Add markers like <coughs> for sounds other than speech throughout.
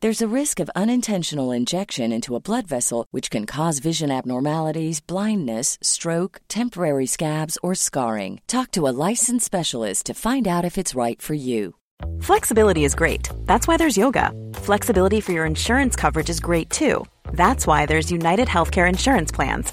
There's a risk of unintentional injection into a blood vessel, which can cause vision abnormalities, blindness, stroke, temporary scabs, or scarring. Talk to a licensed specialist to find out if it's right for you. Flexibility is great. That's why there's yoga. Flexibility for your insurance coverage is great too. That's why there's United Healthcare Insurance Plans.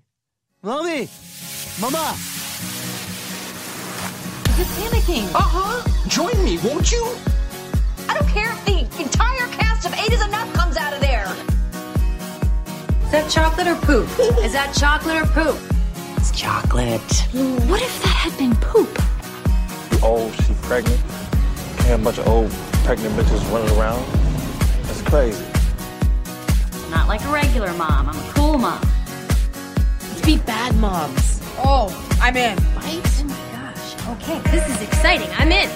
Mommy! Mama! You're panicking. Uh-huh. Join me, won't you? I don't care if the entire cast of Eight is Enough comes out of there. Is that chocolate or poop? is that chocolate or poop? It's chocolate. What if that had been poop? Old, she pregnant. And a bunch of old pregnant bitches running around. That's crazy. Not like a regular mom. I'm a cool mom. Let's be bad moms. Oh, I'm in. Right? Oh my gosh. Okay, this is exciting. I'm in.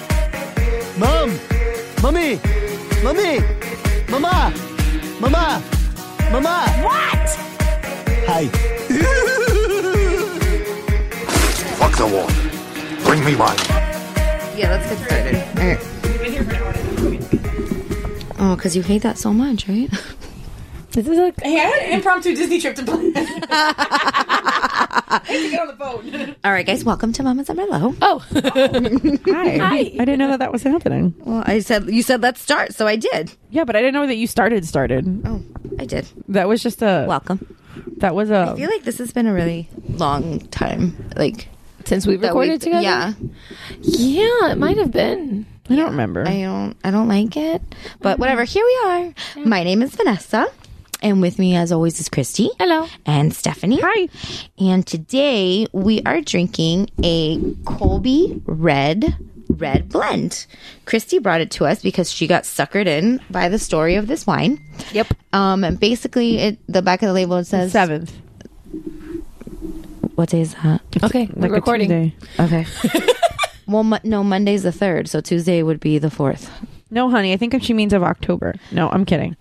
Mom! Mommy! Mommy! Mama! Mama! Mama! What? Hi. Fuck the wall. Bring me mine. Yeah, let's get started. Alright. Oh, because you hate that so much, <laughs> right? This is a hey, I had an impromptu Disney trip to plan. <laughs> I had to get on the <laughs> phone. All right, guys, welcome to Mama's Amarillo. Oh, hi. Hi. I didn't know that that was happening. Well, I said you said let's start, so I did. Yeah, but I didn't know that you started. Started. Oh, I did. That was just a Welcome. That was a. I feel like this has been a really long time, like since we've that recorded we've- together. Yeah, Yeah, it might have been. I don't remember. Mm-hmm. I don't, I don't like it, but whatever. Here we are. My name is Vanessa, and with me, as always, is Christy. Hello. and Stephanie. Hi. And today we are drinking a Colby Red Red Blend. Christy brought it to us because she got suckered in by the story of this wine. Yep. Um, and basically, it the back of the label it says Seventh. What day is that? Okay, we're Like a recording. Tuesday. Okay. well, mo- no, Monday's the third, so Tuesday would be the fourth. No, honey, I think she means of October. No, I'm kidding.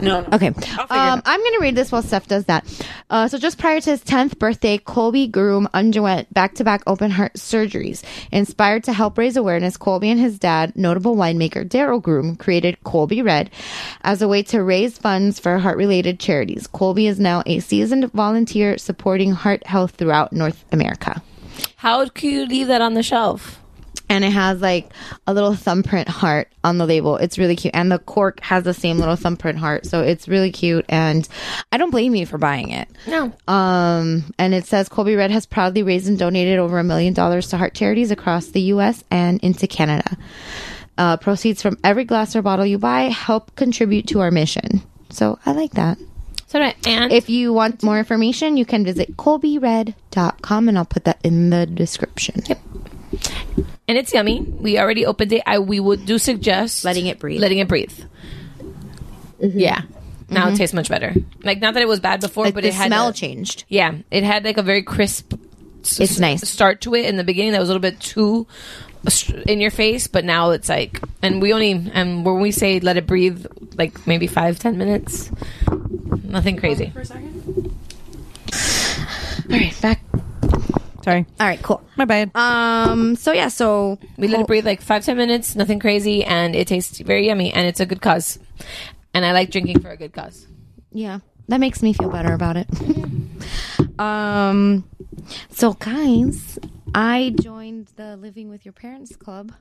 No. Okay. Um, I'm going to read this while Steph does that. Uh, so, just prior to his 10th birthday, Colby Groom underwent back to back open heart surgeries. Inspired to help raise awareness, Colby and his dad, notable winemaker Daryl Groom, created Colby Red as a way to raise funds for heart related charities. Colby is now a seasoned volunteer supporting heart health throughout North America. How could you leave that on the shelf? And it has like a little thumbprint heart on the label. It's really cute. And the cork has the same little thumbprint heart. So it's really cute. And I don't blame you for buying it. No. Um, and it says Colby Red has proudly raised and donated over a million dollars to heart charities across the U.S. and into Canada. Uh, proceeds from every glass or bottle you buy help contribute to our mission. So I like that. So right, and If you want more information, you can visit colbyred.com and I'll put that in the description. Yep. and it's yummy. We already opened it. I we would do suggest Letting it breathe. Letting it breathe. Yeah. Now it tastes much better. Mm-hmm. Like not that it was bad before, Like but the it had smell a- changed. Yeah, it had like a very crisp. s- It's nice. start to it in the beginning. That was a little bit too str- in your face, but now it's like, and we only and when we say let it breathe, like maybe five ten minutes, nothing crazy. All right, back Sorry. All right, cool. My bad. Um. So yeah. So we let it breathe like five ten minutes, nothing crazy, and it tastes very yummy, and it's a good cause. And I like drinking for a good <laughs> cause. Yeah, that makes me feel better about it. <laughs> um. So guys, I joined the Living with Your Parents Club.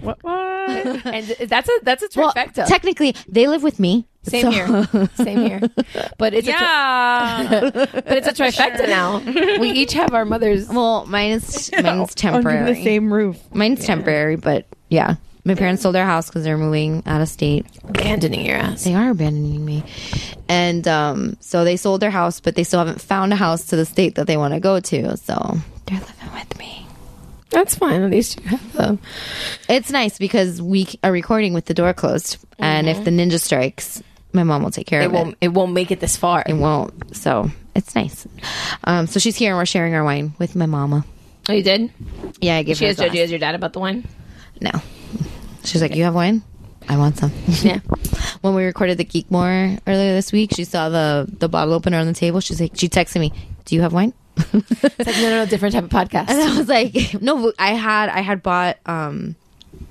What? and that's a that's a trifecta. Technically, they live with me. Same here. <laughs> Same here. But it's yeah. a tri- <laughs> but it's a trifecta now. We each have our mothers. <laughs> Well, mine <laughs> is mine's Under temporary. the same roof. Mine's temporary, but yeah. My parents sold their house because they're moving out of state. Abandoning your ass. They are abandoning me. And um, so they sold their house, but they still haven't found a house to the state that they want to go to. So That's fine. At least you have them. it's nice because we c- are recording with the door closed. And if Mhm. the ninja strikes, my mom will take care It of won't- it. It won't make it this far. It won't. So it's nice. Um, so she's here and we're sharing our wine with my mama. Oh, you did? Yeah, I gave She her has a glass. judgy as your dad about the wine. No. She's like, You have wine? I want some. Yeah. <laughs> when we recorded the Geekmore earlier this week, she saw the the bottle opener on the table. She's like, She texted me, Do you have wine? It's like no, no, no, different type of podcast. And I was like, <laughs> No, I had I had bought um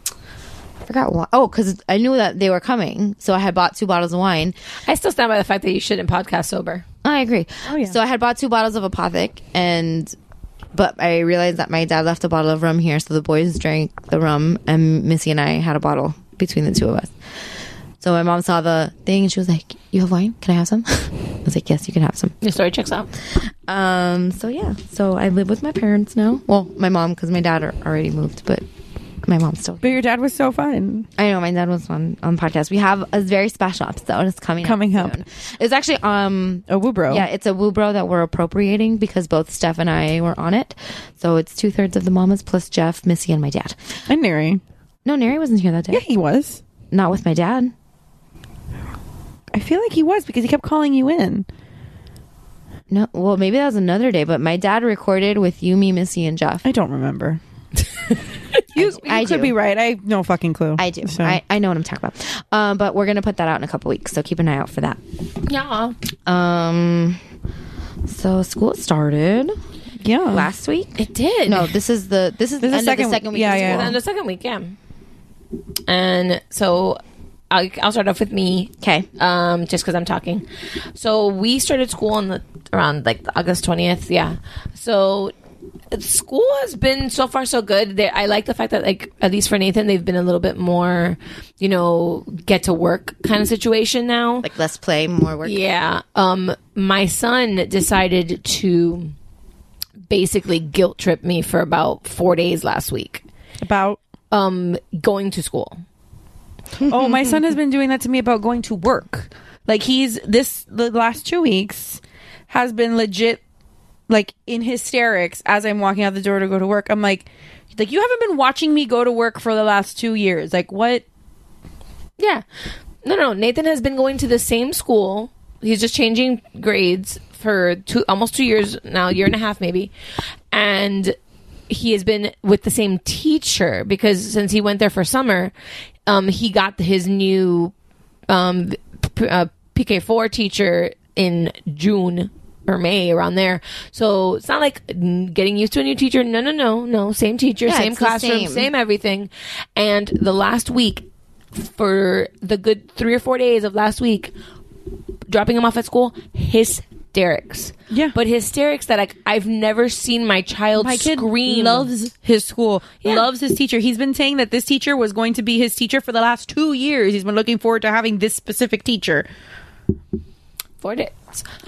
I forgot what oh, because I knew that they were coming. So I had bought two bottles of wine. I still stand by the fact that you shouldn't podcast sober. I agree. Oh yeah. So I had bought two bottles of apothic and but I realized that my dad left a bottle of rum here, so the boys drank the rum and Missy and I had a bottle between the two of us. So my mom saw the thing and she was like, You have wine? Can I have some? <laughs> I was like, Yes, you can have some. Your story checks out. Um, so yeah. So I live with my parents now. Well, my mom because my dad are already moved, but my mom's still. But your dad was so fun. I know my dad was on on podcast. We have a very special episode. It's coming coming up. soon. It's actually um a Woobro. Yeah, it's a Woobro that we're appropriating because both Steph and I were on it. So it's two thirds of the mamas plus Jeff, Missy, and my dad. And Neri. No, Neri wasn't here that day. Yeah, he was. Not with my dad. I feel like he was because he kept calling you in. No, well, maybe that was another day. But my dad recorded with Yumi, Missy, and Jeff. I don't remember. you you could be right. I have no fucking clue. I do. So- I, I know what I'm talking about. Um, but we're gonna put that out in a couple weeks, so keep an eye out for that. Yeah. Um, so school started. Yeah, last week Oh. it did. No, this is the this is the end of the second week. of school. The second week, yeah. And so I'll, I'll start off with me. Okay. Um, just because I'm talking. So we started school on the around like August 20th. Yeah. So school has been so far so good. They, I like the fact that like at least for Nathan, they've been a little bit more, you know, get to work kind of situation now. Like less play, more work. Yeah. Um, my son decided to basically guilt trip me for about four days last week. About <laughs> um going to school. oh, my son has been doing that to me about going to work. Like he's this the last two weeks has been legit like in hysterics as I'm walking out the door to go to work. I'm like like you haven't been watching me go to work for the last two years. Like what Yeah. No, no. Nathan has been going to the same school. He's just changing grades for two, almost two years now, a year and a half maybe, and he has been with the same teacher because since he went there for summer, um, he got his new um, p- uh, PK4 teacher in June or May around there. So it's not like mm, getting used to a new teacher. No, no, no, no. Same teacher, Yeah, same it's the classroom, same. same everything. And the last week, for the good three or four days of last week, dropping him off at school, hysterics. Yeah. But hysterics that like I've never seen my child my kid scream. loves his school, Yeah. loves his teacher. He's been saying that this teacher was going to be his teacher for the last two years. He's been looking forward to having this specific teacher. Four days.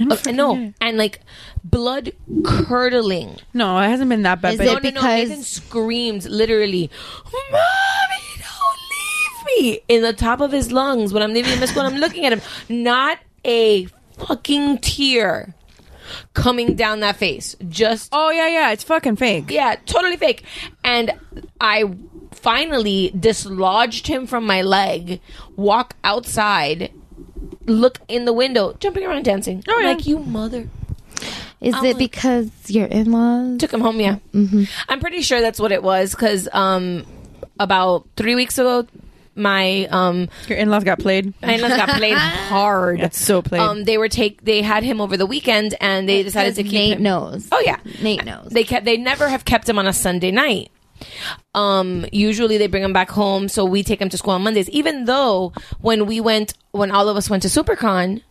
Okay, no, and like blood curdling. Oh, No, it hasn't been that bad. Is but it because Nathan screamed literally, "Mommy, don't leave me!" in the top of his lungs when I'm leaving him at school. and I'm looking at him, not a fucking tear coming down that face. Just oh yeah, yeah, it's fucking fake. Yeah, totally fake. And I finally dislodged him from my leg, walk outside, look in the window, jumping around, dancing. I'm Like you mother. Is I'm it like- because your in laws took him home? Yeah. I'm pretty sure that's what it was because um, about three weeks ago, my um your in-laws got played. My in-laws got played hard. That's so played. Um, they were take they had him over the weekend and they decided to keep Nate him. knows. Oh yeah, Nate knows. They kept they never have kept him on a Sunday night. Um, usually they bring him back home, so we take him to school on Mondays. Even though when we went when all of us went to SuperCon,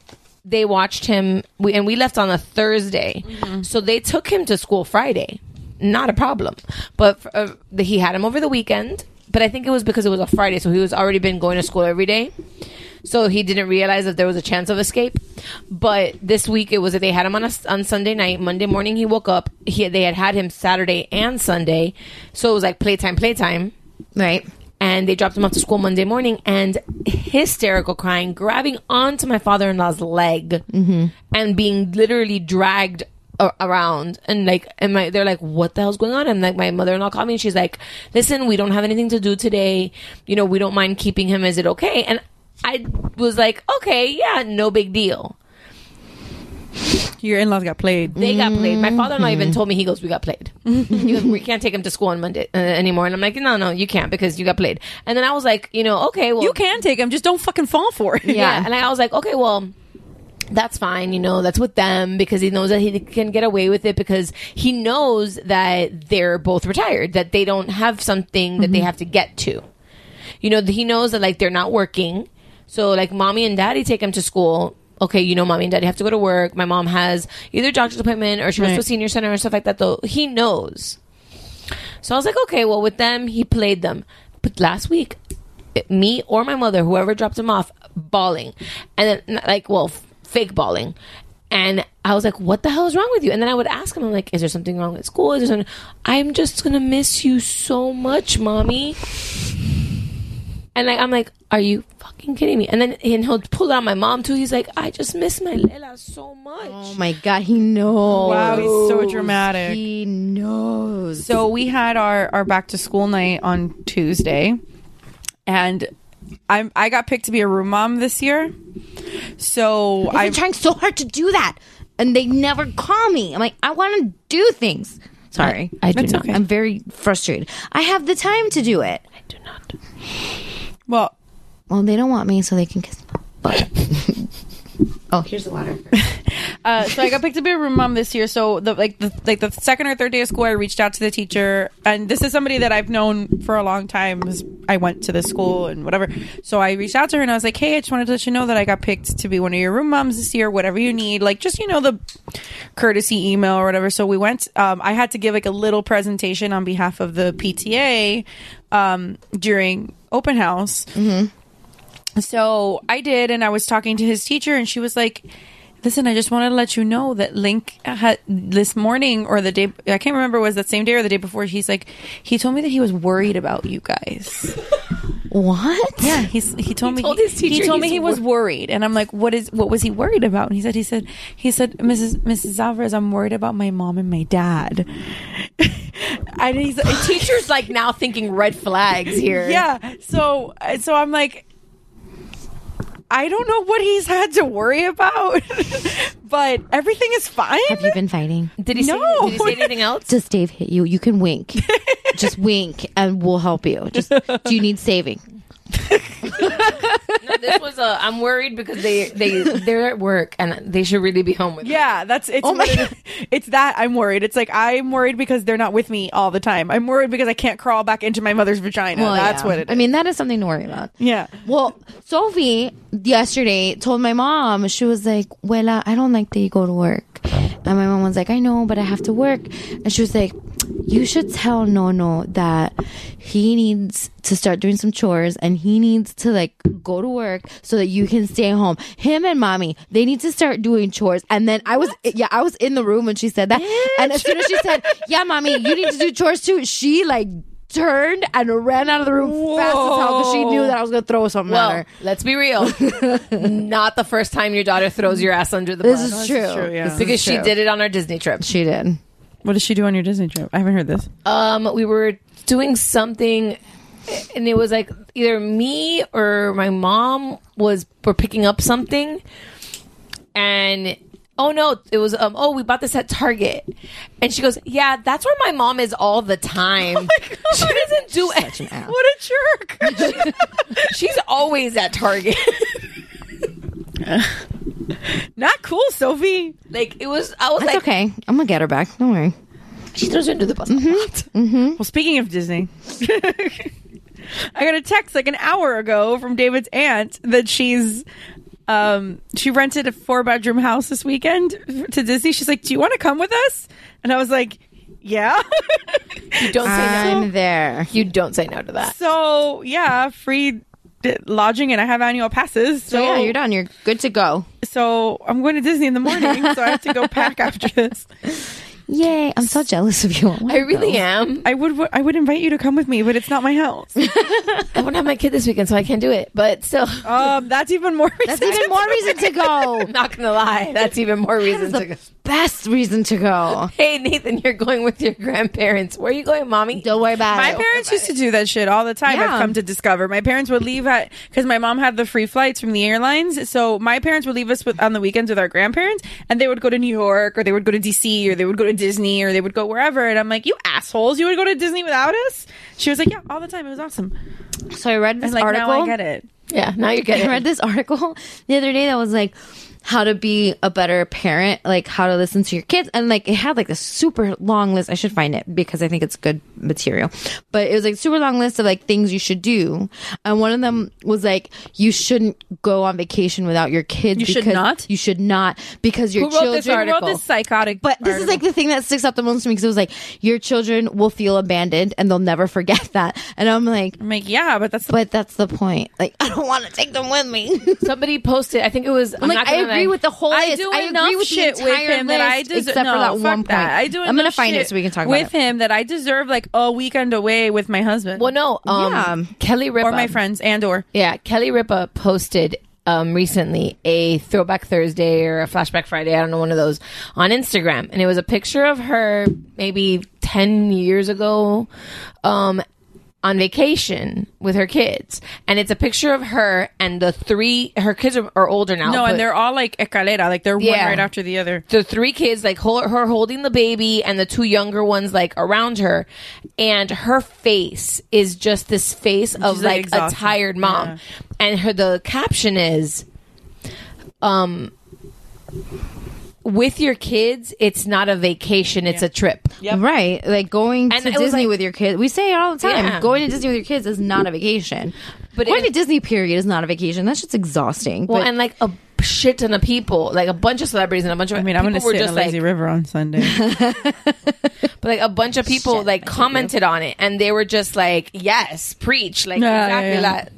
they watched him we, and we left on a thursday so they took him to school friday not a problem but f- uh, the, he had him over the weekend but i think it was because it was a friday so he was already been going to school every day so he didn't realize that there was a chance of escape but this week it was that they had him on a, s- on sunday night monday morning he woke up he, they had had him saturday and sunday so it was like playtime playtime right and they dropped him off to school Monday morning and hysterical crying, grabbing onto my father in law's leg and being literally dragged a- around and like and my they're like what the hell's going on and like my mother-in-law called me and she's like listen we don't have anything to do today you know we don't mind keeping him is it okay and i was like okay yeah no big deal Your in-laws got played. they got played. My father-in-law even told me he goes, "We got played. He goes, we can't take him to school on Monday uh, anymore." And I'm like, "No, no, you can't because you got played." And then I was like, "You know, okay, well, You can take him. Just don't fucking fall for <laughs> it. <laughs> yeah. And I was like, "Okay, well." That's fine, you know, that's with them because he knows that he can get away with it because he knows that they're both retired, that they don't have something that they have to get to. You know, he knows that like they're not working. So like mommy and daddy take him to school. Okay, you know, mommy and daddy have to go to work. My mom has either doctor's appointment or she goes to a Right. senior center or stuff like that. Though he knows. So I was like, okay, well, with them, he played them. But last week, it- me or my mother, whoever dropped him off, bawling, and then like, well, f- fake bawling. And I was like, "What the hell is wrong with you?" And then I would ask him, "I'm like, is there something wrong at school? Is there something? I'm just gonna miss you so much, mommy." And like, I'm like, "Are you fucking kidding me?" And then and he'll pull out my mom too. He's like, "I just miss my Lela so much." Oh my god, he knows. Wow, he's so dramatic. He knows. So we had our our back to school night on Tuesday, and I I got picked to be a room mom this year. So I've I been trying so hard to do that, and they never call me. I'm like, I want to do things. Sorry, I, do That's not. okay. I'm very frustrated. I have the time to do it. well Well, they don't want me, so they can kiss. my butt. oh, here's the water. Uh, so I got picked up by a room mom this year. So the like the like the second or third day of school, I reached out to the teacher, and this is somebody that I've known for a long time. 'cause I went to the school and whatever. So I reached out to her and I was like, "Hey, I just wanted to let you know that I got picked to be one of your room moms this year. Whatever you need, like just you know the courtesy email or whatever." So we went. Um, I had to give like a little presentation on behalf of the PTA um, during open house. So I did, and I was talking to his teacher, and she was like, "Listen, I just wanted to let you know that Link had this morning or the day I can't remember was that same day or the day before. He's like, he told me that he was worried about you guys. What? Yeah, he's he told me told he, his teacher he told me he's he was worried, and I'm like, what is what was he worried about? And he said he said he said Mrs. Mrs. Alvarez, I'm worried about my mom and my dad. <laughs> and he's a Teachers like now thinking red flags here. yeah. So so I'm like, I don't know what he's had to worry about, <laughs> but everything is fine. Have you been fighting? Did he No. say, did he say <laughs> anything else? Does Dave hit you? You can <laughs> wink. Just wink, and we'll help you. Just, do you need saving? this was a i'm worried because they they they're at work and they should really be home with Yeah, that's it's. Oh my what it is. It's that I'm worried. It's like I'm worried because they're not with me all the time. I'm worried because I can't crawl back into my mother's vagina. that's yeah. what it is. I mean, that is something to worry about. yeah. Well, Sophie yesterday told my mom, she was like, Wella, I don't like that you go to work. And my mom was like, I know, but I have to work. And she was like, You should tell Nono that he needs to start doing some chores and he needs to like go to work so that you can stay home. Him and mommy, they need to start doing chores. And then I was, yeah, I was in the room when she said that. And as soon as she said, Yeah, mommy, you need to do chores too, she like, Turned and ran out of the room fast as hell because she knew that I was gonna throw something at well her. let's be <laughs> real not the first time your daughter throws your ass under the This bus is true. true, yeah. This is because she true. did it on our disney trip She did. What does she do on your Disney trip? I haven't heard this. um we were doing something and it was like either me or my mom was were picking up something and oh no it was um oh we bought this at target and she goes yeah that's where my mom <laughs> Oh is all the time she doesn't do Such an ass. <laughs> What a jerk! She's always at Target. Not cool, Sophie. Like it was. I was That's like, okay. I'm gonna get her back. Don't worry. She throws her under the bus a lot. Well, speaking of Disney, <laughs> I got a text like an hour ago from David's aunt that she's um she rented a four bedroom house this weekend to Disney. She's like, "Do you want to come with us?" And I was like, "Yeah." <laughs> You don't say no. I'm there. You don't say no to that. so yeah, free d- lodging, and I have annual passes. So, So yeah, you're done. You're good to go. So I'm going to Disney in the morning, so I have to go pack <laughs> after this. Yay! I'm so jealous of you. I really am. I would I would invite you to come with me, but it's not my <laughs> house. I won't have my kid this weekend, so I can't do it. But still, Um, that's even more. Reason That's even more reason to <laughs> go. I'm not gonna lie. That's even more reason to go. Best reason to go. Hey Nathan, you're going with your grandparents. Where are you going, mommy? Don't worry about My it. parents used to do that shit all the time. Yeah. I've come to discover. My parents would leave at because my mom had the free flights from the airlines, so my parents would leave us with on the weekends with our grandparents, and they would go to New York or they would go to DC or they would go to Disney or they would go wherever. And I'm like, you assholes, you would go to Disney without us. She was like, yeah, all the time. It was awesome. So I read And this like article. now I get it. Yeah, now you get <laughs> I it. read this article the other day that was like how to be a better parent, like how to listen to your kids. And like it had like a super long list. I should find it because I think it's good material. But it was like super long list of like things you should do. And one of them was like you shouldn't go on vacation without your kids. You should because- not? You should not because your Who wrote children this article? Who wrote this psychotic? but this is like the thing that sticks out the most to me because it was like your children will feel abandoned and they'll never <laughs> forget that. And I'm like, I'm like, yeah, but that's the but that's the point. Like, I don't want to take them with me. <laughs> Somebody posted. I think it was. I'm I'm not like, I gonna lie. agree with the whole I list. do I enough agree with shit the with entire him list, that I deserve. except for that one point. I do. I'm gonna enough find it shit so we can talk with about it. him that I deserve like a weekend away with my husband. Well, no. Um, Yeah. Kelly Ripa. or my friends and or Yeah, Kelly Ripa posted um, recently a Throwback Thursday or a Flashback Friday. I don't know one of those on Instagram, and it was a picture of her maybe ten years ago. Um, on vacation with her kids, and it's a picture of her and the three. Her kids are, are older now. No, but- and they're all like escalera, like they're Yeah. one right after the other. the three kids like hol- her holding the baby and the two younger ones like around her and her face is just this face of She's, like, like, a exhausted. tired mom Yeah. and her the caption is um with your kids it's not a vacation it's a trip Right. Like going And to it was Disney like- with your kids. We say it all the time. Yeah. Going to Disney with your kids is not a vacation. But But going it- to Disney period is not a vaton. That's just exhausting. well but and like a shit ton of people like a bunch of celebrities and a bunch of I mean, I'm people gonna were sit in a just, like, lazy river on <laughs> Sunday. But like a bunch of people like commented on it, and they were just like, "Yes, preach!" Like Yeah, exactly yeah, yeah. that.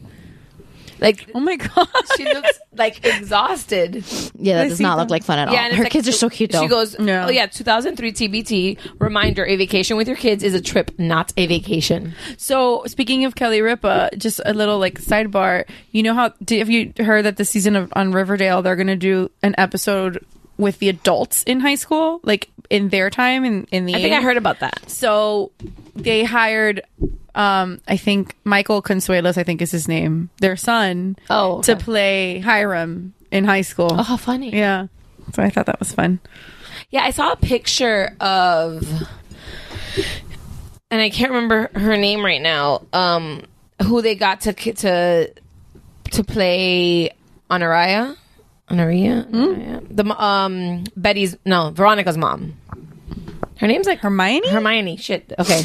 Like oh my god, she looks like exhausted. yeah, I that does see not them. look like fun at all. and it's Her like- kids are so cute though. She goes, <laughs> Yeah. "Oh yeah, 2003 TBT reminder: a vacation with your kids is a trip, not a vacation." So speaking of Kelly Ripa, just a little like sidebar. You know how did, have you heard that the season of on Riverdale they're going to do an episode with the adults in high school, like in their time in in the. I think I heard about that. So they hired, um, I think Michael Consuelos, I think is his name, their son. Oh, okay. to play Hiram in high school. Oh, how funny! Yeah. So I thought that was fun. Yeah, I saw a picture of, and I can't remember her name right now. Um, who they got to to to play Honoria, Honoria, Honoria? the mo- um Betty's no Veronica's mom. Her name's like Hermione? Hermione. Shit. Okay.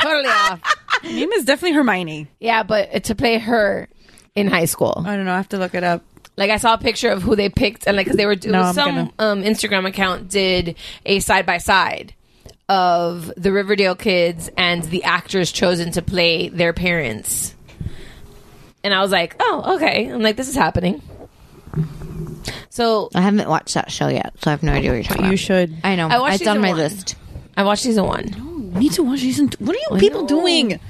totally off. Her name is definitely Hermione. Yeah, but to play her in high school. I don't know. I have to look it up. Like I saw a picture of who they picked, and like 'cause they were doing No, I'm some um, Instagram account did a side by side of the Riverdale kids and the actors chosen to play their parents. And I was like, oh, okay. I'm like, this is happening. So I haven't watched that show yet, so I have no idea what you're talking You about. should. I know. I watched I've done season my one. list. I watched season one. Need to watch season. Two. What are you people doing?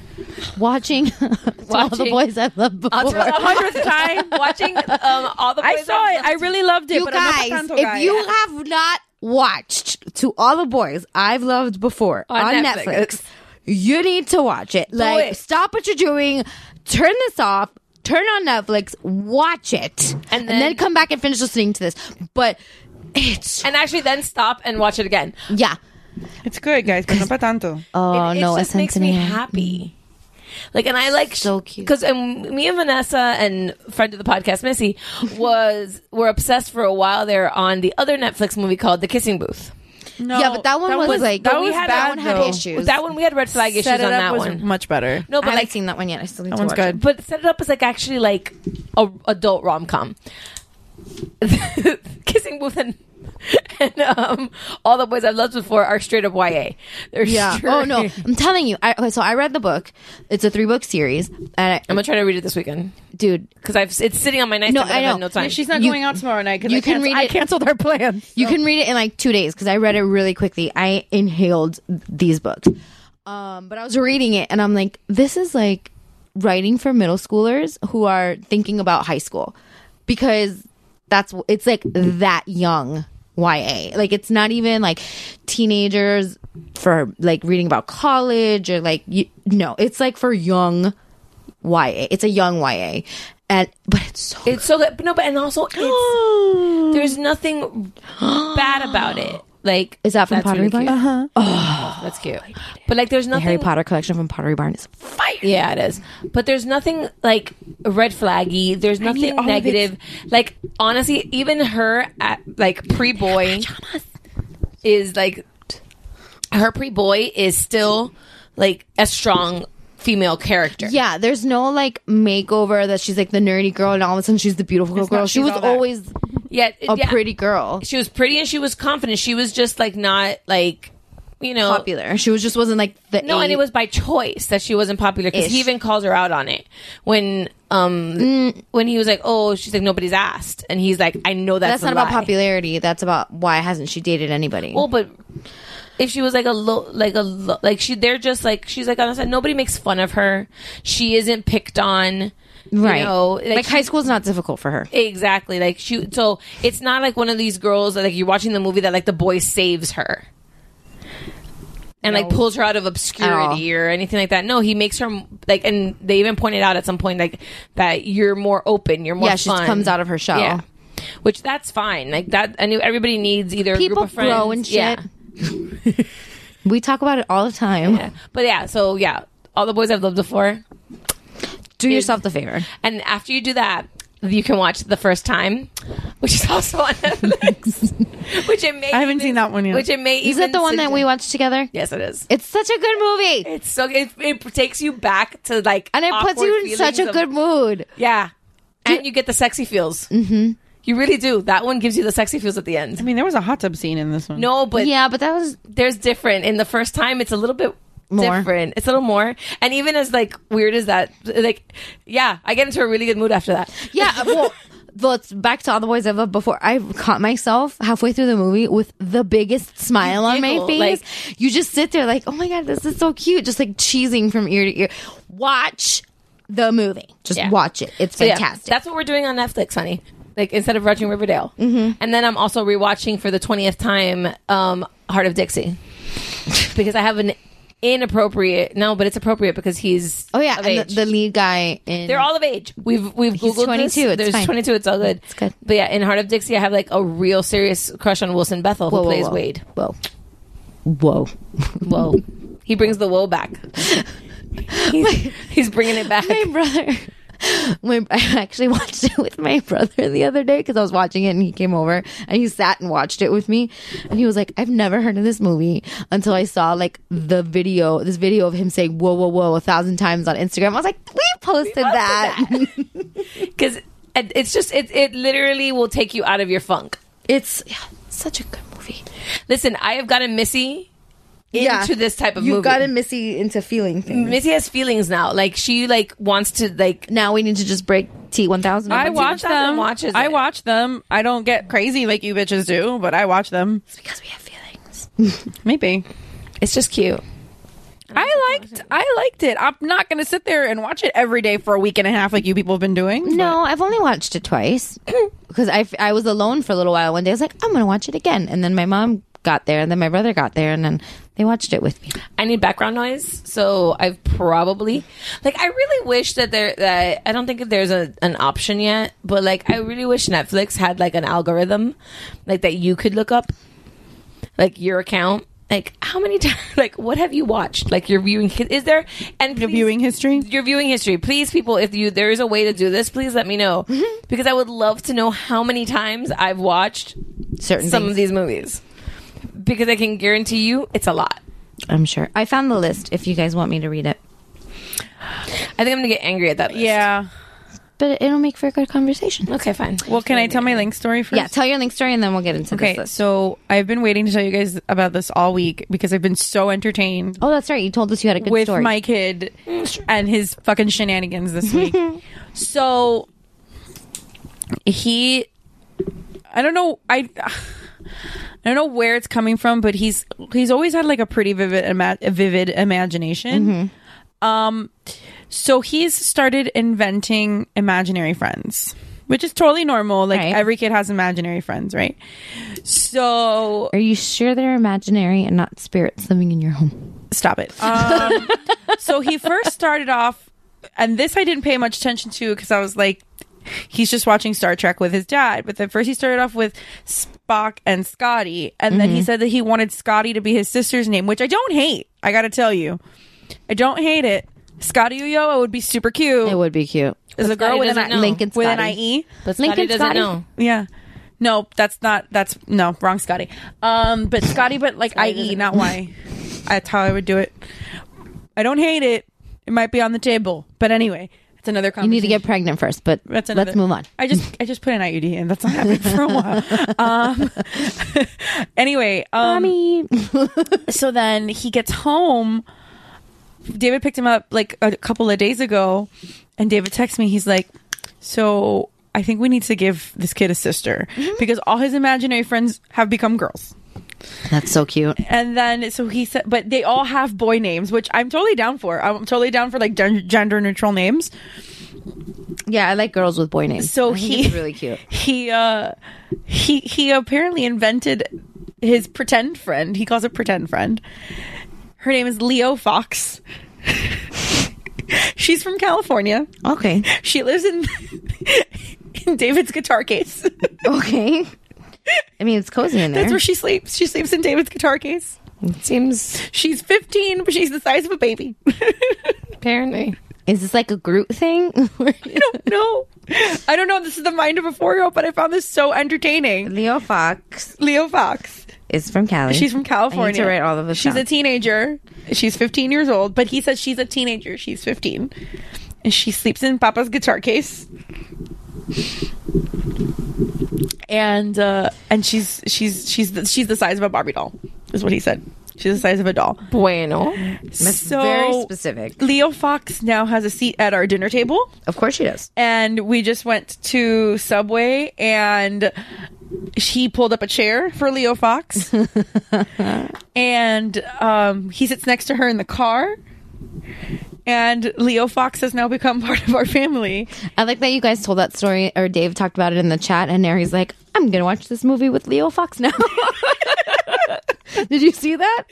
Watching, <laughs> all the Watching- boys I loved before. For the <laughs> hundredth time, watching um, all the. I boys saw on- it. I really loved it. you but I'm not a guys, Panto guy. if you have not watched To All the Boys I've Loved Before On on, Netflix. Netflix. you need to watch it. Like, it. stop what you're doing, turn this off. Turn on Netflix, watch it, And and then, then- come back and finish listening to this. But it's and actually, then stop and watch it again. yeah. it's good, guys. But no pa tanto. Oh it, it no, just makes me Ascension. happy. Like, and I like so cute because me and Vanessa and friend of the podcast <laughs> Missy was were obsessed for a while there on the other Netflix movie called The Kissing Booth. No, yeah, but that one was, like that we was had- bad, that one had though. issues. That one we had red flag issues Set it on up that was one. much better. No, I but haven't like seen that one yet. I still need that to one's watch good. it. But set it up as like actually like a adult rom com. <laughs> Kissing Booth and, and um, all the boys I've loved before are straight up YA. They're yeah. straight- <laughs> <laughs> Oh no, I'm telling you. I, okay, so I read the book. It's a three book series, and I, I'm gonna try to read it this weekend, dude. Because I've it's sitting on my nightstand. No, but I I've know. had no time. Yeah, she's She's not You- going out tomorrow night. 'cause you I can canceled- read I it- canceled our plans. You can read it in like two days because I read it really quickly. I inhaled these books, um, but I was reading it and I'm like, this is like writing for middle schoolers who are thinking about high school because that's it's like that young YA. Like it's not even like teenagers for like reading about college or like you, no, it's like for young YA. It's a young YA, and but it's so It's so good. But no, but and also <gasps> it's there's nothing bad about it. Like Is that from Pottery Barn? Uh-huh. Oh, that's cute. But like there's the Harry nothing Potter collection from Pottery Barn is Yeah, it is. But there's nothing like red flaggy. There's nothing all of it. negative. Like honestly, even her at like pre boy is like her pre boy is still like a strong female character. Yeah, there's no like makeover that she's like the nerdy girl and all of a sudden she's the beautiful It's girl. not- she she's was all that. always Yeah, a pretty girl. She was pretty and she was confident. She was just like not like you know popular. She was just wasn't like the no, and eight- it was by choice that she wasn't popular because he Ish. even calls her out on it when um Mm. when he was like, oh, she's like nobody's asked, and he's like, I know that's, that's, a not about lie." popularity. That's about why hasn't she dated anybody? Well, but if she was like a low, like a low, like she, they're just like she's like honestly, nobody makes fun of her. She isn't picked on, right. You know, like high school's not difficult for her. exactly like she. So it's not like one of these girls that like you're watching the movie that like the boy saves her. And like No. Oh. pulls her out of obscurity or anything like that. No, he makes her like, and they even pointed out at some point like that you're more open, you're more Yeah, she fun. comes out of her shell. Yeah, which that's fine. Like that, I knew everybody needs either a People group of friends. grow and shit. Yeah. We talk about it all the time. But yeah, so yeah, all the boys I've loved before. Do yourself the favor. And after you do that, you can watch the first time, which is also on Netflix. which it may I haven't seen that one yet. Which it may Is it even the one that we suggest- watched together? Yes, it is. It's such a good movie. It's so it, it takes you back to like and it puts awkward you in such a feelings of- good mood. yeah, and you get the sexy feels. Mm-hmm. You really do. That one gives you the sexy feels at the end. I mean, there was a hot tub scene in this one. No, but yeah, but that was there's different in the first time. It's a little bit More. different. It's a little more, and even as like weird as that, like yeah, I get into a really good mood after that. Yeah, uh, well, let's back to all the boys I've loved before. I caught myself halfway through the movie with the biggest smile on my giggle, face. you just sit there like, oh my god, this is so cute, just like cheesing from ear to ear. Watch the movie. Just Yeah. watch it. It's So, yeah, fantastic. that's what we're doing on Netflix, honey. Like instead of watching Riverdale, mm-hmm. and then I'm also rewatching for the twentieth time um, Heart of Dixie because I have an inappropriate no, but it's appropriate because he's Oh yeah, of and age. the, the lead guy in They're all of age. We've we've He's googled 22, This. it's There's fine. 22. It's all good. It's good. But yeah, in Heart of Dixie, I have like a real serious crush on Wilson Bethel, who Whoa, whoa, plays whoa. Wade. Whoa. Whoa. Whoa. He brings the whoa <laughs> back. he's, he's bringing it back. <laughs> my brother. <laughs> My, I actually watched it with my brother the other day because I was watching it and he came over and he sat and watched it with me and he was like, "I've never heard of this movie until I saw like the video, this video of him saying whoa whoa whoa a thousand times on Instagram." I was like, "We posted, that. Because it's just, it, it literally will take you out of your funk. It's yeah, such a good movie. Listen, I have gotten Missy into <laughs> Yeah. this type of You've movie. gotten Missy into feeling things. Missy has feelings now. Like she like wants to like now we need to just break T one thousand. I watch them. Watches I it. watch them. I don't get crazy like you bitches do, but I watch them. It's because we have feelings. <laughs> Maybe. It's just cute. I liked. I liked it. I'm not going to sit there and watch it every day for a week and a half like you people have been doing. No, I've only watched it twice <clears throat> because I, I was alone for a little while. One day I was like, I'm going to watch it again. And then my mom got there and then my brother got there and then they watched it with me. I need background noise, so I've probably like I really wish that there that I don't think that there's a, an option yet, but like I really wish Netflix had like an algorithm like that you could look up like your account like how many times <laughs> like what have you watched like your viewing hi- is there and your viewing history your viewing history please people if you there is a way to do this please let me know because i would love to know how many times i've watched Certain some of things. these movies because i can guarantee you it's a lot I'm sure. I found the list if you guys want me to read it. i think i'm gonna get angry at that list. yeah but it'll make for a good conversation okay fine well can i tell my link story first Yeah, tell your link story and then we'll get into okay this list. so i've been waiting to tell you guys about this all week because i've been so entertained oh that's right you told us you had a good with story. my kid and his fucking shenanigans this week so he i don't know i I don't know where it's coming from, but he's he's always had like a pretty vivid ima- vivid imagination. Um, so he's started inventing imaginary friends, which is totally normal. Like every kid has imaginary friends, right? So Are you sure they're imaginary and not spirits living in your home? Stop it. <laughs> um, so he first started off, and this I didn't pay much attention to because I was like, he's just watching Star Trek with his dad. But then first he started off with Spock and Scotty, and then he Mm-hmm. Mhm. said that he wanted Scotty to be his sister's name, which I don't hate. I got to tell you, I don't hate it. Scotty Uyoa would be super cute. It would be cute. Is a But girl Scotty with an, doesn't I- E. know. Lincoln with an Scotty. IE. But Scotty Lincoln doesn't Scotty? know. Yeah. No, that's not, that's, no, wrong Scotty. Um, but Scotty, but like IE, not Y. That's how I would do it. I don't hate it. It might be on the table. But anyway, it's another You conversation. need to get pregnant first, but That's another, let's move on. I just I just put an IUD in. That's not happening for a while. Um, <laughs> anyway, um, so then he gets home. David picked him up like a couple of days ago, and David texts me. He's like, "So I think we need to give this kid a sister because all his imaginary friends have become girls." That's so cute. And then so he said, but they all have boy names, which I'm totally down for. I'm totally down for like gen- gender neutral names. Yeah, I like girls with boy names. So I think he it's really cute. <laughs> He uh he he apparently invented his pretend friend. He calls it pretend friend. Her name is Leo Fox. <laughs> She's from California. <laughs> Okay. She lives in <laughs> in David's guitar case. <laughs> Okay. I mean, it's cozy in there. That's where she sleeps. She sleeps in David's guitar case. seems she's 15, but she's the size of a baby. <laughs> Apparently. Is this like a Groot thing? <laughs> no. I don't know. This is the mind of a four year old, but I found this so entertaining. Leo Fox. Leo Fox. It's from Cali. She's from California. I need to write all of this. She's down. a teenager. She's 15 years old, but he says she's a teenager. She's 15. And she sleeps in Papa's guitar case. And uh and she's she's she's the, she's the size of a Barbie doll. Is what he said. She's the size of a doll. Bueno. That's very specific. Leo Fox now has a seat at our dinner table. Of course she does. And we just went to Subway and she pulled up a chair for Leo Fox. and um, he sits next to her in the car. And Leo Fox has now become <laughs> part of our family. I like that you guys told that story, or Dave talked about it in the chat, and Neri's like, I'm going to watch this movie with Leo Fox now. <laughs> Did you see <laughs> that?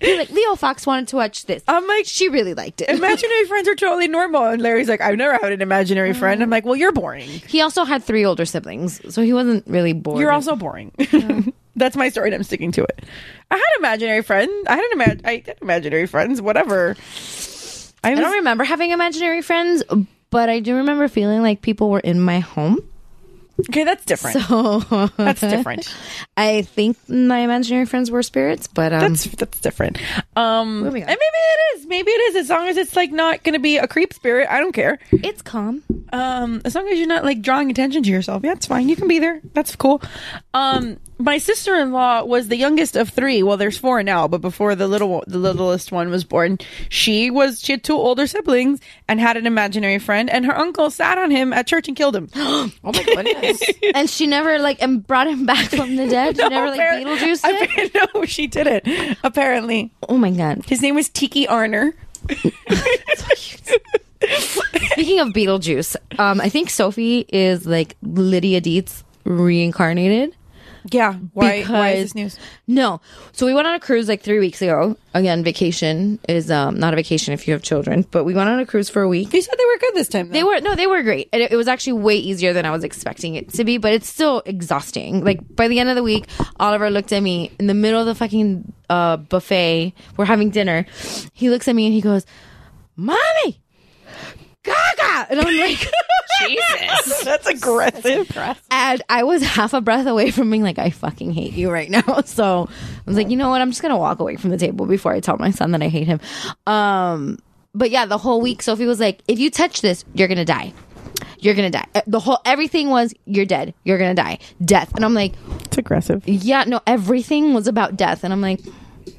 He's like, Leo Fox wanted to watch this. I'm like, she really liked it. Imaginary friends are totally normal. And Larry's like, I've never had an imaginary friend. I'm like, well, you're boring. He also had three older siblings, so he wasn't really bored. You're also boring. <laughs> That's my story, and I'm sticking to it. I had imaginary friends. I had an imag- I had imaginary friends. Whatever. I, I was- don't remember having imaginary friends, but I do remember feeling like people were in my <laughs> home. Okay, that's different. So That's different. I think my imaginary friends were spirits, but um, that's <laughs> that's different. Um, and maybe it is. Maybe it is. As long as it's like not going to be a creep spirit, I don't care. It's calm. Um, as long as you're not like drawing attention to yourself, yeah, it's fine. You can be there. That's cool. Um, my sister in law was the youngest of three. Well, there's four now, but before the little the littlest one was born, she was she had two older siblings and had an imaginary friend, and her uncle sat on him at church and killed him. <gasps> oh my <laughs> goodness! and she never like em- brought him <laughs> back from the dead. she never like <laughs> Beetlejuice. It? No, she did it. Apparently. Oh my god. His name was Tiki Arner. Speaking of Beetlejuice, um, I think Sophie is like Lydia Dietz reincarnated. Yeah. Why, because why is this news? no, so we went on a cruise like three weeks ago. Again, vacation is um, not a vacation if you have children, but we went on a cruise for a week. You said they were good this time. They were no, they were great. And It, it was actually way easier than I was expecting it to be, but it's still exhausting. Like by the end of the week, Oliver looked at me in the middle of the fucking uh, buffet. We're having dinner. He looks at me and he goes, "Mommy, Gaga," and I'm like. Jesus. That's aggressive. And I was <laughs> half a breath away from being like, I fucking hate you right now. <laughs> So I was like, you know what? I'm just gonna walk away from the table before I tell my son that I hate him. Um, but yeah, the whole week, Sophie was like, if you touch this, you're gonna die. You're gonna die. Uh, The whole everything was you're dead. You're gonna die. Death. And I'm like, it's aggressive. Yeah, no, everything was about death. And I'm like,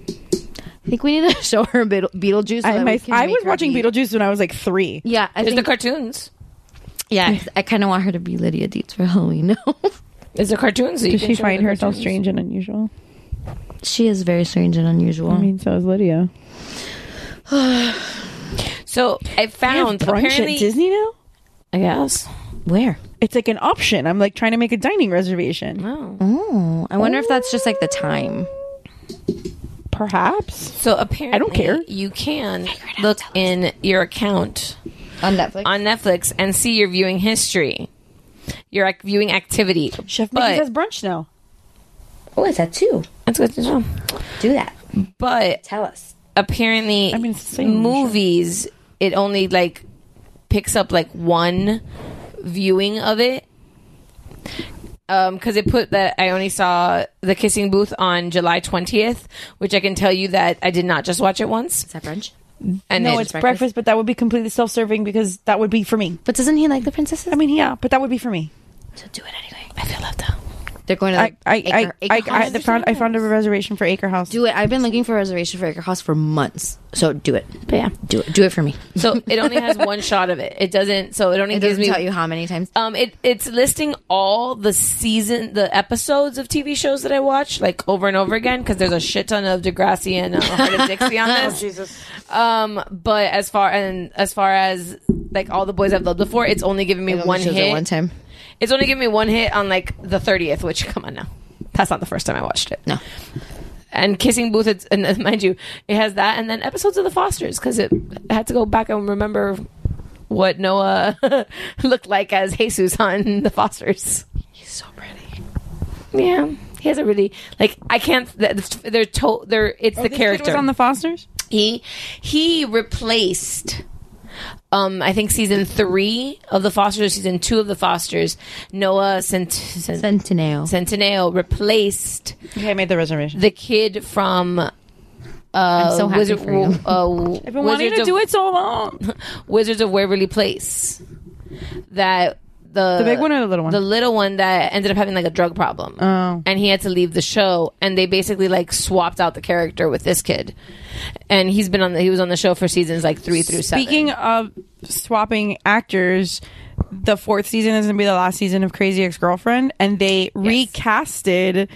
I think we need to <laughs> show her Beetle- Beetlejuice. so I, that we my, can I make was her watching be- Beetlejuice when I was like three. Yeah, I There's the think- cartoons. Yeah, I kind of want her to be Lydia Dietz for Halloween. <laughs> Is the cartoons? that you Does can she show the find herself cartoons? strange and unusual? she is very strange and unusual. I mean, so is Lydia. So I found brunch apparently at Disney now. I guess. Where? It's like an option. I'm like trying to make a dining reservation. Oh, I wonder if that's just like the time. Perhaps. So apparently, I don't care. You can look in your account on Netflix on Netflix and see your viewing history, your ac- viewing activity. Chef But- Mickey's has brunch now. Oh, is that too? That's good to know. Do that. But Tell us. apparently, I mean, same, movies it only like picks up like one viewing of it. Um, because it put that I only saw the kissing booth on July twentieth, which I can tell you that I did not just watch it once. Is that brunch? And no, it- it's breakfast. but that would be completely self-serving because that would be for me. But doesn't he like the princesses? I mean, yeah, but that would be for me. So do it anyway. I feel left out. They're going to. I, Like, I, Acre- I, I, Acre I, House the or found, I something? found a reservation for Acre House. Do it. I've been looking for a reservation for Acre House for months. So do it. But yeah, do it. Do it for me. So it only <laughs> has one shot of it. It doesn't. So it only It gives doesn't me. tell you how many times. Um, it it's listing all the season, the episodes of TV shows that I watch like over and over again because there's a shit ton of Degrassi and uh, Heart of Dixie on this. Jesus. Um, but as far and as far as like all the boys I've loved before, it's only giving me It only one shows it hit. one time. It's only giving me one hit on like the thirtieth. Which come on now, that's not the first time I watched it. No. And kissing booth, it's, and uh, mind you, it has that, and then episodes of the Fosters because it I had to go back and remember what Noah <laughs> looked like as Jesus on the Fosters. He's so pretty. Yeah, he has a really like I can't. th- They're to, they're it's the Oh, This kid character was on the Fosters. he he replaced um i think season three of the fosters season two of the fosters noah Cent- Cent- Centineo. centineo replaced Okay, I made the reservation. the kid from uh so happy Wizard- for you. uh, <laughs> I've been wanting Wizards to of- do it so long. wizards of waverly place that the The big one or the little one? the little one that ended up having like a drug problem Oh. and he had to leave the show and they basically like swapped out the character with this kid and he's been on the he was on the show for seasons like three through seven Speaking of swapping actors, the fourth season is going to be the last season of Crazy Ex Girlfriend, and they recasted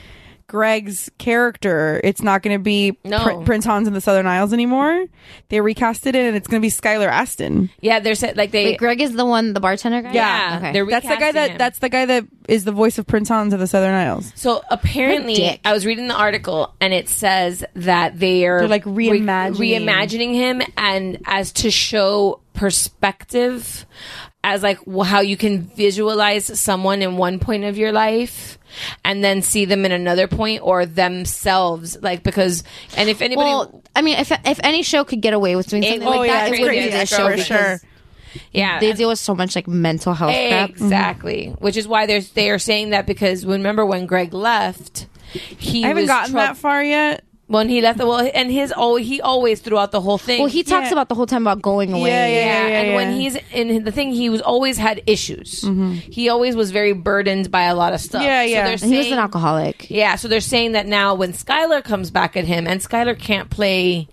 Greg's character. It's not going to be No. Pr- Prince Hans in the Southern Isles anymore. They recasted it, and it's going to be Skylar Aston. yeah they're set like they Wait, Greg is the one, the bartender guy. Yeah, Okay. they're That's the guy recasting that him. that's the guy that is the voice of Prince Hans of the Southern Isles. so apparently dick. I was reading the article and it says that they are They're, like, reimagining. reimagining him and as to show perspective as like wh- how you can visualize someone in one point of your life and then see them in another point or themselves like because and if anybody well, I mean, if if any show could get away with doing something like oh, yeah, that, it's it would be Crazy this Ex show Girlfriend. because yeah They deal with so much like mental health crap. Mm-hmm. Exactly, which is why they're they are saying that because remember when Greg left, he I haven't was gotten trou- that far yet. when he left the well, and his oh he always throughout the whole thing. Well, he talks Yeah. about the whole time about going away. Yeah, yeah, yeah, yeah, and when yeah. Mm-hmm. he's in the thing, he was always had issues. He always was very burdened by a lot of stuff. Yeah, yeah. So they're And And he was saying- an alcoholic. Yeah, so they're saying that now when Skylar comes back at him, and Skylar can't play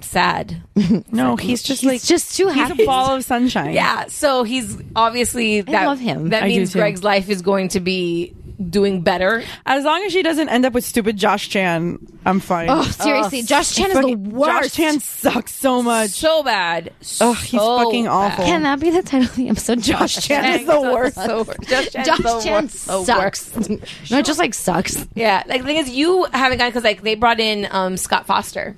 sad. No, he's just like just too <laughs> he's happy. a ball of sunshine. Yeah, so he's obviously that love him. That I do means too. Greg's life is going to be doing better. As long as she doesn't end up with stupid Josh Chan, I'm <laughs> fine. Oh, seriously, Josh Chan is the Fucking- Josh worst. Chan sucks so much. So bad. Ugh, he's So fucking awful. Can that be the title of the episode? Josh Chan <laughs> is the worst. Josh Chan, Josh the Chan Oh, worst, the sucks. no, just like sucks. Yeah, like the thing is, you haven't gotten because like they brought in um, Scott Foster.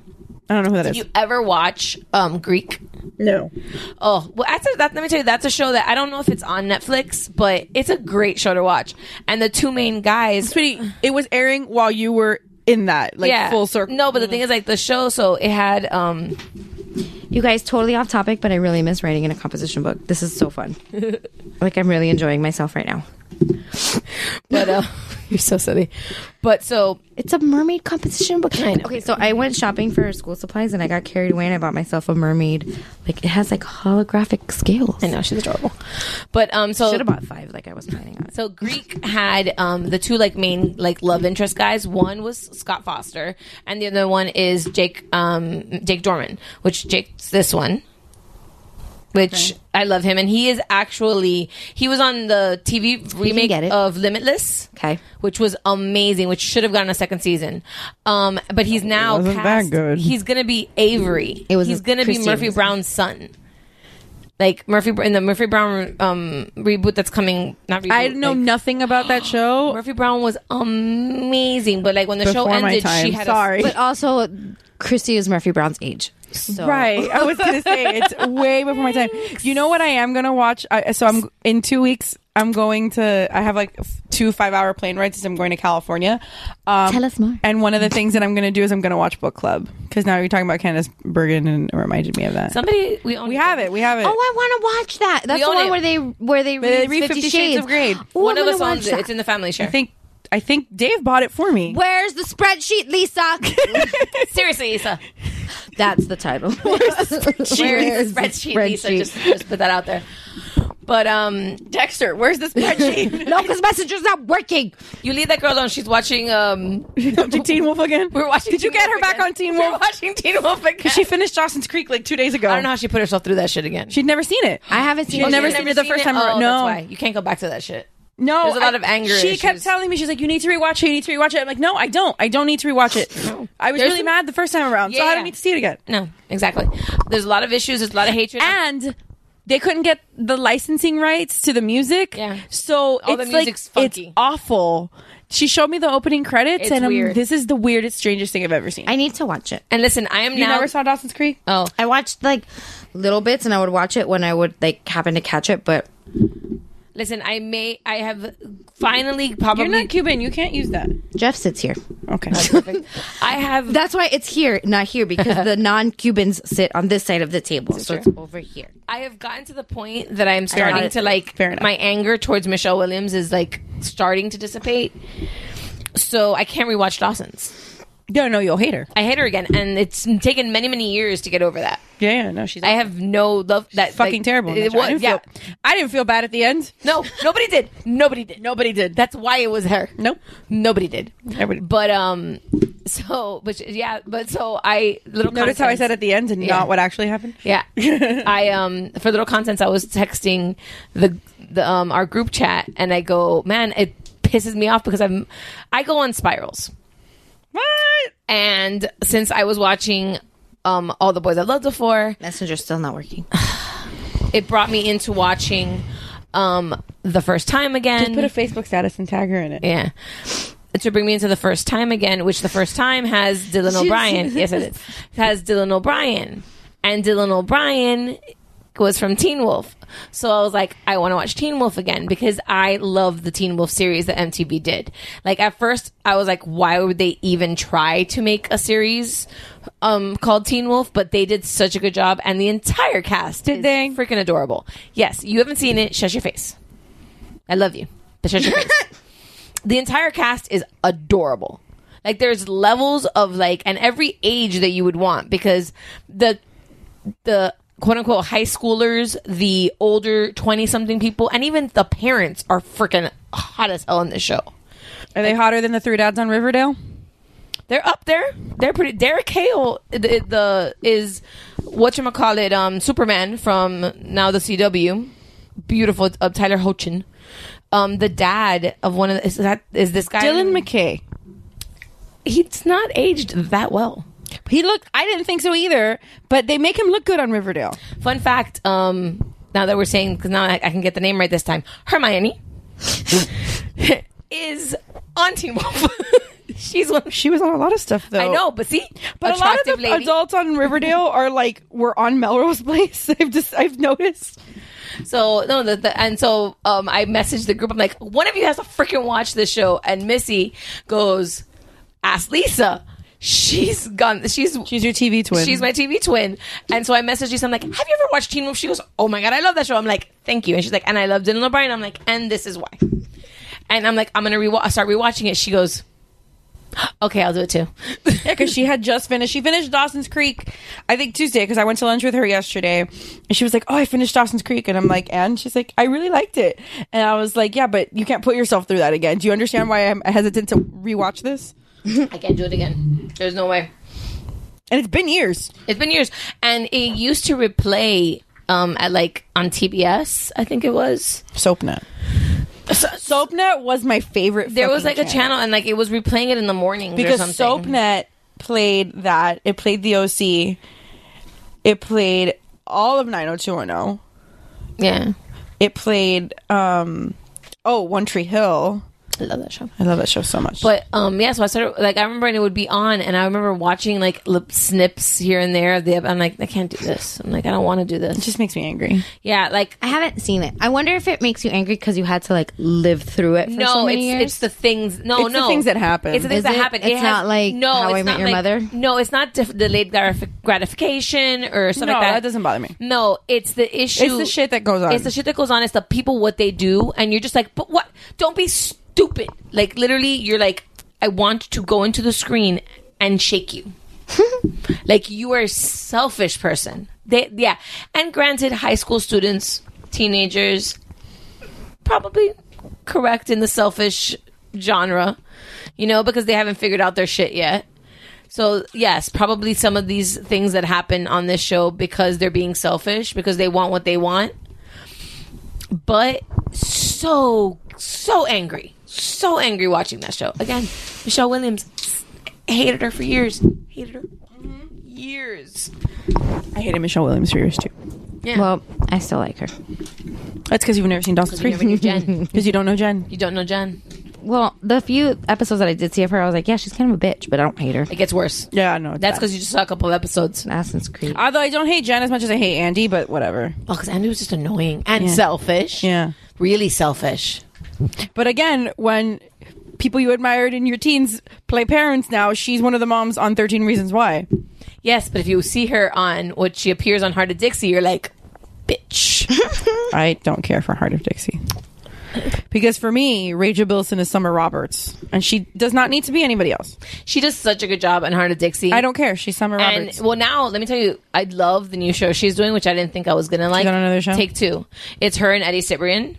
I don't know who that is. Did you ever watch um, Greek? No. Oh well, that's a, that. Let me tell you, that's a show that I don't know if it's on Netflix, but it's a great show to watch. And the two main guys, sweetie, it was airing while you were in that, like full circle. No, but the thing is, like the show, so it had um, You guys, totally off topic, but I really miss writing in a composition book. This is so <laughs> fun. like I'm really enjoying myself right now. but uh, <laughs> you're so silly. But so it's a mermaid composition book. Okay, so I went shopping for school supplies and I got carried away and I bought myself a mermaid. Like it has like holographic scales. I know she's adorable. But um, so should have bought five like I was planning on. So Greek had um the two like main like love interest guys. One was Scott Foster, and the other one is Jake um Jake Dorman, which Jake's this one. Which I love him, and he is actually he was on the TV remake get it. of Limitless, okay, which was amazing, which should have gotten a second season, um, but he's now wasn't that cast- good. He's gonna be Avery. It was he's gonna Christine be Murphy was- Brown's son like Murphy in the Murphy Brown um, reboot that's coming. Not reboot, I know like- nothing about <gasps> that show. Murphy Brown was amazing, but like when the show Before my ended, time. she had Sorry. A, But also Chrissy is Murphy Brown's age. So <laughs> Right. I was going to say it's way before my time. You know what I am going to watch? I, so I'm in 2 weeks I'm going to I have like f- two 5-hour plane rides as I'm going to California. Um, Tell us more. And one of the things that I'm going to do is I'm going to watch book club cuz now you're talking about Candace Bergen and it reminded me of that. somebody we own we have it. We have it. Oh, I want to watch that. That's We the own one it. where they where they They read, read 50, Shades, of Grey. Ooh, one I'm of us gonna owns watch it. that. It's in the family <laughs> share. I think I think Dave bought it for <laughs> me. Where's the spreadsheet, Lisa? <laughs> Seriously, Lisa. That's the <laughs> title. <laughs> Where's the spreadsheet, Lisa? Just, just put that out there. But um, Dexter, where's the <laughs> spreadsheet? no, because Messenger's not working. you leave that girl alone. She's watching. Um, Teen Wolf again? we're watching. Did you Teen get Wolf her back again. on Teen We're Wolf? watching Teen Wolf again. Cuz she finished Dawson's Creek like 2 days ago. I don't know how she put herself through that shit again. She'd never seen it. I haven't seen She'd it. never You've seen it the first time. Oh, that's around. no, why. you can't go back to that shit. No, There's a lot I- of anger She kept issues. telling me she's like, "You need to rewatch it. You need to rewatch it." I'm like, "No, I don't. I don't need to <laughs> rewatch it. I was There's really some- mad the first time around, so I Yeah. don't need to see it again." No, exactly. There's a lot of issues. There's a lot of hatred. And they couldn't get the licensing rights to the music, Yeah. so All the it's music's like funky. it's awful. She showed me the opening credits, It's and I'm- weird. this is the weirdest, strangest thing I've ever seen. I need to watch it. And listen, I am you now. never saw Dawson's Creek? oh, I watched like little bits, and I would watch it when I would like happen to catch it. But listen, I may. I have finally probably. You're not Cuban. You can't use that. Jeff sits here. Okay. I have. That's why it's here, not here, because <laughs> the non-Cubans sit on this side of the table, so it's over here. I have gotten to the point that I'm got starting it. to like. Fair enough. My anger towards Michelle Williams is like starting to dissipate. So I can't rewatch Dawson's. no, no, you'll hate her. I hate her again, and it's taken many, many years to get over that. Yeah, yeah, no, she's. I have no love. That fucking like, terrible. in that It show. I was, didn't yeah. feel- I didn't feel bad at the end. No, nobody did. Nobody did. Nobody did. That's why it was her. Nope. Nobody did. Everybody- But um, so but yeah, but so I little. Notice how I said it. at the end and Yeah. not what actually happened. <laughs> Yeah. I um for little contents I was texting the the um our group chat and I go, "Man, it pisses me off because I'm I go on spirals." What? And since I was watching um All the Boys I Loved Before, Messenger's still not working. it brought me into watching um The First Time again. Just put a Facebook status and tag her in it. yeah. To bring me into the first time again, which the first time has Dylan O'Brien. Yes, it is. Has Dylan O'Brien. And Dylan O'Brien was from Teen Wolf. So I was like, I want to watch Teen Wolf again because I love the Teen Wolf series that MTV did. Like at first I was like, why would they even try to make a series um called Teen Wolf? But they did such a good job and the entire cast did they? freaking adorable. Yes, you haven't seen it, shut your face. I love you. But shut your face. The entire cast is adorable. Like there's levels of like and every age that you would want because the the quote unquote high schoolers, the older 20 something people, and even the parents are freaking hot as hell in this show. Are they hotter than the three dads on Riverdale? They're up there. They're pretty. Derek Hale the, the is whatchamacallit, um, Superman from now the CW. beautiful. It's of Tyler Hoechlin. Um, the dad of one of the, is that is this guy Dylan McKay. He's not aged that well. He looked. I didn't think so either. But they make him look good on Riverdale. Fun fact. Um, now that we're saying because now I, I can get the name right this time, Hermione <laughs> is on Teen Wolf. <laughs> She's one. She was on a lot of stuff though. I know, but see, But a lot of the adults on Riverdale are like were on Melrose Place. <laughs> I've just I've noticed. So no, the, the, and so um, I messaged the group. I'm like, one of you has to freaking watch this show. And Missy goes, ask Lisa. She's gone. She's she's your TV twin. She's my TV twin. And so I messaged Lisa. I'm like, have you ever watched Teen Wolf? She goes, oh my god, I love that show. I'm like, thank you. And she's like, and I love Dylan O'Brien. I'm like, and this is why. And I'm like, I'm gonna rewa- start rewatching it. She goes. Okay, I'll do it too. <laughs> yeah, because she had just finished. She finished Dawson's Creek, I think Tuesday, because I went to lunch with her yesterday, and she was like, "Oh, I finished Dawson's Creek," and I'm like, "And?" She's like, "I really liked it," and I was like, "Yeah, but you can't put yourself through that again. Do you understand why I'm hesitant to rewatch this?" I can't do it again. There's no way. And it's been years. It's been years, and it used to replay um, at like on TBS. I think it was SoapNet. So- SoapNet was my favorite. There was like fucking a channel, and like it was replaying it in the morning because or something. SoapNet played that. It played the OC. It played all of 90210. Yeah. It played um oh, One Tree Hill. I love that show. I love that show so much. But um, yeah, so I started like I remember and it would be on, and I remember watching like lip snips here and there. Of the, ep- I'm like, I can't do this. I'm like, I don't want to do this. It just makes me angry. Yeah, like I haven't seen it. I wonder if it makes you angry because you had to like live through it. For no, so many it's years. it's the things. No, It's the no, things that happen. It's the things Is that it? happen. It's not like How I it's Met not Your Mother? No, it's not def- delayed gratif- gratification or something no, like that. that doesn't bother me. No, it's the issue. It's the shit that goes on. It's the shit that goes on. It's the people what they do, and you're just like, but what? Don't be stupid. Like literally, you're like, I want to go into the screen and shake <laughs> you. like you are a selfish person. They yeah. And granted, high school students, teenagers, probably correct in the selfish genre, you know, because they haven't figured out their shit yet. So, yes, probably some of these things that happen on this show because they're being selfish, because they want what they want. But so, so angry. So angry watching that show. Again, Michelle Williams I hated her for years. Hated her. Years. I hated Michelle Williams for years too. Yeah. Well, I still like her. That's because you've never seen Dawson's 'Cause you Creek. never knew <laughs> Jen. Because you don't know Jen. You don't know Jen. Well, the few episodes that I did see of her, I was like, yeah, she's kind of a bitch, but I don't hate her. It gets worse. Yeah, I know. That's because you just saw a couple of episodes. Assassin's Creed. Although I don't hate Jen as much as I hate Andy, but whatever. Oh, because Andy was just annoying and Yeah. selfish. Yeah. Really selfish. But again, when people you admired in your teens play parents now, she's one of the moms on 13 Reasons Why. Yes, but if you see her on what she appears on Heart of Dixie, you're like, bitch. I don't care for Heart of Dixie. Because for me, Rachel Bilson is Summer Roberts, and she does not need to be anybody else. she does such a good job on Heart of Dixie. I don't care. She's Summer And Roberts. well, now let me tell you, I love the new show she's doing, which I didn't think I was gonna like. got another show? Take two. It's her and Eddie Cibrian,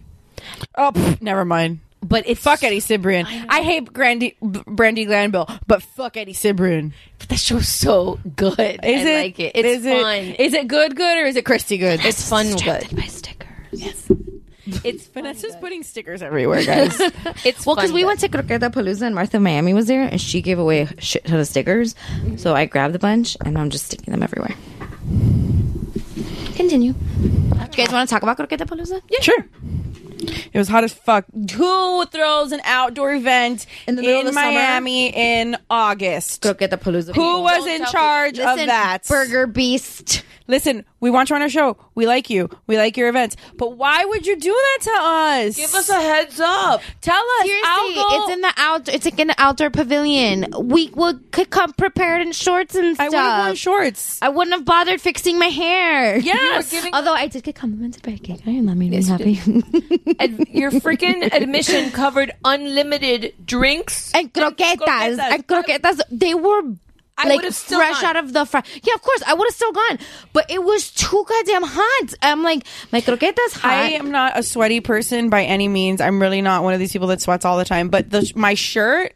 oh, pff, never mind. but it's Fuck Eddie Cibrian. I, hate Brandy, B- Brandy Glanville, but fuck Eddie Cibrian. But that show's so good. Is I it? like it. It's is fun. It, is it good, good, or is it Christy good? it's fun. Good. My sticker. <laughs> It's fun. Vanessa's putting stickers <laughs> everywhere, guys. It's Well, because fun we good. went to Croqueta Palooza and Martha Miami was there, and she gave away a shit ton of stickers. So I grabbed a bunch, and I'm just sticking them everywhere. Continue. You guys want to talk about Croqueta Palooza? yeah. Sure. It was hot as fuck. Who throws an outdoor event In the middle of the summer? Miami in August? Croqueta Palooza. Who was in charge of that? Burger Beast. Listen, we want you on our show. We like you. We like your events. But why would you do that to us? Give us a heads up. Tell us. Seriously, I'll go- it's in the out. It's like in the outdoor pavilion. We would could come prepared in shorts and I stuff. would have worn shorts. I wouldn't have bothered fixing my hair. Yes. Although I did get complimented by a cake. I that made me happy. Ad- <laughs> your freaking admission <laughs> covered unlimited drinks. and croquetas, croquetas. and croquetas. They were I like would've still fresh gone. out of the fry. Yeah, of course, I would have still gone, but it was too goddamn hot. I'm like, my croquetas hot. I am not a sweaty person by any means. I'm really not one of these people that sweats all the time. But the, my shirt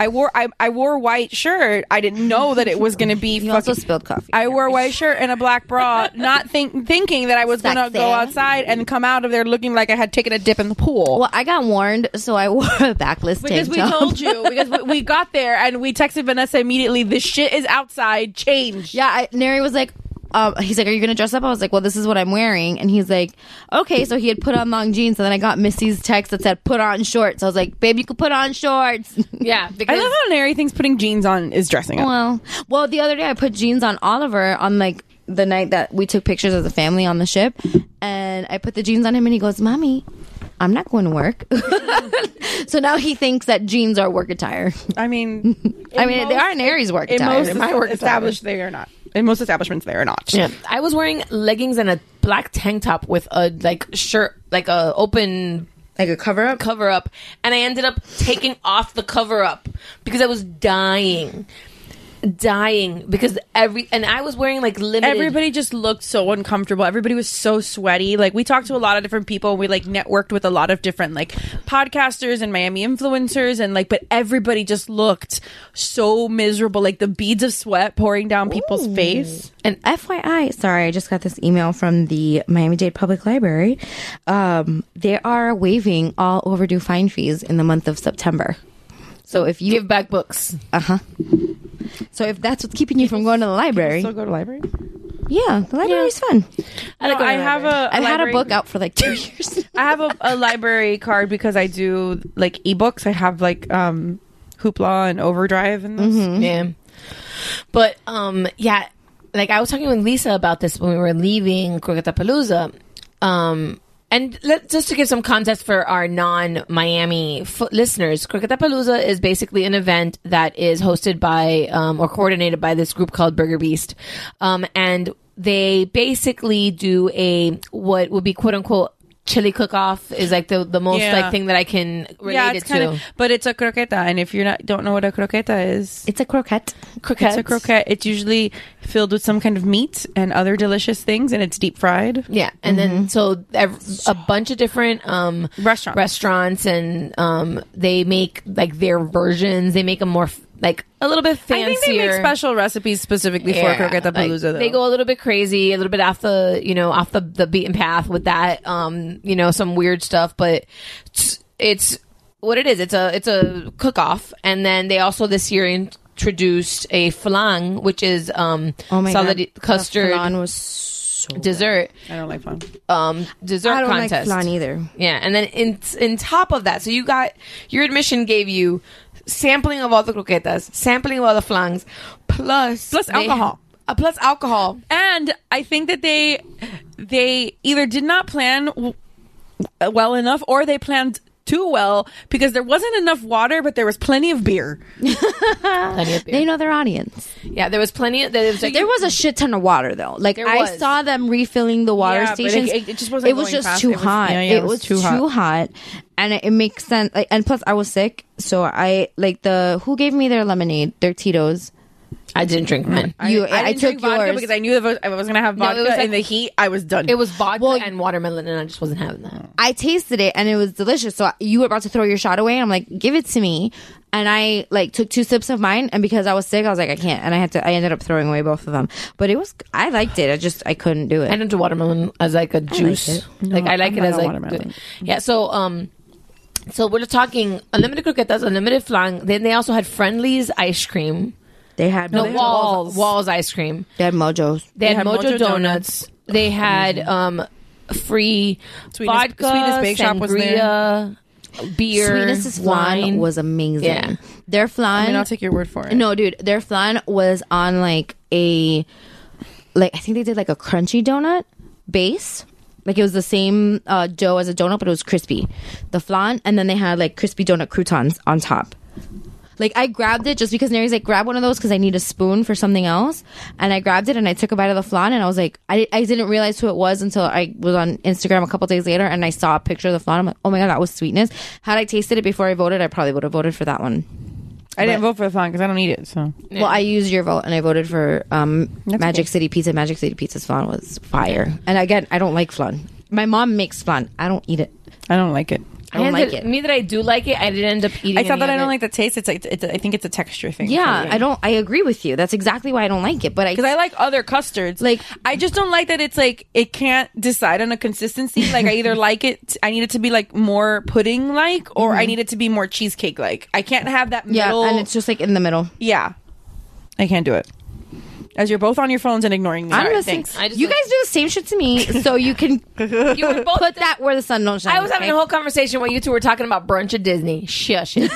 I wore I, I wore a white shirt. I didn't know that it was going to be. <laughs> you fucking, also spilled coffee. I wore a white shirt and a black <laughs> bra, not think, thinking that I was going to Sexy. go outside and come out of there looking like I had taken a dip in the pool. Well, I got warned, so I <laughs> wore a backless because tank we top. told you because we, we got there and we texted Vanessa immediately. This shit is outside. Change. <laughs> Yeah, I, Neri was like, um, he's like, "Are you gonna dress up?" I was like, "Well, this is what I'm wearing," and he's like, "Okay." So he had put on long jeans, and then I got Missy's text that said, "Put on shorts." I was like, "Babe, you could put on shorts." <laughs> Yeah, I love how Nary thinks putting jeans on is dressing up. Well, well, the other day I put jeans on Oliver on like the night that we took pictures as a family on the ship, and I put the jeans on him, and he goes, "Mommy, I'm not going to work." <laughs> so now he thinks that jeans are work attire. I mean, I mean, they are in Aries work attire. In most established, they are not. In most establishments, they are not. Yeah. I was wearing leggings and a black tank top with a like shirt, like a open like a cover up cover up and I ended up taking off the cover up because I was dying. Dying because every and I was wearing like limited Everybody just looked so uncomfortable. Everybody was so sweaty. Like we talked to a lot of different people. We like networked with a lot of different like podcasters and Miami influencers and like but everybody just looked so miserable. Like the beads of sweat pouring down people's face. And FYI, sorry, I just got this email from the Miami Dade Public Library. Um, they are waiving all overdue fine fees in the month of September. So if you give back books, uh huh. So if that's what's keeping you from going to the library, go to library. yeah, the library's fun. I, I have a, I've had a library- book out for like two <laughs> years. I have a, a library card because I do like ebooks. I have like um Hoopla and Overdrive and those. Yeah. But um yeah, like I was talking with Lisa about this when we were leaving Croquetapalooza. Um and let, just to give some context for our non-Miami fo- listeners, Croquetapalooza is basically an event that is hosted by um, or coordinated by this group called Burger Beast, um, and they basically do a what would be quote unquote chili cook-off is like the the most Yeah. like thing that I can relate yeah, it it's to. kind of, but it's a croqueta, and if you're not don't know what a croqueta is, it's a croquette. It's a croquette. It's usually filled with some kind of meat and other delicious things, and it's deep fried. Yeah, and then so ev- a bunch of different um, Mm-hmm. restaurants, restaurants, and um, they make like their versions. They make them more f- like a little bit fancier. I think they make special recipes specifically for croqueta like, palooza. they go a little bit crazy, a little bit off the you know off the the beaten path with that. Um, you know some weird stuff, but it's, it's what it is. It's a it's a cook off, and then they also this year introduced a flan, which is um Oh my solid God. The custard flan was so dessert. I don't like flan. Um, dessert I don't like contest. flan either. Yeah, and then in in top of that, so you got your admission gave you sampling of all the croquetas, sampling of all the flans, plus Plus alcohol. <laughs> uh, plus alcohol. And I think that they they either did not plan w- well enough, or they planned too well because there wasn't enough water, but there was plenty of beer. They know their audience. Yeah, there was plenty. Of, there was like, There was a shit ton of water though. Like There I was. saw them refilling the water Yeah, but it- stations. it- it just wasn't It was going just fast. too It was- hot. yeah, yeah, it, was, too, hot. and it, it makes sense. Like, and plus, I was sick, so I like the who gave me their lemonade, their Tito's. I didn't drink mine. You, I, didn't drink took vodka yours because I knew if I was, if I was going to have No, it vodka was like- in the heat. I was done. It was vodka and watermelon, and I just wasn't having that. I tasted it and it was delicious. So you were about to throw your shot away, and I'm like, give it to me. And I like took two sips of mine, and because I was sick, I was like, I can't. And I had to. I ended up throwing away both of them. But it was. I liked it. I just I couldn't do it. I don't do watermelon as like a juice. it. Like No, I like I'm it not as a like watermelon. good- yeah. So um, so we're talking unlimited croquetas, unlimited flan. Then they also had friendlies ice cream. Oh, They had no Mojo- walls walls ice cream. They had mojos. They, had, Mojo, donuts. They had um free Sweetness- vodka, Sweetness Bake sangria, Shop was beer, Sweetness's flan wine. was amazing. Yeah. Their flan. I mean, I'll take your word for it. No, dude, their flan was on like a, like I think they did like a crunchy donut base. Like it was the same uh, dough as a donut, but it was crispy. The flan, and then they had like crispy donut croutons on top. Like I grabbed it just because Nary's like grab one of those because I need a spoon for something else, and I grabbed it and I took a bite of the flan and I was like I, I didn't realize who it was until I was on Instagram a couple days later and I saw a picture of the flan. I'm like oh my god that was sweetness. Had I tasted it before I voted, I probably would have voted for that one. I didn't vote for the flan because I don't eat it. So Well, I used your vote and I voted for um, Magic City Pizza. Magic City Pizza's flan was fire. And again, I don't like flan. My mom makes flan. I don't eat it. I don't like it. I don't like it. Me that I do like it, I didn't end up eating. I thought any that of I don't it. like the taste. It's like it's, I think it's a texture thing. Yeah, for me. I don't. I agree with you. That's exactly why I don't like it. But I because I like other custards. Like I just don't like that it's like it can't decide on a consistency. Like I <laughs> either like it, I need it to be like more pudding like, or I Mm-hmm. Mhm. need it to be more cheesecake like. I can't have that Yeah, middle. and it's just like in the middle. yeah, I can't do it. As you're both on your phones and ignoring me. I'm Sorry, gonna thanks. say, you guys do the same shit to <laughs> me, so you can You <laughs> were both put that where the sun don't shine. I was having a whole conversation while you two were talking about brunch at Disney. Shush it.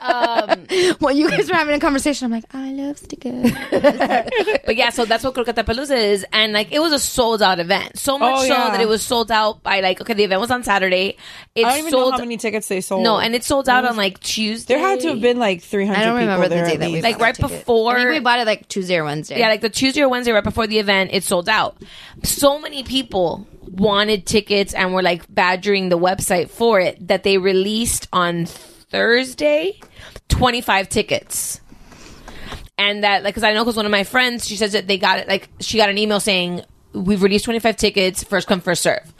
um, well, you guys were having a conversation. I'm like, "Uh, I love stickers. <laughs> but yeah, so that's what Croqueta Palooza is, and like it was a sold out event, so much Oh, so yeah. that it was sold out by like okay, the event was on Saturday. It I don't even sold know how many tickets they sold. no, and it sold out on like Tuesday. there had to have been like 300. I don't people remember the there day at that we least. like right before I think we bought it like Tuesday or Wednesday. yeah, like the Tuesday or Wednesday right before the event, it sold out. So many people wanted tickets and were like badgering the website for it that they released on Thursday 25 tickets. And that, like, because I know because one of my friends, she says that they got it, like, she got an email saying, We've released 25 tickets, first come, first serve.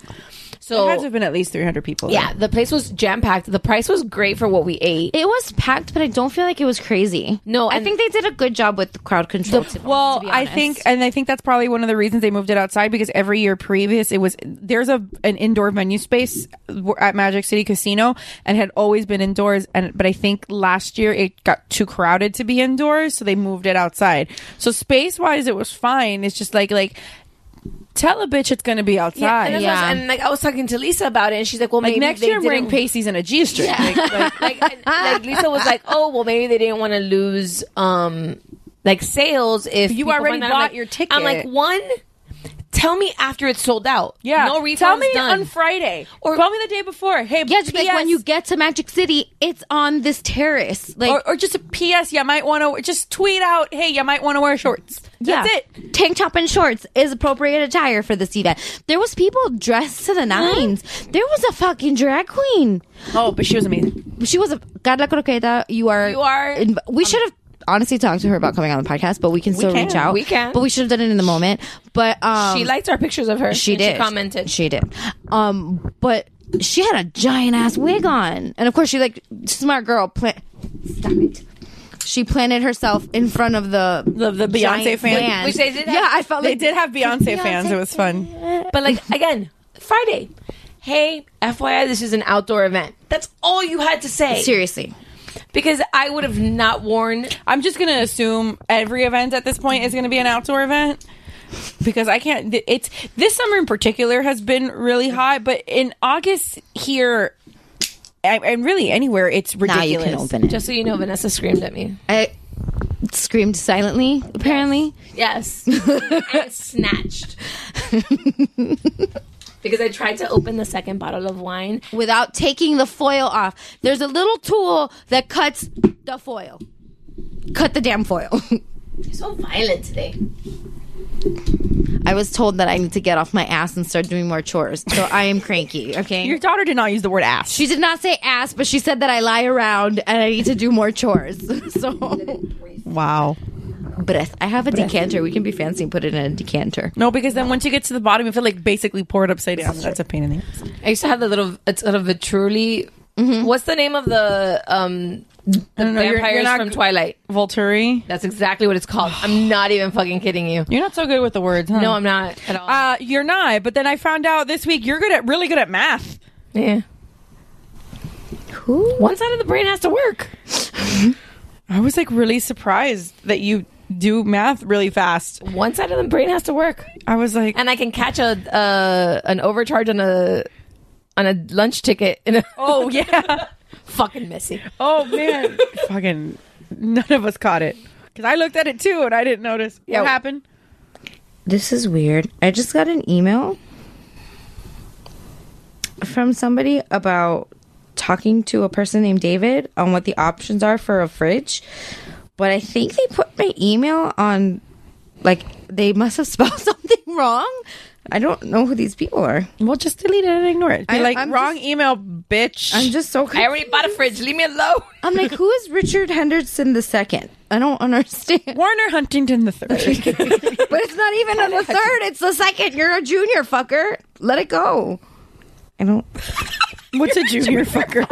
So There had to have been at least 300 people. yeah, the place was jam packed. The price was great for what we ate. It was packed, but I don't feel like it was crazy. No, I and- think they did a good job with the crowd control. to- Well, to be I honest. think, and I think that's probably one of the reasons they moved it outside because every year previous, it was there's a an indoor venue space w- at Magic City Casino and had always been indoors. And but I think last year it got too crowded to be indoors, so they moved it outside. So space wise, it was fine. It's just like like tell a bitch it's going to be Yeah, and, outside. that's what I was- and, like I was talking to Lisa about it, and she's like, "Well, Like maybe next they year, I'm wearing didn't- pasties and a g string. like Lisa was like, "Oh, well, maybe they didn't want to lose um like sales if You people already find out." I'm bought like- your ticket. I'm like, one, tell me after it's sold out. Yeah. no refunds. Tell me done. on Friday or call me the day before. Hey, Yeah, just like PS when you get to Magic City, it's on this terrace. Like, or, or just a PS. You might want to just tweet out, "Hey, you might want to wear shorts." That's yeah, it. Tank top and shorts is appropriate attire for this event. There was people dressed to the 9s There was a fucking drag queen. Oh, but she was amazing. She was a Carla Croqueta. You are. You are- in- we should have honestly talked to her about coming on the podcast, but we can still can. reach out. We can. but we should have done it in the moment. But um, she liked our pictures of her. She and did. She commented. She did. Um, but she had a giant ass wig on, and of course she like smart girl. Plant. Stop it. She planted herself in front of the The, the Beyonce giant fans. band. Which they did have- yeah, I felt They like did have Beyonce fans. It was fun. But like again, Friday. Hey, FYI, this is an outdoor event. That's all you had to say. seriously. Because I would have not worn. I'm just gonna assume every event at this point is gonna be an outdoor event because I can't. th- It's this summer in particular has been really hot, but in August here. I- And really, anywhere it's Now ridiculous. you can open it. Just so you know, Vanessa screamed at me. I screamed silently. Apparently, Yes. <laughs> and snatched. because I tried to open the second bottle of wine. without taking the foil off, there's a little tool that cuts the foil. Cut the damn foil. You're so violent today. I was told that I need to get off my ass and start doing more chores. So I am cranky, okay? Your daughter did not use the word ass. She did not say ass, but she said that I lie around and I need to do more chores. <laughs> so, wow. breath. I have a decanter. We can be fancy and put it in a decanter. No, because then once you get to the bottom, you feel like basically poured upside down. That's a pain in the ass. I used to have the little, it's sort of Vitruli. What's the name of the um the Mm-hmm. don't know, vampires you're- you're not- from Twilight? Volturi. That's exactly what it's called. <sighs> I'm not even fucking kidding you. You're not so good with the words, huh? No, I'm not at all. Uh, you're not. But then I found out this week you're good at really good at math. yeah. Who? One side of the brain has to work. I was like really surprised that you do math really fast. One side of the brain has to work. I was like, And I can catch a uh, an overcharge on a on a lunch ticket in <laughs> a oh yeah, <laughs> fucking messy. <laughs> oh man, fucking none of us caught it because I looked at it too and I didn't notice Yeah. what happened. This is weird. I just got an email from somebody about talking to a person named David on what the options are for a fridge. But I think they put my email on, like, they must have <laughs> spelled something wrong. I don't know who these people are. Well, just delete it and ignore it. Be I- like I'm wrong just- email, bitch. I'm just so I already bought a fridge. Leave me alone. <laughs> I'm like, who is Richard Henderson the second? I don't understand. Warner Huntington the <laughs> <laughs> third. But it's not even on the third; it's the second. You're a junior, fucker. Let it go. I don't. What's a junior fucker?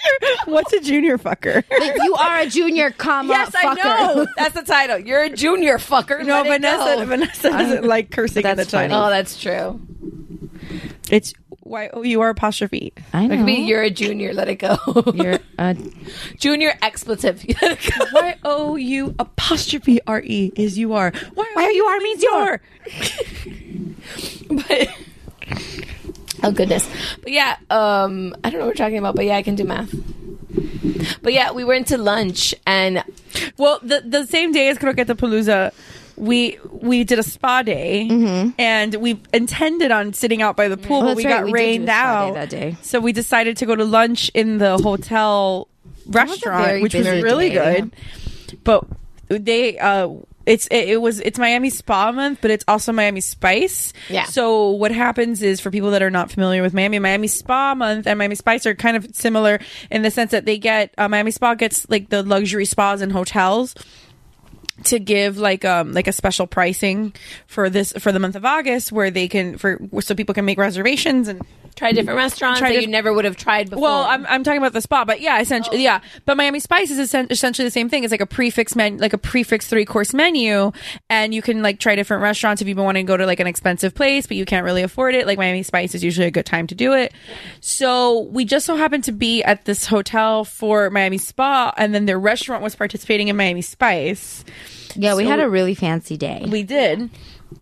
<laughs> What's a junior fucker? Like, you are a junior, comma. Yes, I fucker. <laughs> know. That's the title. You're a junior fucker. No, Let it Vanessa. go. Vanessa doesn't like cursing in the That's funny. title. Oh, that's true. It's y o u r apostrophe. I It could be you're a junior. Let it <laughs> go. You're a junior expletive. <laughs> Y o u apostrophe r e is you are. Why are you are means you're. but oh goodness but yeah um i don't know what we're talking about but yeah i can do math but yeah we went to lunch and well the the same day as croqueta palooza we we did a spa day and we intended on sitting out by the pool Mm-hmm. Oh, but that's we right, got we did do a rained spa out day that day. so we decided to go to lunch in the hotel restaurant very which was busy really day. good but they uh it's it, it was it's Miami Spa month, but it's also Miami Spice. Yeah. So what happens is for people that are not familiar with Miami, Miami Spa month and Miami Spice are kind of similar in the sense that they get uh, Miami Spa gets like the luxury spas and hotels to give like um like a special pricing for this for the month of August where they can for so people can make reservations and try different restaurants Try that diff- you never would have tried before well, I'm, I'm talking about the spa, but yeah, essentially, yeah. But Miami Spice is essen- essentially the same thing. It's like a prefix menu, like a prefix three course menu, and you can like try different restaurants if you want to go to like an expensive place, but you can't really afford it. Like Miami Spice is usually a good time to do it. So we just so happened to be at this hotel for Miami Spa, and then their restaurant was participating in Miami Spice. Yeah, we So- had a really fancy day. We did.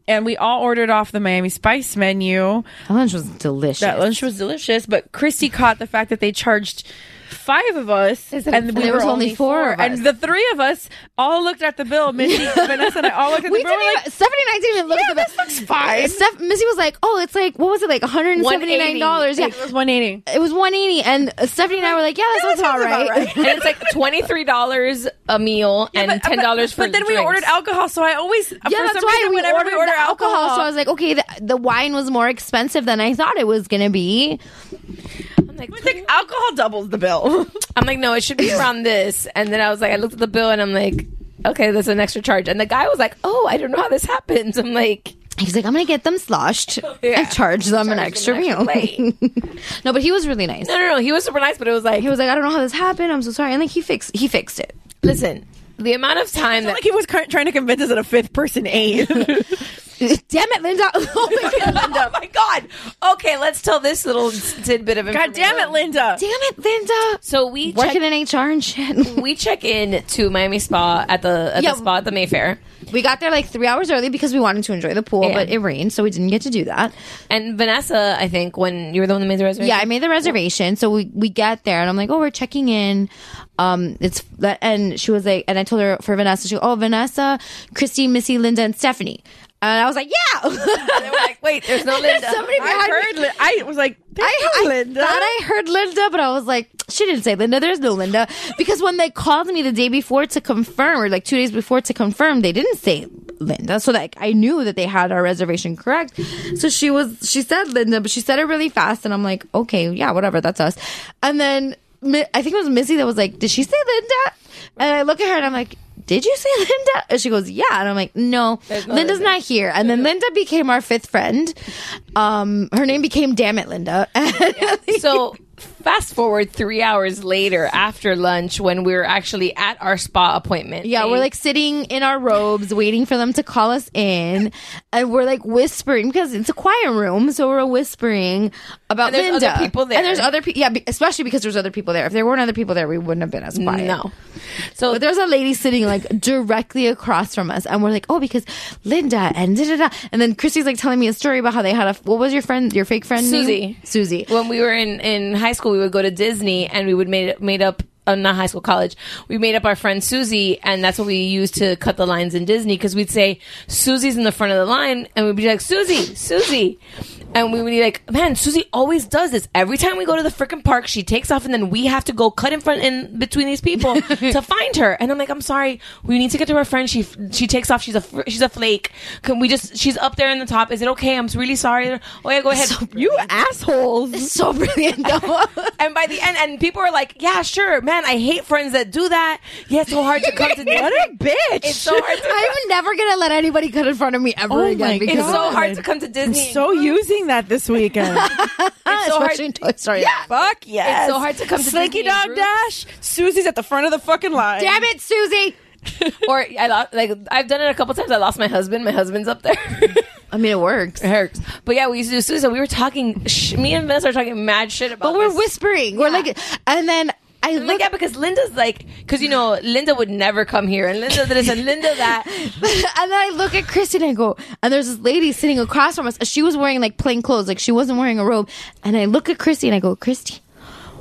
And we all ordered off the Miami Spice menu. That lunch was delicious. That lunch was delicious, but Christy caught the fact that they charged five of us, it- and we there were was only only four. four of us. And the three of us all looked at the bill. Missy, Vanessa, and I all looked at the We bill. didn't We're even, like, Stephanie and I didn't even look at the this looks fine. Steph, Missy was like, "Oh, it's like what was it like one hundred and seventy nine dollars? Yeah, It was one eighty. it was one eighty, and uh, Stephanie and I were like, "Yeah, that sounds about right." <laughs> and it's like twenty three dollars a meal and ten dollars for But then we drinks. ordered alcohol, so I always yeah. For yeah, that's some why reason, we whenever ordered we order the alcohol, alcohol, So I was like, "Okay, the, the wine was more expensive than I thought it was gonna be." I think alcohol <laughs> doubles the bill. I'm like, no, it should be around this. And then I was like, I looked at the bill and I'm like, okay, that's an extra charge. And the guy was like, oh, I don't know how this happens. I'm like, He's like, "I'm gonna get them <laughs> sloshed and charge them an extra meal." <laughs> no, but he was really nice. no, no, no. He was super nice, but it was like, He was like, "I don't know how this happened. I'm so sorry," and like he fixed he fixed it. listen, the amount of time that like he was cur- trying to convince us that a fifth person <laughs> ate. Damn it, Linda! <laughs> Oh my god, Linda! <laughs> Oh my god. Okay, let's tell this little tidbit of information. God damn it, Linda! Damn it, Linda! So we check, Working in HR and shit. <laughs> we check in to Miami Spa at the at Yeah. the spa at the Mayfair, We got there like three hours early because we wanted to enjoy the pool, Yeah. but it rained, so we didn't get to do that. and Vanessa, I think when you were the one that made the reservation, Yeah, I made the reservation, so we we get there, and I'm like, oh, we're checking in. Um, it's that, and she was like, and I told her for Vanessa, she, oh, Vanessa, Christy, Missy, Linda, and Stephanie, and I was like, yeah. <laughs> they were like, wait, there's no Linda. Somebody I behind heard. me. Lin- I was like, I, I, I Linda. thought I heard Linda, but I was like, she didn't say Linda. There's no Linda. Because when they called me the day before to confirm, or like two days before to confirm, they didn't say Linda. So like I knew that they had our reservation correct. So she was she said Linda, but she said it really fast, and I'm like, okay, yeah, whatever, that's us. And then Mi- I think it was Missy that was like, did she say Linda? And I look at her and I'm like. Did you say Linda? And she goes, Yeah. And I'm like, No, Linda's not here. And then Linda became our fifth friend. Um, her name became Damn It Linda. so fast forward three hours later after lunch when we were actually at our spa appointment. Yeah, They- we're like sitting in our robes, waiting for them to call us in, and we're like whispering because it's a quiet room, so we're whispering about And there's Linda. other people there. and there's other people. Yeah, be- especially because there's other people there. If there weren't other people there, we wouldn't have been as quiet. no. So But there's a lady sitting like directly across from us, and we're like, "Oh, because Linda and da da da." And then Christy's like telling me a story about how they had a what was your friend, your fake friend, name? Susie. Susie. when we were in, in high school, we would go to Disney and we would made made up uh, not high school, college. We made up our friend Susie, and that's what we used to cut the lines in Disney because we'd say Susie's in the front of the line, and we'd be like Susie, Susie, and we would be like, man, Susie always does this. Every time we go to the freaking park, she takes off, and then we have to go cut in front in between these people to find her. And I'm like, I'm sorry, we need to get to our friend. She she takes off. She's a fr- she's a flake. Can we just? She's up there in the top. Is it okay? I'm really sorry. Oh yeah, go ahead. You <laughs> assholes. so brilliant. though. <laughs> And by the end, and people are like, "Yeah, sure, man. I hate friends that do that. Yeah, it's so hard to <laughs> come to What a bitch! It's so hard to I'm never gonna let anybody cut in front of me ever Oh my again. Because It's so hard to come to Disney. I'm so using that this weekend. <laughs> It's so hard. Especially in Toy Story. yeah, fuck yes. It's so hard to come to Slinky Disney in Dog groups. Dash. Susie's at the front of the fucking line. Damn it, Susie. or I lost, like I've done it a couple times. I lost my husband. My husband's up there. <laughs> I mean, it works. It works. But yeah, we used to do Susan. We were talking. Sh- me and Vanessa are talking mad shit about. But we're this. whispering. We're like, and then I I'm like, look yeah, because Linda's like, because you know, Linda would never come here, and Linda this and Linda <laughs> that. and then I look at Kristen and I go, and there's this lady sitting across from us. She was wearing like plain clothes, like she wasn't wearing a robe. And I look at Christy and I go, Christy,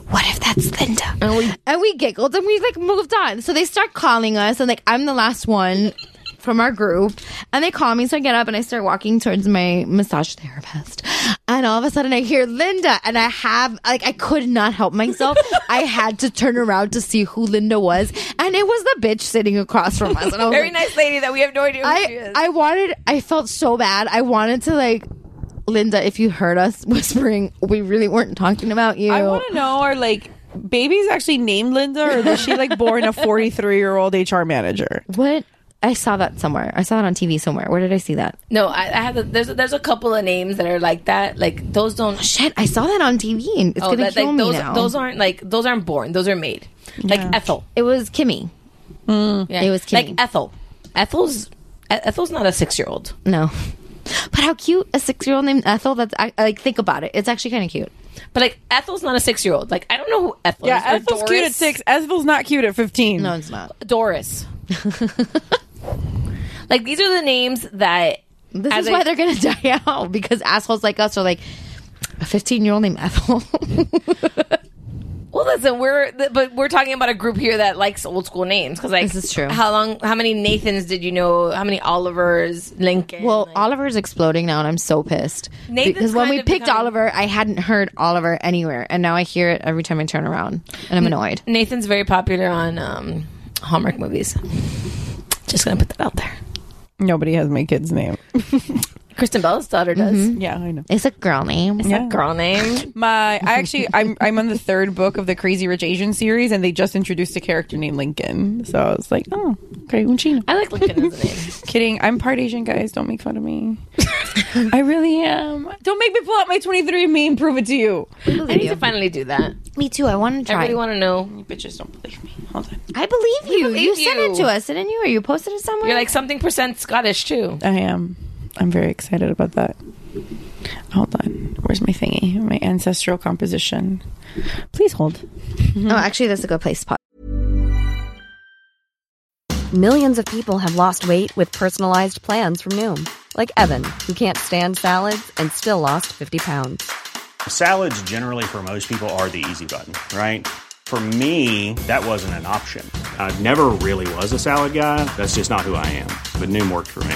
what if that's Linda? And we, And we giggled and we like moved on. So they start calling us, and like I'm the last one from our group. And they call me, so I get up and I start walking towards my massage therapist. And all of a sudden I hear Linda, and I have like I could not <laughs> help myself. I had to turn around to see who Linda was, and it was the bitch sitting across from us. And I was very like, nice lady that we have no idea who she I is. I wanted I felt so bad. I wanted to like Linda, if you heard us <laughs> whispering, we really weren't talking about you. I want to know are like babies actually named Linda or was she like born a 43 year old HR <laughs> manager? what I saw that somewhere. I saw it on TV somewhere. Where did I see that? no, I, I have. A, there's a, there's a couple of names that are like that. Like those don't. Shit, I saw that on TV and it's gonna Oh, that, kill like, me those now. those aren't like those aren't born. Those are made. Like Ethel. it was Kimmy. Yeah. It was like Kimmy. Ethel. Ethel's E, Ethel's not a six year old. no. <laughs> But how cute a six year old named Ethel. That's I, I, like think about it. It's actually kind of cute. But like Ethel's not a six year old. Like I don't know who Ethel Yeah, is. or Ethel's cute Doris. at six. Ethel's not cute at 15. No, it's not. Doris. <laughs> like these are the names that This As is a- why they're gonna <laughs> die out because assholes like us are like a fifteen year old named Ethel. <laughs> well listen we're th- but we're talking about a group here that likes old school names because like This is true. how long how many nathans did you know how many olivers lincoln Well, Oliver's exploding now, and I'm so pissed Nathan's because when kind we of picked becoming- Oliver, I hadn't heard Oliver anywhere, and now I hear it every time I turn around, and I'm annoyed. nathan's very popular on um hallmark movies just gonna put that out there Nobody has my kid's name. kristen bell's daughter does Yeah, I know. It's a girl name. It's a girl name My, I actually, I'm, I'm on the third book of the Crazy Rich Asian series, and they just introduced a character named Lincoln. So I was like, oh, great, Unchino. <laughs> i like lincoln as a name Kidding, I'm part Asian, guys. Don't make fun of me. I really am. Don't make me pull out my 23andMe and prove it to you. i need to finally do that Me too. I want to i try. really want to know You bitches don't believe me. Hold on. I believe you. you believe sent it you. to us, didn't you? Or you posted it somewhere? you're like something percent scottish too I am. I'm very excited about that. Hold on. Where's my thingy? My ancestral composition. Please hold. no, actually, that's a good place. to pause. Millions of people have lost weight with personalized plans from Noom, like Evan, who can't stand salads and still lost 50 pounds. <laughs> Salads, generally, for most people, are the easy button, right? For me, that wasn't an option. I never really was a salad guy. That's just not who I am. But Noom worked for me.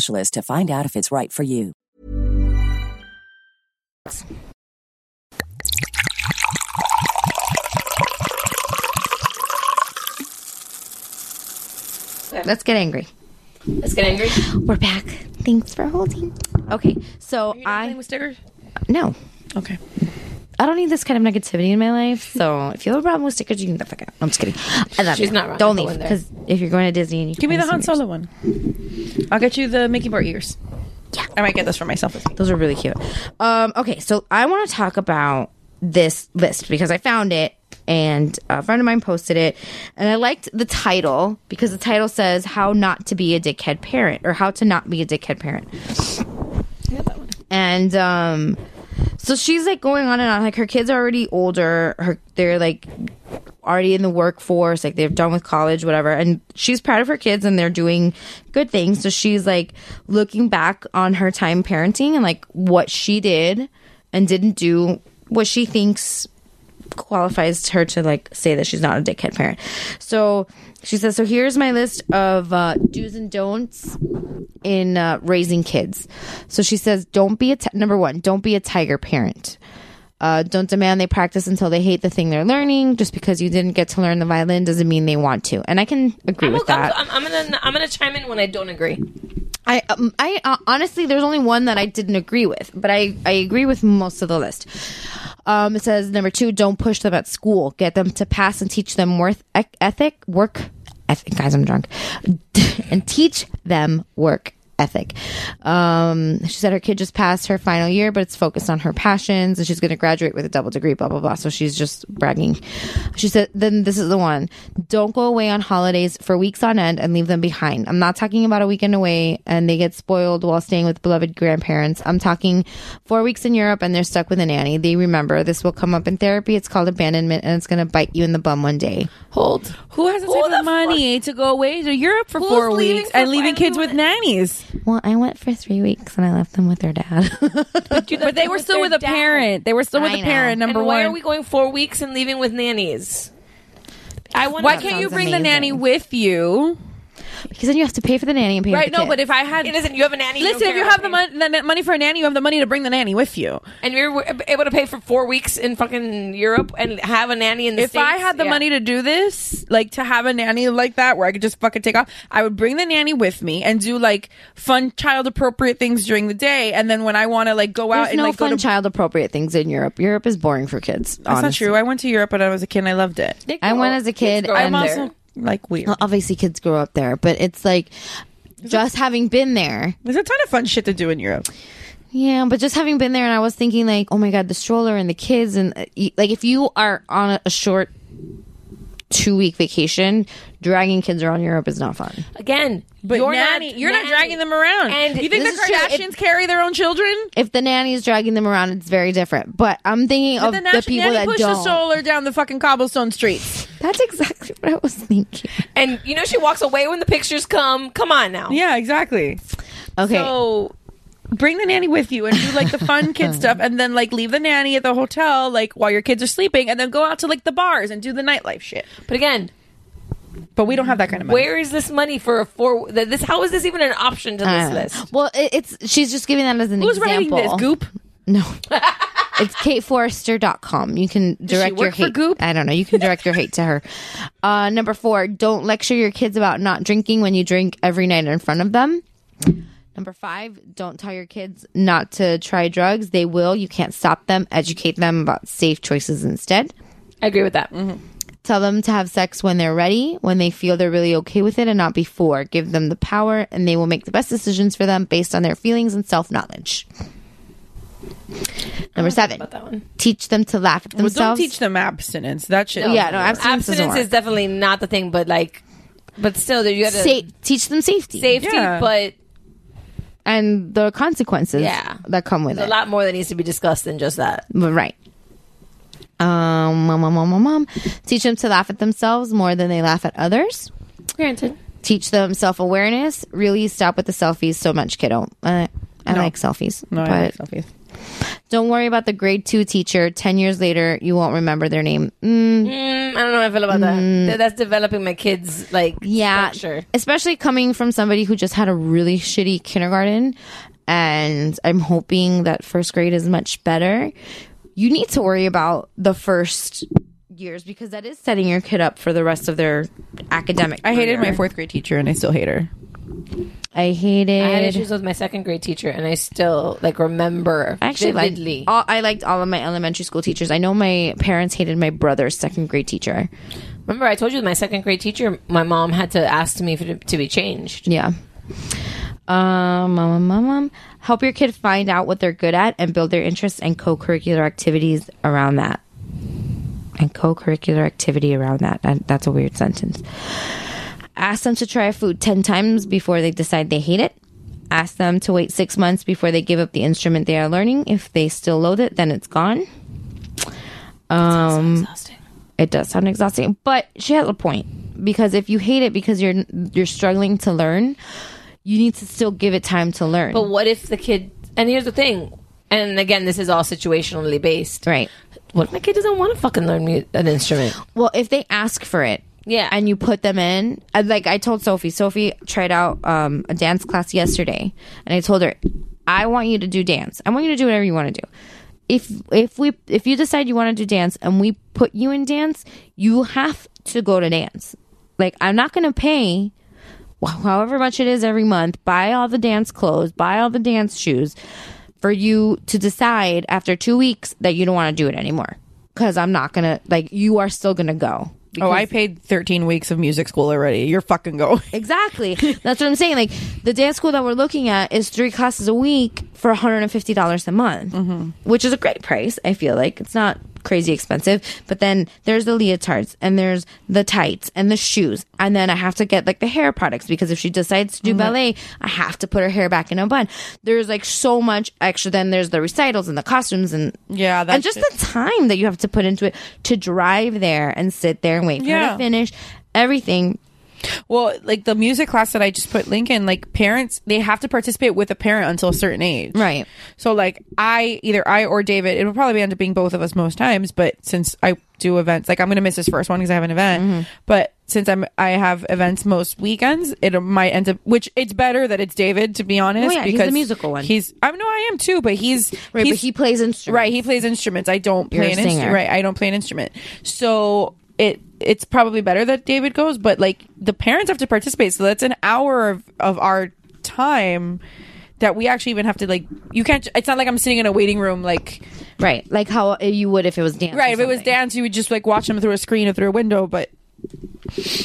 to find out if it's right for you. Let's get angry. let's get angry We're back. Thanks for holding. Okay, so I with stickers no. Okay. I don't need this kind of negativity in my life. So if you have a problem with stickers, you can get the fuck out. I'm just kidding. I love She's you. not wrong. Don't I leave went there. because if you're going to Disney, and you Give me the Han Solo one. I'll get you the Mickey Moore ears. Yeah. I might get this for myself. Those are really cute. Um, okay, so I want to talk about this list because I found it and a friend of mine posted it and I liked the title because the title says how not to be a dickhead parent or how to not be a dickhead parent. And um so she's like going on and on like her kids are already older, her they're like already in the workforce, like they're done with college, whatever. And she's proud of her kids and they're doing good things. So she's like looking back on her time parenting and like what she did and didn't do, what she thinks qualifies her to like say that she's not a dickhead parent. So she says, so here's my list of uh, do's and don'ts in uh, raising kids. So she says, don't be a ti- number one, don't be a tiger parent. Uh, don't demand they practice until they hate the thing they're learning. Just because you didn't get to learn the violin doesn't mean they want to. And I can agree I'm, with that. I'm, I'm gonna I'm gonna chime in when I don't agree. I um, I uh, honestly, there's only one that I didn't agree with, but I I agree with most of the list. Um, it says number two, don't push them at school. Get them to pass and teach them worth e- ethic, work ethic. Guys, I'm drunk, <laughs> and teach them work ethic. Um, she said her kid just passed her final year, but it's focused on her passions, and she's going to graduate with a double degree. Blah blah blah. So she's just bragging. She said, "Then this is the one. Don't go away on holidays for weeks on end and leave them behind. I'm not talking about a weekend away and they get spoiled while staying with beloved grandparents. I'm talking four weeks in Europe and they're stuck with a nanny. They remember this will come up in therapy. It's called abandonment, and it's going to bite you in the bum one day. Hold. Who has the type of money to go away to Europe for four leaving weeks for- and leaving kids with nannies? Well, I went for three weeks and I left them with their dad. <laughs> But they were still with a parent. They were still with I a know. parent. Number and one. Why are we going four weeks and leaving with nannies? I want. why can't you bring the nanny with you? Because then you have to pay for the nanny and pay. Right? No, but if I had, It isn't. You have a nanny. listen, if you have the, mon- the na- money for a nanny, you have the money to bring the nanny with you. and you're able to pay for four weeks in fucking Europe and have a nanny in the If I had the money to do this, like to have a nanny like that where I could just fucking take off, I would bring the nanny with me and do like fun child appropriate things during the day. And then when I want to like go out There's uh, and no like go fun to. child appropriate things in Europe. Europe is boring for kids. That's not honestly. true. I went to Europe when I was a kid and I loved it. I went as a kid. I'm and also like weird. Well, obviously, kids grow up there, but it's like just having been there. There's a ton of fun shit to do in Europe. Yeah, but just having been there, and I was thinking like, oh my god, the stroller and the kids, and uh, y- like if you are on a, a short two week vacation, dragging kids around Europe is not fun. again, But you're nanny, not you're not nanny. dragging them around. And you think the this is true. Kardashians carry their own children? If the nanny is dragging them around, it's very different. But I'm thinking of the, the, nat- people nanny that pushed don't. the stroller down the fucking cobblestone streets. That's exactly what I was thinking. And you know she walks away when the pictures come. Come on now. Yeah, exactly. Okay, So bring the nanny with you and do like the <laughs> fun kid stuff and then like leave the nanny at the hotel like while your kids are sleeping and then go out to like the bars and do the nightlife shit. But again, But we don't have that kind of money. where is this money for a four? th- This how is this even an option to I this don't know. list? Uh, Well, it, it's she's just giving that as an Who's writing example. this? Goop? No. <laughs> it's kateforrester.com. You can direct your work for hate. I don't know. You can direct your hate to her. Uh, number four, don't lecture your kids about not drinking when you drink every night in front of them. Number five, don't tell your kids not to try drugs. They will. You can't stop them. Educate them about safe choices instead. I agree with that. Mm-hmm. Tell them to have sex when they're ready, when they feel they're really okay with it, and not before. Give them the power, and they will make the best decisions for them based on their feelings and self knowledge. Number seven, teach them to laugh at Well, themselves. don't teach them abstinence. That shit. Yeah, no, abstinence doesn't Abstinence work. is definitely not the thing, but like, but still, you got to Sa- teach them safety safety, Yeah. but and the consequences Yeah. that come with there's it. a lot more that needs to be discussed than just that. But right. Um, mom, mom, mom, mom, mom. Teach them to laugh at themselves more than they laugh at others. Granted, Teach them self awareness. Really stop with the selfies so much, kiddo. Uh, I like selfies. No, I but like selfies. Don't worry about the grade two teacher. Ten years later, you won't remember their name. Mm, I don't know how I feel about that. Th- That's developing my kids like yeah, structure. especially coming from somebody who just had a really shitty kindergarten, and I'm hoping that first grade is much better. You need to worry about the first years because that is setting your kid up for the rest of their academic. I hated career. my fourth grade teacher and I still hate her. I hated. I had issues with my second grade teacher, and I still like remember I actually liked vividly. all, I liked all of my elementary school teachers. I know my parents hated my brother's second grade teacher. Remember, I told you my second grade teacher, my mom had to ask me for, to be changed. Yeah. Um, um, um, um, help your kid find out what they're good at and build their interests and co-curricular activities around that. And co-curricular activity around that. That- That's a weird sentence. Ask them to try a food 10 times before they decide they hate it. Ask them to wait 6 months before they give up the instrument they are learning. If they still loathe it, then it's gone. Um It does sound exhausting, but she has a point because if you hate it because you're you're struggling to learn, you need to still give it time to learn. But what if the kid? And here's the thing. And again, this is all situationally based, right? What if my kid doesn't want to fucking learn mu- an instrument? Well, if they ask for it, yeah, and you put them in, I- like I told Sophie, Sophie tried out um, a dance class yesterday, and I told her, I want you to do dance. I want you to do whatever you want to do. If if we if you decide you want to do dance and we put you in dance, you have to go to dance. Like I'm not going to pay wh- however much it is every month, buy all the dance clothes, buy all the dance shoes for you to decide after two weeks that you don't want to do it anymore. Cause I'm not gonna, like, you are still gonna go. oh, I paid 13 weeks of music school already. You're <laughs> fucking going. Exactly. That's what I'm saying. Like, the dance school that we're looking at is three classes a week for $150 a month, which is a great price, I feel like. It's not crazy expensive. But then there's the leotards and there's the tights and the shoes. And then I have to get like the hair products because if she decides to do ballet, I have to put her hair back in a bun. There's like so much extra. Then there's the recitals and the costumes and yeah, and just the time that you have to put into it to drive there and sit there and wait for her Yeah. to finish everything. Well, like the music class that I just put link in, like parents, they have to participate with a parent until a certain age. Right. So like I, either I or David, it'll probably end up being both of us most times, but since I do events, like I'm going to miss this first one because I have an event, Mm-hmm. but since I'm, I have events most weekends, it might end up, which it's better that it's David, to be honest, Oh, yeah, he's the because musical one. He's, I know I am too, but he's, Right, but he's- he plays instruments. Right. He plays instruments. I don't You're play a an instrument. singer. Right. I don't play an instrument. So it it's probably better that David goes, but like the parents have to participate. So that's an hour of, of our time that we actually even have to like you can't it's not like I'm sitting in a waiting room like Right. Like how you would if it was dance. Right, if it was dance you would just like watch them through a screen or through a window, but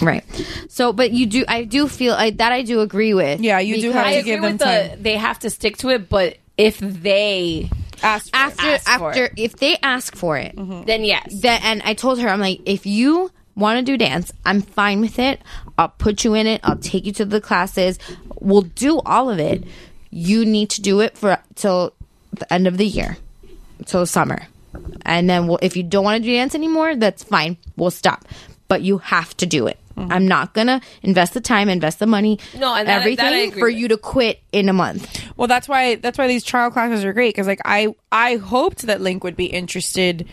Right. So, but you do, I do feel I, that I do agree with. Yeah, you do I agree with the. They have to stick to it, but if they ask for after after if they ask for it, then yes. That and I told her I'm like, if you want to do dance, I'm fine with it. I'll put you in it. I'll take you to the classes. We'll do all of it. You need to do it for till the end of the year, till summer, and then we'll, if you don't want to do dance anymore, that's fine. We'll stop, but you have to do it. I'm not gonna invest the time, invest the money, Mm-hmm. No, and that I- everything that I agree for with. you to quit in a month. Well, that's why that's why these trial classes are great because like I I hoped that Link would be interested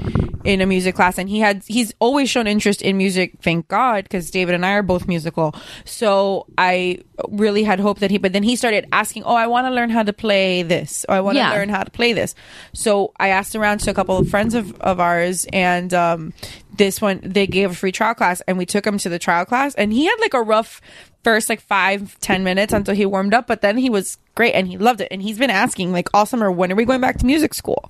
in a music class, and he had he's always shown interest in music. Thank God, because David and I are both musical, so I really had hope that he. But then he started asking, "Oh, I want to learn how to play this. Oh, I want to Yeah. learn how to play this." So I asked around to a couple of friends of of ours, and um, this one they gave a free trial class, and we took him to the trial class, and he had like a rough first like five ten minutes until he warmed up but then he was great and he loved it and he's been asking like all summer when are we going back to music school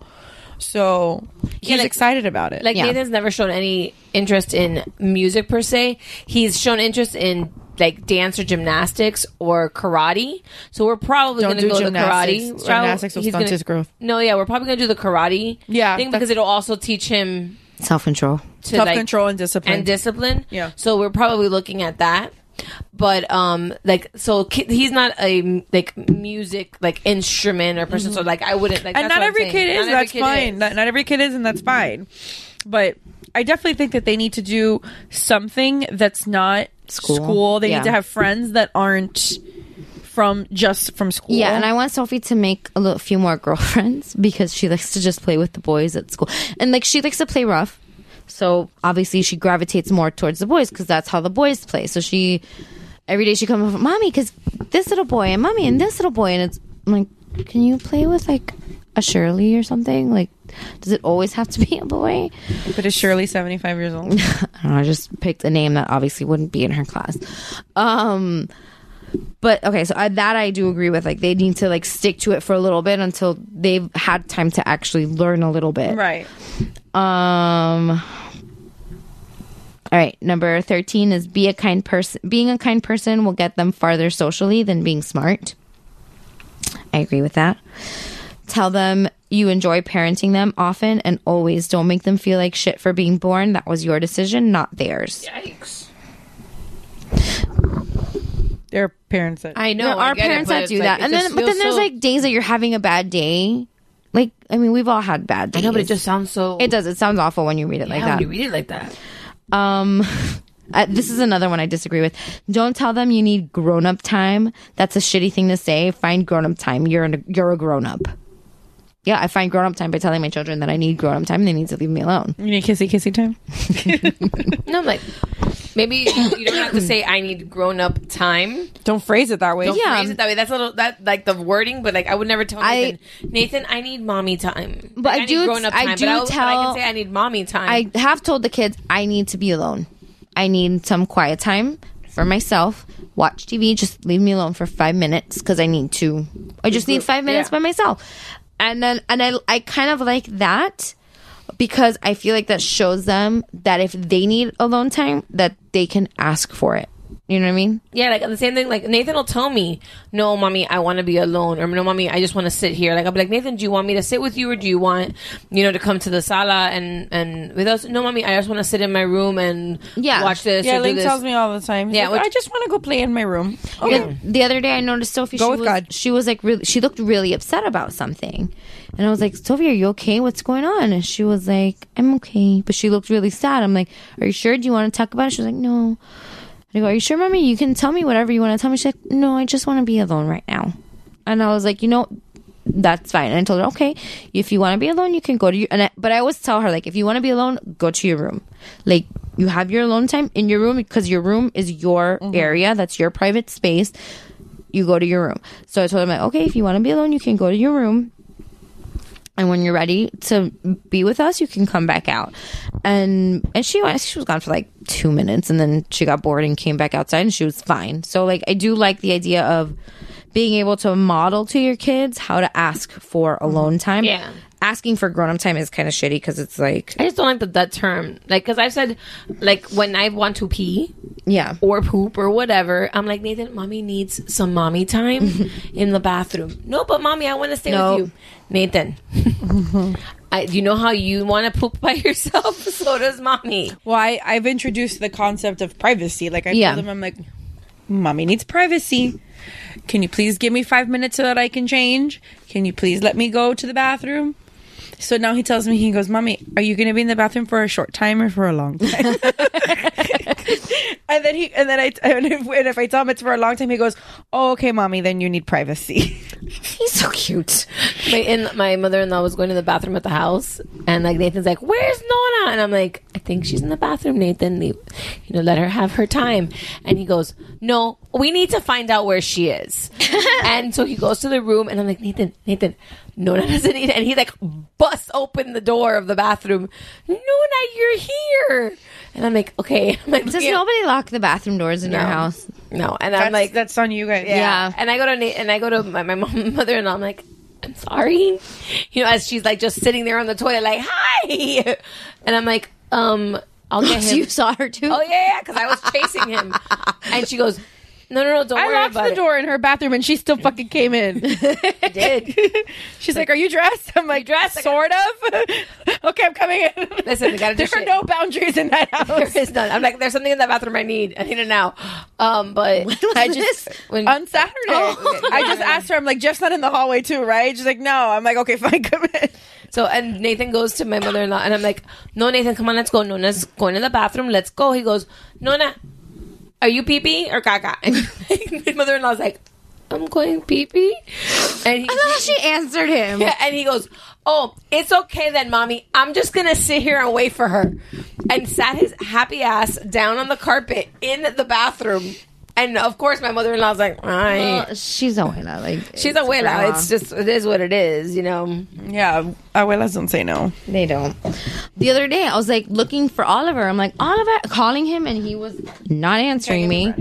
so he's like- excited about it Like Nathan's never shown any interest in music per se. He's shown interest in like dance or gymnastics or karate. So we're probably Don't going to do go to gymnastics. karate. Gymnastics will He's stunt gonna- his growth. No, yeah, we're probably going to do the karate. Yeah, thing because it'll also teach him Self control. to Tough like, control and discipline. and discipline. Yeah. So we're probably looking at that. But um, like so, ki- he's not a like music like instrument or person. So Mhm. like, I wouldn't like. and that's not what I'm every saying. kid is Not every that's kid fine is. Not, not every kid is and that's fine but i definitely think that they need to do something that's not school, they Yeah. need to have friends that aren't from just from school Yeah, and I want Sophie to make a little, few more <laughs> girlfriends because she likes to just play with the boys at school, and like she likes to play rough. So obviously she gravitates more towards the boys because that's how the boys play. So she every day she comes up, mommy, because this little boy and mommy and this little boy, and it's I'm like, can you play with like a Shirley or something? Like, does it always have to be a boy? but is shirley 75 <laughs> years old I don't know, I just picked a name that obviously wouldn't be in her class. Um, But okay, so I, that I do agree with. Like they need to like stick to it for a little bit until they've had time to actually learn a little bit. Right. Um. All right, number 13 is be a kind person. Being a kind person will get them farther socially than being smart. I agree with that. Tell them you enjoy parenting them often and always. Don't make them feel like shit for being born. That was your decision, not theirs. Yikes. There are parents that I know there I are get it, parents but that it's do like, that, it and just then but feels then there's so- like days that you're having a bad day. Like I mean, we've all had bad I days. know, but it just sounds so. It does. It sounds awful when you read it like Yeah, that. when you read it like that. Um, I, this is another one I disagree with. Don't tell them you need grown up time. That's a shitty thing to say. Find grown up time. You're an, you're a grown up. Yeah, I find grown up time by telling my children that I need grown up time. They need to leave me alone. You need kissy kissy time. No, I'm like maybe you don't have to say I need grown up time. Don't phrase it that way. Don't Yeah. phrase it that way. That's a little that like the wording, but like I would never tell Nathan. Nathan, I need mommy time. But Like, I do- Need grown-up I time, do but I'll- But I tell- can say I need mommy time. I have told the kids I need to be alone. I need some quiet time for myself. Watch TV. Just leave me alone for five minutes because I need to. I just need five minutes by myself. And then and I I kind of like that because I feel like that shows them that if they need alone time that they can ask for it. You know what I mean? Yeah, like the same thing. Like Nathan will tell me, "No, mommy, I want to be alone," or "No, mommy, I just want to sit here." Like I'll be like, "Nathan, do you want me to sit with you, or do you want, you know, to come to the sala and and with us?" No, mommy, I just want to sit in my room and watch this. Yeah, or do Link this. tells me all the time. He's Yeah, like, which- I just want to go play in my room. The, Oh, the other day, I noticed Sophie. Go she with was, God. She was like really. She looked really upset about something, and I was like, "Sophie, are you okay? What's going on?" And she was like, "I'm okay," but she looked really sad. I'm like, "Are you sure? Do you want to talk about it?" She was like, "No." I go, "Are you sure, mommy? You can tell me whatever you want to tell me." She's like, "No, I just want to be alone right now," and I was like, "You know." That's fine. And I told her, okay, if you want to be alone, you can go to your. And I, but I always tell her, like, if you want to be alone, go to your room. Like, you have your alone time in your room because your room is your area. That's your private space you go to your room. So I told him, like, okay, if you want to be alone, you can go to your room. And when you're ready to be with us, you can come back out. And and she went, she was gone for like two minutes, and then she got bored and came back outside, and she was fine. So like, I do like the idea of being able to model to your kids how to ask for alone time. Mm-hmm. Yeah. asking for grown up time is kind of shitty because it's like, I just don't like the, that term. Like, because I've said, like, when I want to pee yeah, or poop or whatever, I'm like, Nathan, mommy needs some mommy time in the bathroom. No, but mommy, I want to stay No. with you. Nathan, I, you know how you want to poop by <laughs> yourself? So does mommy. Well, I, I've introduced the concept of privacy. Like I Yeah. told him, I'm like, mommy needs privacy. Can you please give me five minutes so that I can change? Can you please let me go to the bathroom? So now he tells me, he goes, mommy, are you going to be in the bathroom for a short time or for a long time? <laughs> <laughs> and then he, and then I, <laughs> and if, and if I tell him it's for a long time, he goes, oh, okay, mommy, then you need privacy. <laughs> He's so cute. My in my mother in law was going to the bathroom at the house, and like Nathan's like, "Where's Nona?" And I'm like, "I think she's in the bathroom, Nathan. Leave, you know, let her have her time." And he goes, "No, we need to find out where she is." <laughs> and so he goes to the room, and I'm like, "Nathan, Nathan, Nona doesn't need." And he like busts open the door of the bathroom. Nona, you're here. And I'm like, "Okay." <laughs> I'm like, Does looking at- nobody lock the bathroom doors in your No. house? No, and That's- I'm like, that's on you guys. yeah. And I go to Nate, and I go to my, <laughs> my mom, mother in law. I'm like, I'm sorry. You know, as she's like just sitting there on the toilet, like, hi. And I'm like, um, I'll get him. you saw her too. Oh yeah, yeah, because I was chasing him, and she goes, No, no, no, don't I worry locked about the it. door in her bathroom and she <laughs> still fucking came in. I did. She's like, "Are you dressed?" I'm like, "Dressed, sort of." <laughs> okay, I'm coming in. Listen, we gotta do There are shit. no boundaries in that house. There is none. I'm like, there's something in that bathroom I need. I need it now. Um, but I just when- on Saturday. Oh. I just asked her. I'm like, "Jeff's not in the hallway too, right?" She's like, "No." I'm like, "Okay, <laughs> fine, come in." So and Nathan goes to my mother in law and I'm like, No, Nathan, come on, let's go. Nona's going to the bathroom, let's go. He goes, Nona, are you pee pee or caca? <laughs> And my mother in law's like, I'm going pee pee. And he, I love how <laughs> she answered him. yeah, and he goes, Oh, it's okay then, mommy. I'm just gonna sit here and wait for her. And sat his happy ass down on the carpet in the bathroom. And of course, my mother in law's like, All right. Well, she's a abuela. Like She's a abuela. grandma. It's just, it is what it is, you know? Yeah, abuelas don't say no. They don't. The other day, I was like looking for Oliver. I'm like Oliver, calling him, and he was not answering me.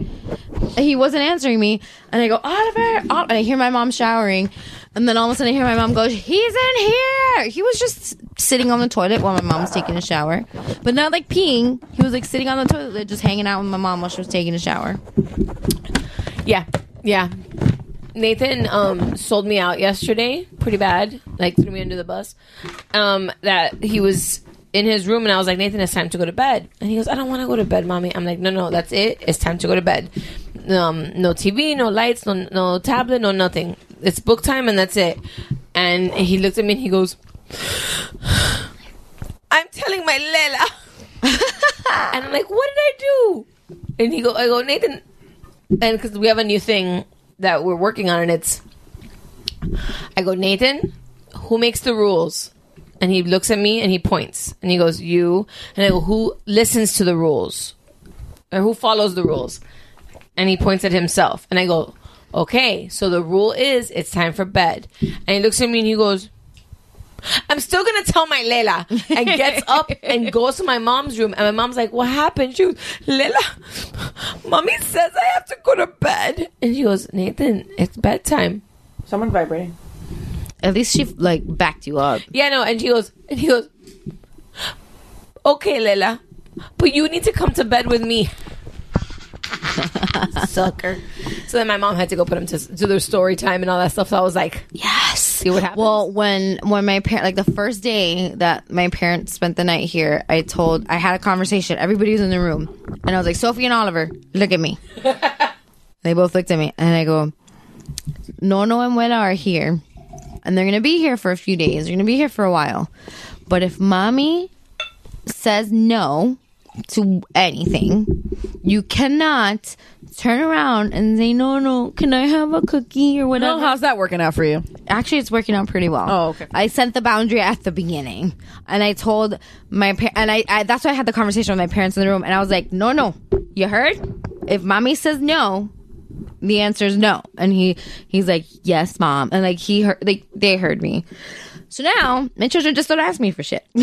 he wasn't answering me, and I go Oliver, Ol-" and I hear my mom showering, and then all of a sudden I hear my mom go, "He's in here." He was just sitting on the toilet while my mom was taking a shower, but not like peeing. He was like sitting on the toilet, just hanging out with my mom while she was taking a shower. Yeah, yeah. Nathan um, sold me out yesterday, pretty bad. Like threw me under the bus. Um, that he was in his room, and I was like, Nathan, it's time to go to bed. And he goes, I don't want to go to bed, mommy. I'm like, No, no, that's it. It's time to go to bed. Um, no TV, no lights, no no tablet, no nothing. It's book time, and that's it. And he looked at me, and he goes, I'm telling my Lela. <laughs> and I'm like, What did I do? And he go, I go, Nathan, and because we have a new thing that we're working on, and it's, I go, Nathan, who makes the rules? And he looks at me and he points and he goes, You. And I go, Who listens to the rules? Or who follows the rules? And he points at himself. And I go, Okay, so the rule is it's time for bed. And he looks at me and he goes, I'm still gonna tell my Lela and gets up and goes to my mom's room and my mom's like, What happened? She goes, Lela, mommy says I have to go to bed and she goes, Nathan, it's bedtime. Someone's vibrating. At least she like backed you up. Yeah, no, and she goes and he goes Okay, Lela, but you need to come to bed with me. <laughs> Sucker. So then my mom had to go put him to to their story time and all that stuff. So I was like, Yes. See what happens. Well, when when my parent like the first day that my parents spent the night here, I told I had a conversation. Everybody was in the room, and I was like, Sophie and Oliver, look at me. they both looked at me, and I go, Nono and Wella are here, and they're gonna be here for a few days. They're gonna be here for a while, but if mommy says no to anything, you cannot turn around and say, "No, no, can I have a cookie or whatever?" No, how's that working out for you? Actually, it's working out pretty well. Oh, okay. I set the boundary at the beginning, and I told my par- and I, I that's why I had the conversation with my parents in the room, and I was like, "No, no, you heard? If mommy says no, the answer is no." And he he's like, "Yes, mom," and like he heard like they heard me. So now my children just don't ask me for shit. <laughs>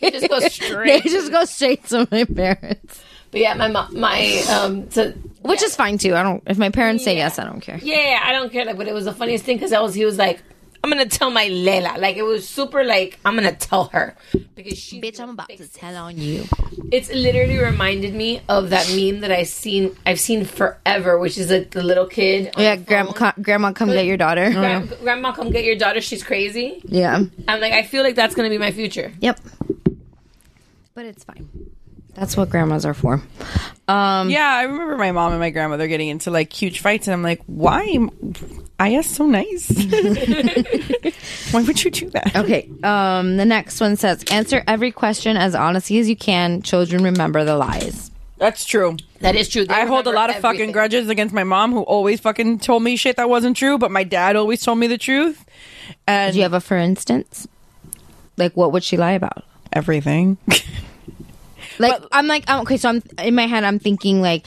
They just go straight. They just go straight to my parents. But yeah, my mom, my um, so Which is fine too. I don't. If my parents say yes, I don't care. yeah, I don't care. Like, but it was the funniest thing because I was he was like, I'm gonna tell my Lela. Like it was super like I'm gonna tell her because she. Bitch, I'm about to tell on you. It's literally reminded me of that meme that I seen I've seen forever, which is like the little kid. on yeah, the grandma, co- grandma, come get your daughter. Gran- grandma, come get your daughter. She's crazy. Yeah. I'm like, I feel like that's gonna be my future. Yep. But it's fine. That's what grandmas are for. Um, Mm. yeah, I remember my mom and my grandmother getting into like huge fights, and I'm like, why am I asked so <laughs> nice? <laughs> why would you do that? Oh. Okay. Um, the next one says, answer every question as honestly as you can. Children remember the lies. That's true. That is true. They I hold a remember lot of everything. fucking grudges against my mom, who always fucking told me shit that wasn't true, but my dad always told me the truth. And Do you have a for instance? Like, what would she lie about? everything. <laughs> Like, I'm like, oh, okay, so I'm in my head, I'm thinking like,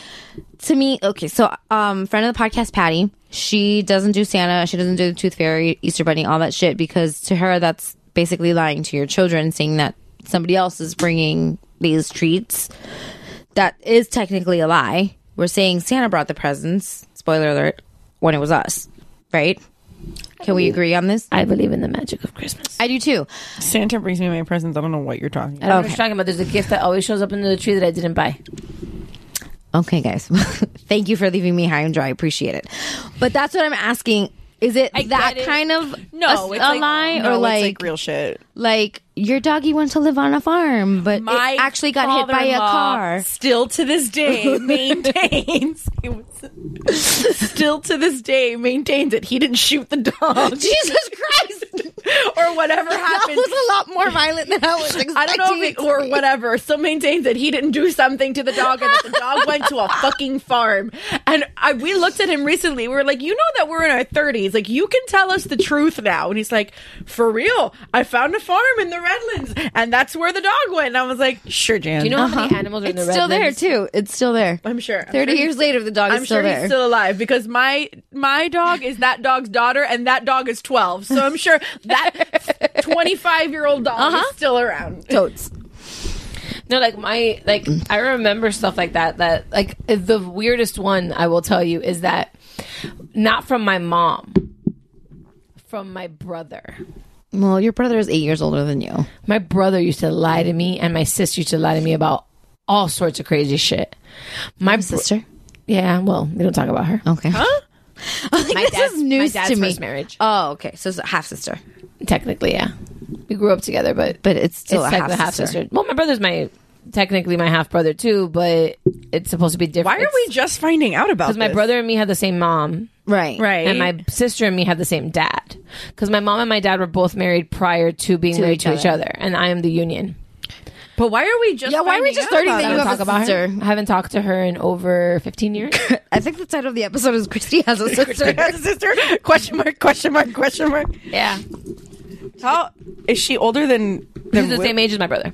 to me, okay, so um, friend of the podcast, Patty, she doesn't do Santa, she doesn't do the Tooth Fairy, Easter Bunny, all that shit because to her, that's basically lying to your children, saying that somebody else is bringing these treats. That is technically a lie. We're saying Santa brought the presents. Spoiler alert: when it was us, right? Can we agree on this? I believe in the magic of Christmas. I do too. Santa brings me my presents. I don't know what you're I talking about. don't know what you're talking about. There's a gift that always shows up under the tree that I didn't buy. Okay, guys. <laughs> Thank you for leaving me high and dry. I appreciate it. But that's what I'm asking. Is it that get it. kind of No, a, it's a like- lie no, or it's like like real shit. like, your doggy went to live on a farm, but My it actually got hit by a father-in-law car? <laughs> Still to this <laughs> day maintains. It was- still to this day maintains that he didn't shoot the dog. <laughs> Jesus Christ! <laughs> or whatever that happened. was a lot more violent than I was expecting. <laughs> I don't know if it it, or whatever. Still maintains that he didn't do something to the dog and that the dog went to a fucking farm. And I we looked at him recently. We were like, you know that we're in our thirties. Like you can tell us the truth now. And he's like, for real, I found a farm in the Redlands, and that's where the dog went. And I was like, sure, Jan. Uh-huh. Do you know how many animals are in Uh-huh. It's the still there Redlands? too. It's still there. I'm sure. I'm Thirty sure years he's- later, the dog I'm is still sure there. he's still alive because my my dog is that dog's daughter, and that dog is 12. So I'm sure that 25 year old dog is still around. Totes. No, like my like I remember stuff like that. That like the weirdest one I will tell you is that not from my mom, from my brother. Well, your brother is eight years older than you. My brother used to lie to me, and my sister used to lie to me about all sorts of crazy shit. My sister. Oh. Yeah, well, we don't talk about her. Okay. <laughs> Huh? my this is news my dad's to me. first marriage. Oh, okay. So it's a half sister. Uh, Technically, yeah. We grew up together, but But it's still a technically half-sister. half-sister. Well, my brother's my technically my half brother too, but it's supposed to be different. Why are we just finding out about Because my this? brother and me had the same mom. Right. Right. And my sister and me had the same dad. Because my mom and my dad were both married prior to being To married each to each other. other. And I am the union. But why are we just? Yeah, why are we just learning that you I don't talk have a about her. sister? I haven't talked to her in over 15 <laughs> years. I think the title of the episode is <laughs> Christy has a sister. Has a sister? Question mark? Question mark? Question mark? Yeah. How is she older than? She's the same age as my brother.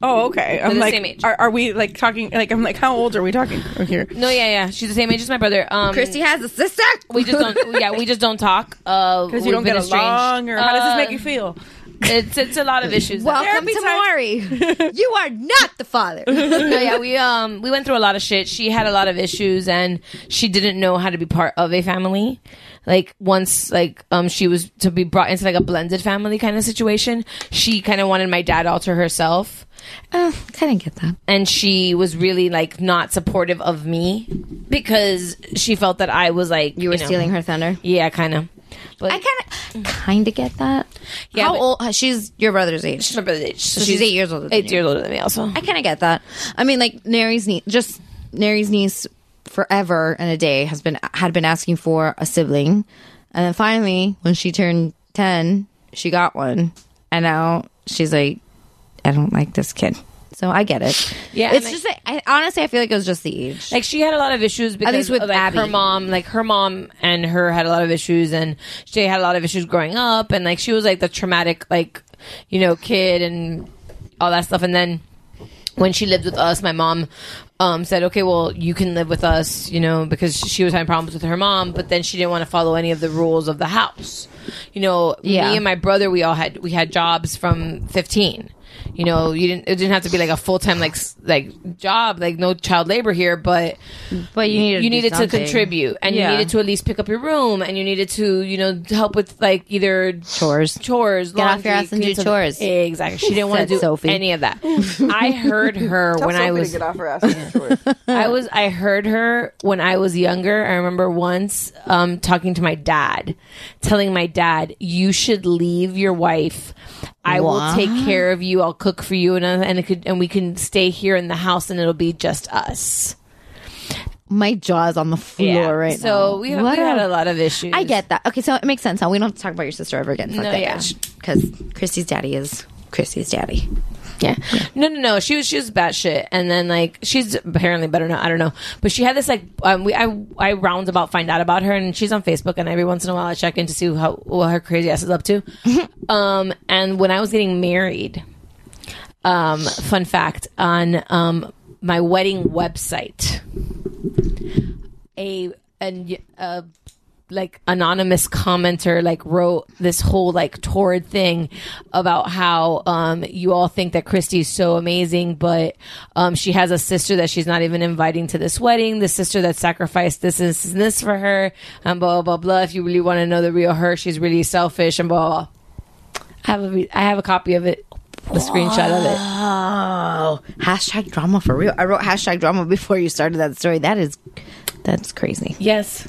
Oh, okay. They're I'm the like, same age. Are, are we like talking? Like, I'm like, how old are we talking We're here? No, yeah, yeah. She's the same age as my brother. Um, Christy has a sister. We just don't. <laughs> Yeah, we just don't talk. uh, Because Because you don't get along, or how does this make you Uh, feel? It's it's a lot of issues. Welcome Therapy to time. Maury. <laughs> you are not the <laughs> father. no, yeah, we um we went through a lot of shit. She had a lot of issues, and she didn't know how to be part of a family. Like once, like um, she was to be brought into like a blended family kind of situation. She kind of wanted my dad all to herself, uh, I didn't get that. and she was really like not supportive of me because she felt that I was like You were stealing her thunder. Yeah, kind of. But I kind of kind of get that. How but- old? She's your brother's age. she's my brother's age, So she's eight years older. Than Eight you. years older than me, also. I kind of get that. I mean, like Neri's niece, just Neri's niece, forever and a day has been had been asking for a sibling, and then finally, when she turned ten, she got one, and now she's like, I don't like this kid. So I get it. Yeah, and it's I- just like, I, honestly, I feel like it was just the age. Like she had a lot of issues because least with of, like, Abby. her mom, like her mom and her had a lot of issues, and she had a lot of issues growing up, and like she was like the traumatic, like you know, kid and all that stuff. And then when she lived with us, my mom um, said, "Okay, well, you can live with us," you know, because she was having problems with her mom, but then she didn't want to follow any of the rules of the house. You know, Yeah. me and my brother, we all had we had jobs from fifteen. You know, you didn't. It didn't have to be like a full time like s- like job, like no child labor here, but but you needed you do needed to something. contribute and Yeah. you needed to at least pick up your room and you needed to you know help with like either Chores. chores Get off your laundry, ass and do clean something. chores. exactly <laughs> she didn't want Said to do Sophie. any of <laughs> that i heard her when i was off her ass. I was I heard her when I was younger. I remember once um, talking to my dad, telling my dad, "You should leave your wife. I will take care of you. I'll cook for you, and uh, and it could and we can stay here in the house, and it'll be just us." My jaw's on the floor right so now. we, we What had a lot of issues. I get that. Okay, so it makes sense. Now we don't have to talk about your sister ever again for No, that yeah. because Christy's daddy is Christy's daddy. Yeah. No, no, no. She was she was batshit, and then like she's apparently better now. I don't know, but she had this like um, we I I roundabout find out about her, and she's on Facebook, and every once in a while I check in to see how what her crazy ass is up <laughs> to. um, and when I was getting married, um, fun fact on um my wedding website, a and a like anonymous commenter like wrote this whole like torrid thing about how um you all think that Christy's so amazing but um she has a sister that she's not even inviting to this wedding the sister that sacrificed this this and this for her and blah blah blah if you really want to know the real her she's really selfish and blah blah, blah. I have a re- I have a copy of it a screenshot of it Oh, hashtag drama for real. I wrote hashtag drama before you started that story. That is, that's crazy. yes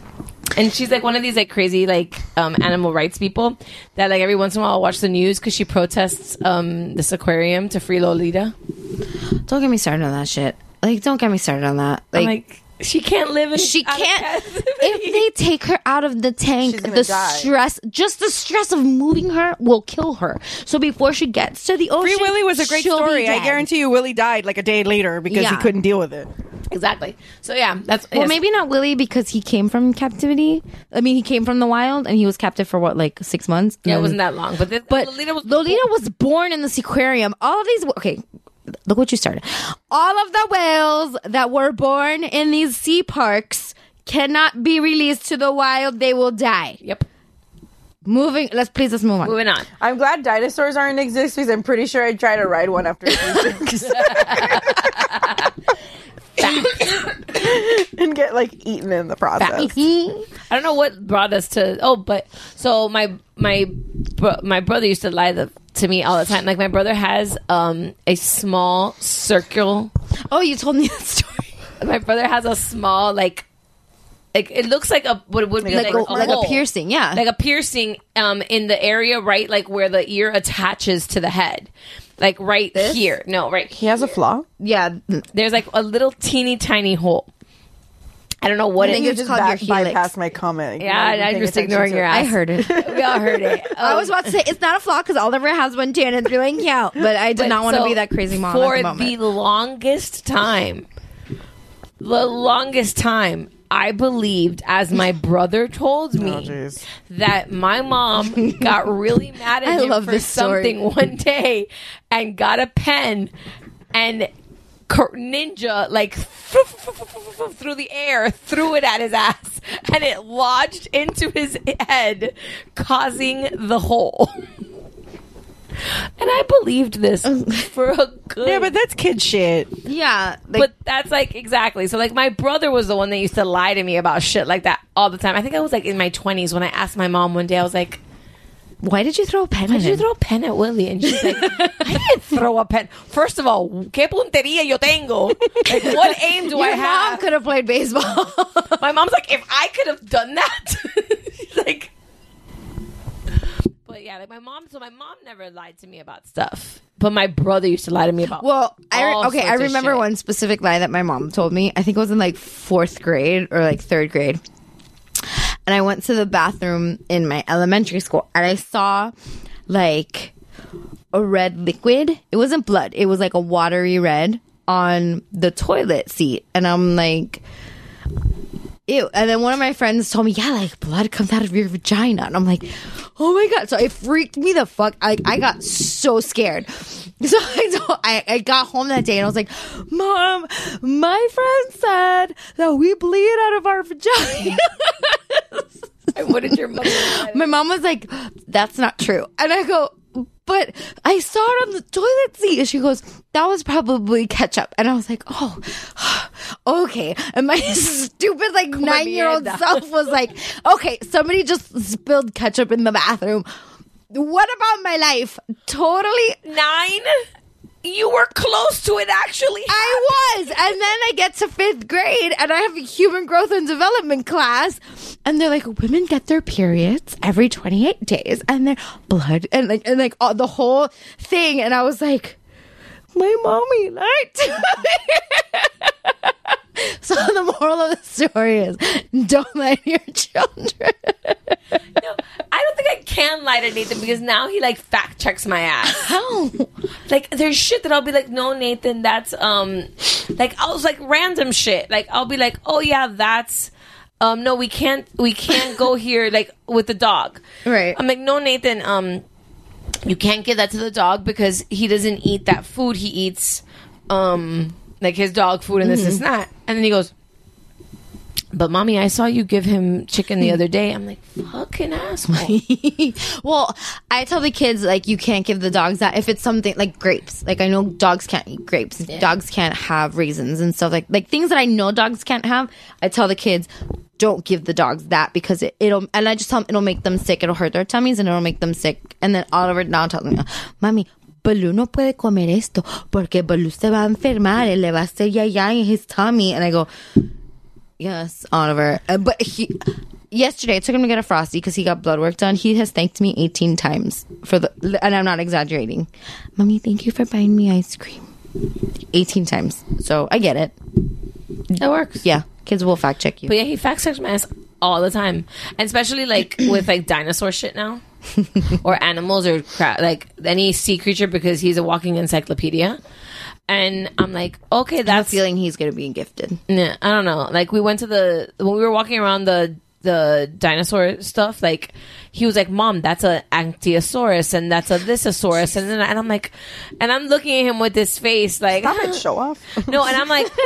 and she's like one of these like crazy like um, animal rights people that like every once in a while I'll watch the news because she protests um, this aquarium to free Lolita. Don't get me started on that shit. Like, don't get me started on that. Like, she can't live. In, she can't. <laughs> If they take her out of the tank, the stress, just the stress of moving her, will kill her. So before she gets to the ocean, Free Willy was a great she'll be story. I dead. guarantee you, Willie died like a day later because he Yeah. couldn't deal with it. Exactly. So yeah, that's Well, yes. maybe not Willie because he came from captivity. I mean, he came from the wild and he was captive for what, like six months? Yeah, it And- wasn't that long, but, this, But Lolita was Lolita was born in this aquarium. All of these, okay, look what you started. All of the whales that were born in these sea parks cannot be released to the wild. They will die. Yep. Moving. Let's please let's move on. Moving on. I'm glad dinosaurs aren't exist because I'm pretty sure I tried to ride one after. and get like eaten in the process. I don't know what brought us to oh, but so my my bro- my brother used to lie the, to me all the time. Like my brother has um a small circle. Oh, you told me <laughs> that story. My brother has a small like. Like, it looks like a what would be like, Like a- like a hole. piercing, yeah. like a piercing um in the area right like where the ear attaches to the head, like right here. No, right. He has a flaw. Yeah, there's like a little teeny tiny hole. I don't know what I it think is. you just by- bypassed my comment. You're not Yeah, even I'm paying just attention ignoring to your it. ass. I heard it. <laughs> we all heard it. I was about to say it's not a flaw because all of her has one Janet's doing yeah, but I did But not want to so be that crazy mom for at the moment. the longest time. The longest time I believed, as my brother <laughs> told Oh, me, that my mom got really <laughs> mad at I him love for this story. something one day and got a pen and cur- ninja like through the air threw it at his ass <laughs> and it lodged into his head causing the hole <laughs> and i believed <laughs> this for a good Yeah, but that's kid shit. Yeah, but that's like exactly. So like my brother was the one that used to lie to me about shit like that all the time. I think I was like in my twenties when I asked my mom one day. I was like, "Why did you throw a pen? Why did you throw a pen at Willie?" And she's like, "I didn't <laughs> throw a pen. First of all, qué puntería yo tengo? Like, what aim do I Your mom have? could have played baseball. <laughs> my mom's like, if I could have done that, <laughs> she's like." But yeah, like my mom. So my mom never lied to me about stuff. But my brother used to lie to me about. Well, I all re- okay, I sorts of remember shit. one specific lie that my mom told me. I think it was in like fourth grade or like third grade. And I went to the bathroom in my elementary school and I saw like a red liquid. It wasn't blood, it was like a watery red on the toilet seat. And I'm like, ew. And then one of my friends told me, yeah, like blood comes out of your vagina. And I'm like, oh my God. So it freaked me the fuck. I, I got so scared. <laughs> So I, don't- I, I got home that day and I was like, mom, my friend said that we bleed out of our vagina. <laughs> what did your mother My mom was like, that's not true. And I go, but I saw it on the toilet seat. And she goes, that was probably ketchup. And I was like, oh, <sighs> okay. And my <laughs> stupid, like, nine year old mierda. self was like, okay, somebody just spilled ketchup in the bathroom. What about my life? Totally nine. You were close to it, actually. I was. And then I get to fifth grade and I have a human growth and development class. And they're like, women get their periods every 28 days and their blood and like, and like all, the whole thing. And I was like, my mommy lied to me. <laughs> so the moral of the story is don't let your children. I don't think I can lie to Nathan because now he like fact checks my ass. How? Like there's shit that I'll be like, no, Nathan, that's um, like I was like random shit. Like I'll be like, oh yeah, that's um, no, we can't, we can't <laughs> go here like with the dog. Right. I'm like, no, Nathan, um, you can't give that to the dog because he doesn't eat that food. He eats um, like his dog food and this is Mhm. not. And then he goes. But mommy, I saw you give him chicken Hmm. the other day. I'm like, fucking <laughs> asshole. well, I tell the kids like you can't give the dogs that if it's something like grapes. Like I know dogs can't eat grapes. Dogs can't have raisins and stuff like like things that I know dogs can't have. I tell the kids don't give the dogs that because it, it'll and I just tell them it'll make them sick. It'll hurt their tummies and it'll make them sick. And then Oliver now tells me, "Mommy, Baloo no puede comer esto porque Baloo se va a enfermar. y Le va a hacer ya ya in his tummy." And I go, Yes, Oliver. Uh, but he yesterday I took him to get a frosty because he got blood work done. He has thanked me eighteen times for the, and I'm not exaggerating. Mommy, thank you for buying me ice cream. Eighteen times. So I get it. It works. Yeah, kids will fact check you. But yeah, he fact checks my ass all the time, and especially like with like dinosaur shit now, or animals or crap, like any sea creature because he's a walking encyclopedia. And I'm like, okay, that's feeling he's gonna be gifted. Nah, I don't know. Like we went to the when we were walking around the the dinosaur stuff, like he was like, "Mom, that's a Ankylosaurus and that's a Thysosaurus," and then and I'm like, and I'm looking at him with this face like, Stop it, show off. No, and I'm like, <laughs>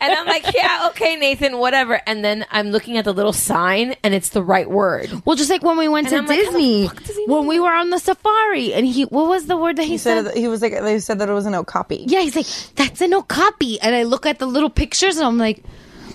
and I'm like, yeah, okay, Nathan, whatever. And then I'm looking at the little sign, and it's the right word. Well, just like when we went And I'm to like, how the Disney, when we were on the safari, and he, what was the word that he, He said? said that- he was like they said that it was an okapi. yeah, he's like, that's a no copy. And I look at the little pictures, and I'm like,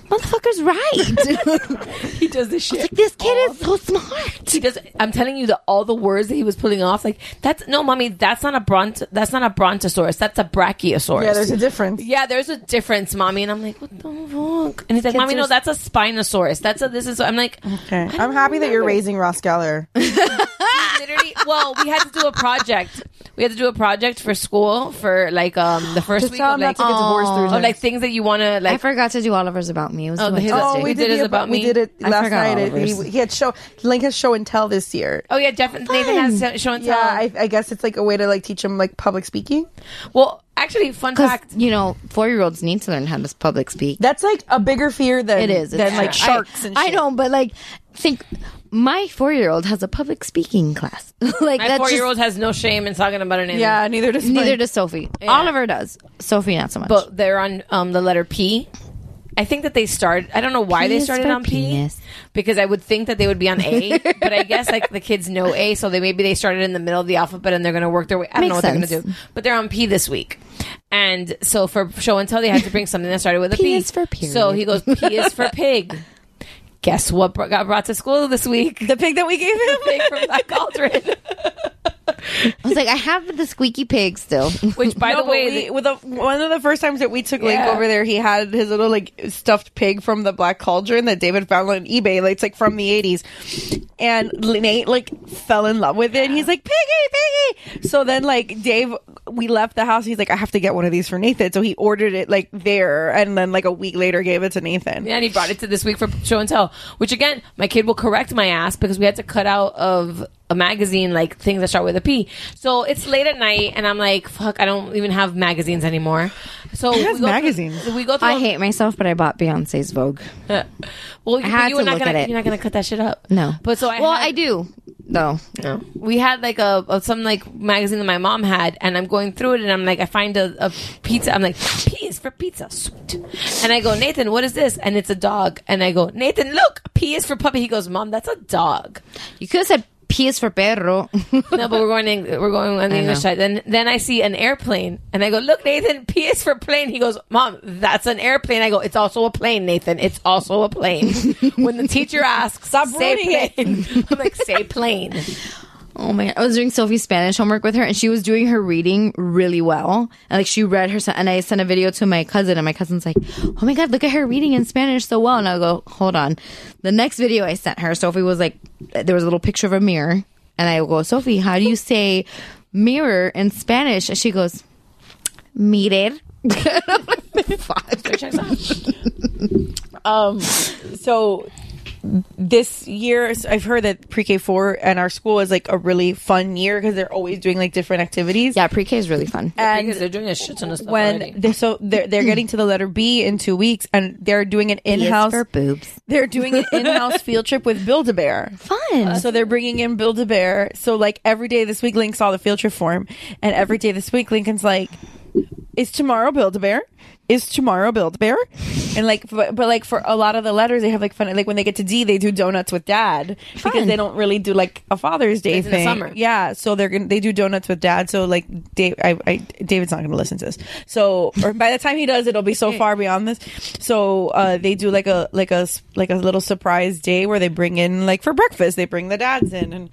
motherfucker's right. <laughs> he does this shit. like, this kid is so smart. He does. I'm telling you that all the words that he was pulling off, like that's no, mommy, that's not a bront, that's not a brontosaurus, that's a brachiosaurus. Yeah, there's a difference. Yeah, there's a difference, mommy. And I'm like, what the fuck? And he's like, Kids mommy, are no, s- that's a spinosaurus. That's a this is. I'm like, Okay. I'm happy that you're raising Ross Geller. "Ah, literally. Well, we had to do a project. We had to do a project for school for like um the first Just week tell of him like not to get divorced through of this. like things that you want to I like. forgot to do Oliver's About Me. It was Oh, so the- much his- fun. We did the Is About We Me. did it I last forgot night. It- Oliver's. he, he had show. Link has show and tell this year. oh yeah, definitely. Nathan has show- show and tell. Yeah, I, I guess it's like a way to like teach him like public speaking. Well, actually, fun fact. You know, four year olds need to learn how to public speak. That's like a bigger fear than it is. than It's like true. sharks I, and I shit. know, but like, think my four year old has a public speaking class. <laughs> like My that's four just- year old has no shame in talking about her name. Yeah, neither does neither mine. does Sophie. Oliver does. Sophie not so much. but they're on um, the letter P. I think that they started. I don't know why P they is started for on P because I would think that they would be on A, but I guess like the kids know A, so they maybe they started in the middle of the alphabet and they're going to work their way. I don't know what Makes they're going sense. to do, but they're on P this week. And so for show and tell, they had to bring something that started with a P P. is for So he goes, P is for pig. Guess what br- got brought to school this week? The pig that we gave him. pig from Black Cauldron. I was like, I have the squeaky <laughs> pig still. Which, by No, the but way, we- the- with the, one of the first times that we took Link Yeah. over there, he had his little like stuffed pig from the black cauldron that David found on eBay. Like it's like from the eighties, and Nate like fell in love with it. He's like piggy, piggy. So then like Dave, we left the house. He's like, I have to get one of these for Nathan. So he ordered it like there, and then like a week later gave it to Nathan. and he brought it to this week for show and tell which again my kid will correct my ass because we had to cut out of a magazine like things that start with a p so it's late at night and i'm like fuck i don't even have magazines anymore so He has we go through- magazines. we go through I hate myself, but I bought Beyonce's Vogue. <laughs> well you, I had you to were not look gonna at it. you're not gonna cut that shit up No. but so I well, had- I do though. No. we had like a, a- some like magazine that my mom had, and I'm going through it, and I'm like, I find a, a pizza. I'm like, P is for pizza, sweet. And I go, Nathan, what is this? And it's a dog. And I go, Nathan, look, P is for puppy. He goes, Mom, that's a dog. <laughs> You could have said P is for perro. <laughs> No, but we're going. In, we're going on the I English know. side. Then then I see an airplane, and I go, "Look, Nathan, P is for plane." He goes, "Mom, that's an airplane." I go, "It's also a plane, Nathan. It's also a <laughs> plane." when the teacher asks, "Stop say plane," <laughs> I'm like, "Say plane." Oh my! I was doing Sophie's Spanish homework with her, and she was doing her reading really well. And like she read her, and I sent a video to my cousin, and my cousin's like, "Oh my god, look at her reading in Spanish so well!" And I go, "Hold on." The next video I sent her, Sophie was like, there was a little picture of a mirror, and I go, "Sophie, how do you say mirror in Spanish?" And she goes, "Mirer." Um, so this year so I've heard that pre-K four and our school is like a really fun year because they're always doing like different activities. Yeah, pre-K is really fun. And because they're doing a shit ton of stuff when already. they so they're, they're getting to the letter B in two weeks, and they're doing an is in-house for boobs. They're doing an in-house field trip with Build a Bear. Fun. So they're bringing in Build a Bear. So like every day this week, Link saw the field trip form, and every day this week, Lincoln's like, "Is tomorrow Build a Bear? Is tomorrow Build a Bear?" And like, but, but like for a lot of the letters, they have like fun. Like when they get to D, they do donuts with Dad because they don't really do like a Father's Day It's in the thing. summer. Yeah, so they're gonna they do donuts with Dad. So like, Dave, I, I David's not gonna listen to this. So or by the time he does, it'll be so far beyond this. So uh, they do like a like a s- like a little surprise day where they bring in like for breakfast they bring the dads in and.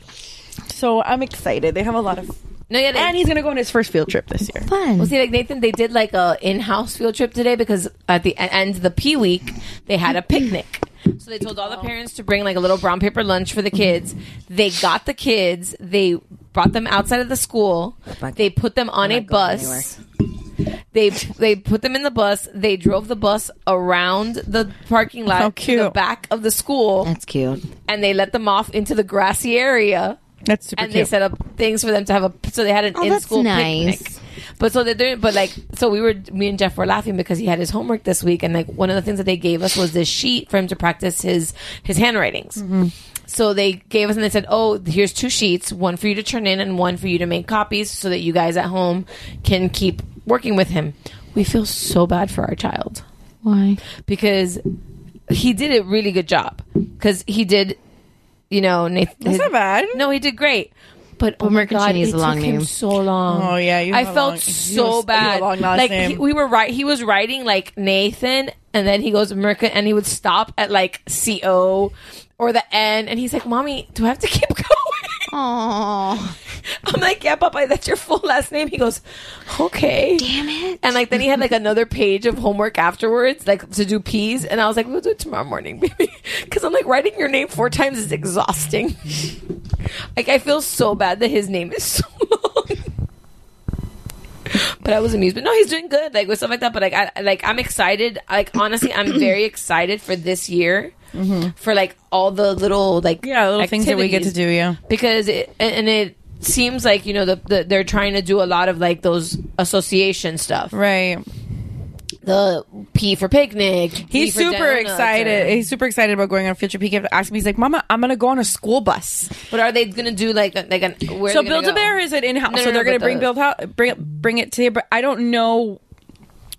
So I'm excited. They have a lot of No, yeah, they- and he's gonna go on his first field trip this year. Fun. Well, see, like Nathan, they did like a in-house field trip today because at the e- end of the P week, they had a picnic. So they told all the parents to bring like a little brown paper lunch for the kids. They got the kids. They brought them outside of the school. They put them on a bus. They they put them in the bus. They drove the bus around the parking lot How to the cute. back of the school, That's cute. and they let them off into the grassy area. That's super and they cute. set up things for them to have a. So they had an Oh, that's in-school nice. picnic. But so that they're but like so we were me and Jeff were laughing because he had his homework this week and like one of the things that they gave us was this sheet for him to practice his his handwritings. Mm-hmm. So they gave us and they said, "Oh, here's two sheets, one for you to turn in and one for you to make copies so that you guys at home can keep working with him." We feel so bad for our child. Why? Because he did a really good job because he did, you know, Nathan. That's not bad. No, he did great. But oh my Mercury god, is it a long took him name. so long. Oh, yeah, you Um, I have a felt long- you so have a- you have a bad. long last like name. he- we were right. He was writing like Nathan, and then he goes Mercury, and he would stop at like C O or the N, and he's like, "Mommy, do I have to keep <laughs> going?" Aww. I'm like, yeah, Papa, that's your full last name. He goes, okay. Damn it. And like, then he had like another page of homework afterwards, like to do P's. And I was like, we'll do it tomorrow morning, <laughs> baby. Cause I'm like, writing your name four times is exhausting. like, I feel so bad that his name is <laughs> so long. but I was amused. But no, he's doing good, like with stuff like that. But like, I, like I'm excited. Like, honestly, <clears throat> I'm very excited for this year for like all the little like yeah Mm-hmm. little things that we get to do, yeah. because it and and it seems like you know the, the they're trying to do a lot of like those association stuff right the P for picnic P He's for super donuts, excited. or- He's super excited about going on a future. He kept asking me, he's like, Mama, I'm going to go on a school bus. but are they gonna do like a- like an where so Build a Bear is an in house. so they're going to bring Build House, bring, bring it to here, but I don't know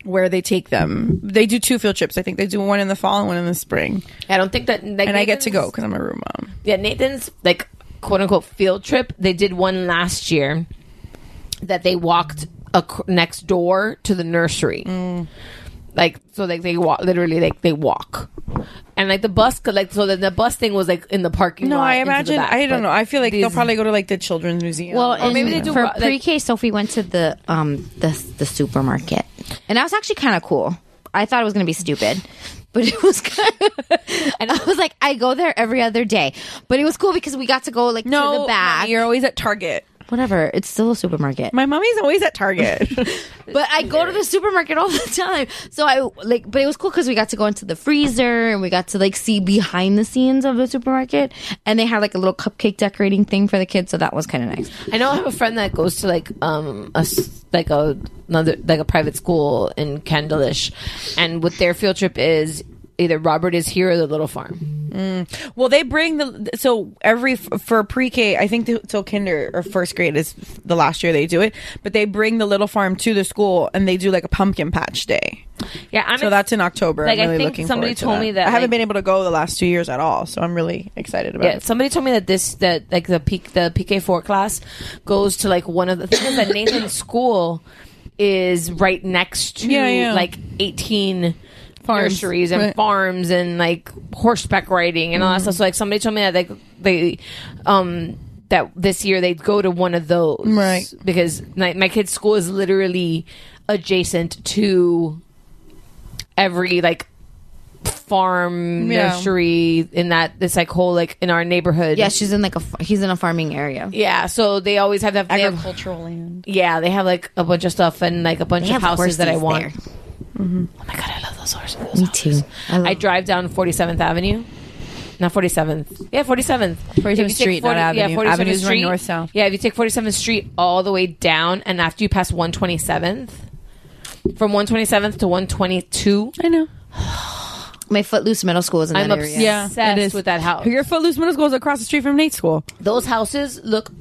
where they take them. They do two field trips. I think they do one in the fall and one in the spring. I don't think that like, and I get to Nathan's- go because I'm a room mom. Yeah, Nathan's like quote unquote field trip. They did one last year that they walked ac- next door to the nursery. Mm. Like so, like they walk literally, like they walk, and like the bus could like so. Then the bus thing was like in the parking No, lot. I into the imagine. back, I don't but know. I feel like they'll these- probably go to like the children's museum. Well, Or maybe maybe they do Oh, for ro- like- pre-K. Sophie went to the um the the supermarket, and that was actually kind of cool. I thought it was going to be stupid, but it was <laughs> kind of. And I was like, I go there every other day, but it was cool because we got to go like to the back. mommy, you're always at Target. Whatever, it's still a supermarket. My mommy's always at Target. <laughs> but I go to the supermarket all the time. So I like, but it was cool because we got to go into the freezer and we got to like see behind the scenes of the supermarket. And they had like a little cupcake decorating thing for the kids, so that was kind of nice. I know I have a friend that goes to like um a s- like a another like a private school in Kendallish, and what their field trip is either Robert is here or the Little Farm. Mm. Well, they bring the so every for pre-K, I think till kinder or first grade is the last year they do it, but they bring the little farm to the school and they do like a pumpkin patch day. Yeah, I'm so that's in October. like, I I'm really think looking somebody forward to told me that, I haven't like- been able to go the last two years at all, so I'm really excited about Yeah, it. somebody told me that this that like the P, the PK four class goes to like one of the things that Nathan's <coughs> school is right next to Yeah, yeah. like eighteen Farms, nurseries and right. Mm-hmm. farms and like horseback riding and all that stuff. So like somebody told me that like they um that this year they'd go to one of those Right. because my, my kid's school is literally adjacent to every like farm Yeah. nursery in that this like whole like in our neighborhood. Yeah, she's in like a fa- he's in a farming area. Yeah, so they always have that they have- land. yeah, they have like a bunch of stuff and like a bunch They of have houses that I horses want. there. Oh my god, I love those horses. Me too. I, drive down 47th Avenue. Not 47th. Yeah, 47th. 47th If you take Street, not avenue. Avenues run north-south. Yeah, if you take 47th Street all the way down and after you pass 127th, from 127th to 122. I know. My Footloose Middle School is in I'm that obsessed area. with that house. Your Footloose Middle School is across the street from Nate's school. Those houses look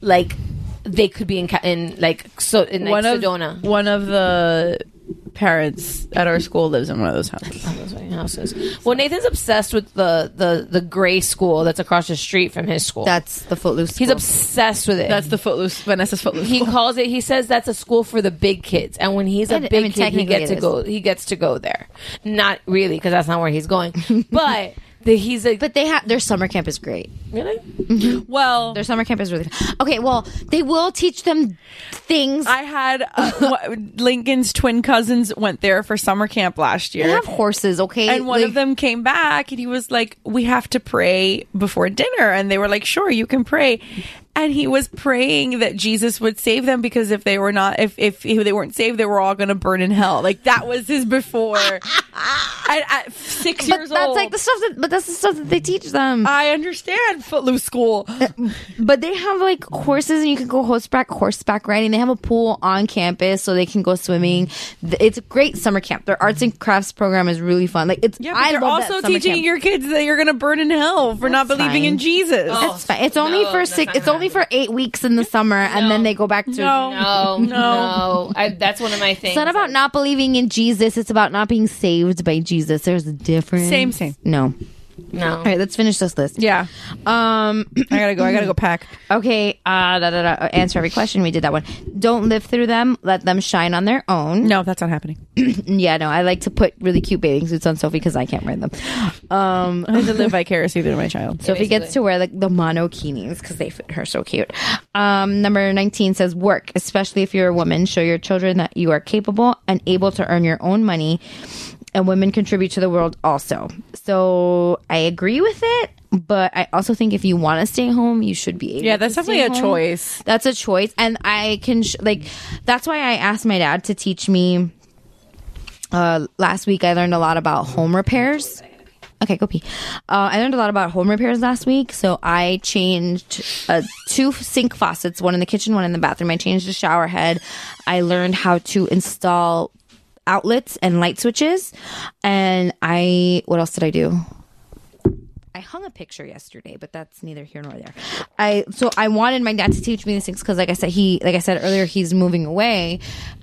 like they could be in, Ca- in like so in like, one of Sedona. one of the parents at our school lives in one of those houses. <laughs> houses. Well, Nathan's obsessed with the the the gray school that's across the street from his school. That's the Footloose. He's obsessed with it. That's the Footloose Vanessa's Footloose. he calls it. He says that's a school for the big kids, and when he's a I mean, big kid, he technically gets it to is. go. He gets to go there. Not really, because that's not where he's <laughs> going. But the, he's a. But they have their summer camp is great. <laughs> Really? Well, their summer camp is really okay. Well, they will teach them things. I had uh, <laughs> what- Lincoln's twin cousins went there for summer camp last year. They have horses, okay? and one Like- of them came back and he was like, We have to pray before dinner. And they were like, Sure, you can pray. and he was praying that Jesus would save them because if they were not, if if, if they weren't saved, they were all going to burn in hell. Like that was <laughs> his before. at, at six But years Uh, that's old, like the stuff that, but that's the stuff that they teach them. I understand Footloose <laughs> School, but they have like horses, and you can go horseback horseback riding. They have a pool on campus, so they can go swimming. Th- It's a great summer camp. Their arts and crafts program is really fun. Like it's, Yeah, but I they're love that also summer teaching camp. your kids that you're going to burn in hell for not believing in Jesus. Oh, that's fine. It's only for six. It's only for eight weeks in the summer, and then they go back to Oh, No, Oh, <laughs> no, I, that's one of my things. It's not about not believing in Jesus. It's about not being saved by Jesus. There's a difference. Same, same. No. No. All right, let's finish this list. Yeah. Um I gotta go. I <clears throat> gotta go pack. Okay. Uh da, da, da. answer every question. We did that one. Don't live through them. Let them shine on their own. No, that's not happening. yeah, no. I like to put really cute bathing suits on Sophie because I can't wear them. Um I have to live vicariously through my child. Sophie gets to wear like the monokinis because they fit her so cute. Um, number 19 says work, especially if you're a woman. Show your children that you are capable and able to earn your own money. And women contribute to the world also. So I agree with it, but I also think if you want to stay home, you should be able Yeah, that's to stay definitely a home. choice. That's a choice. And I can, sh- like, that's why I asked my dad to teach me. Uh, last week, I learned a lot about home repairs. Okay, go pee. Uh, I learned a lot about home repairs last week, so I changed uh, two sink faucets, one in the kitchen, one in the bathroom. I changed the shower head. I learned how to install outlets and light switches. And I, what else did I do? I hung a picture yesterday, but that's neither here nor there. I so I wanted my dad to teach me these things because, like I said, he like I said earlier, he's moving away,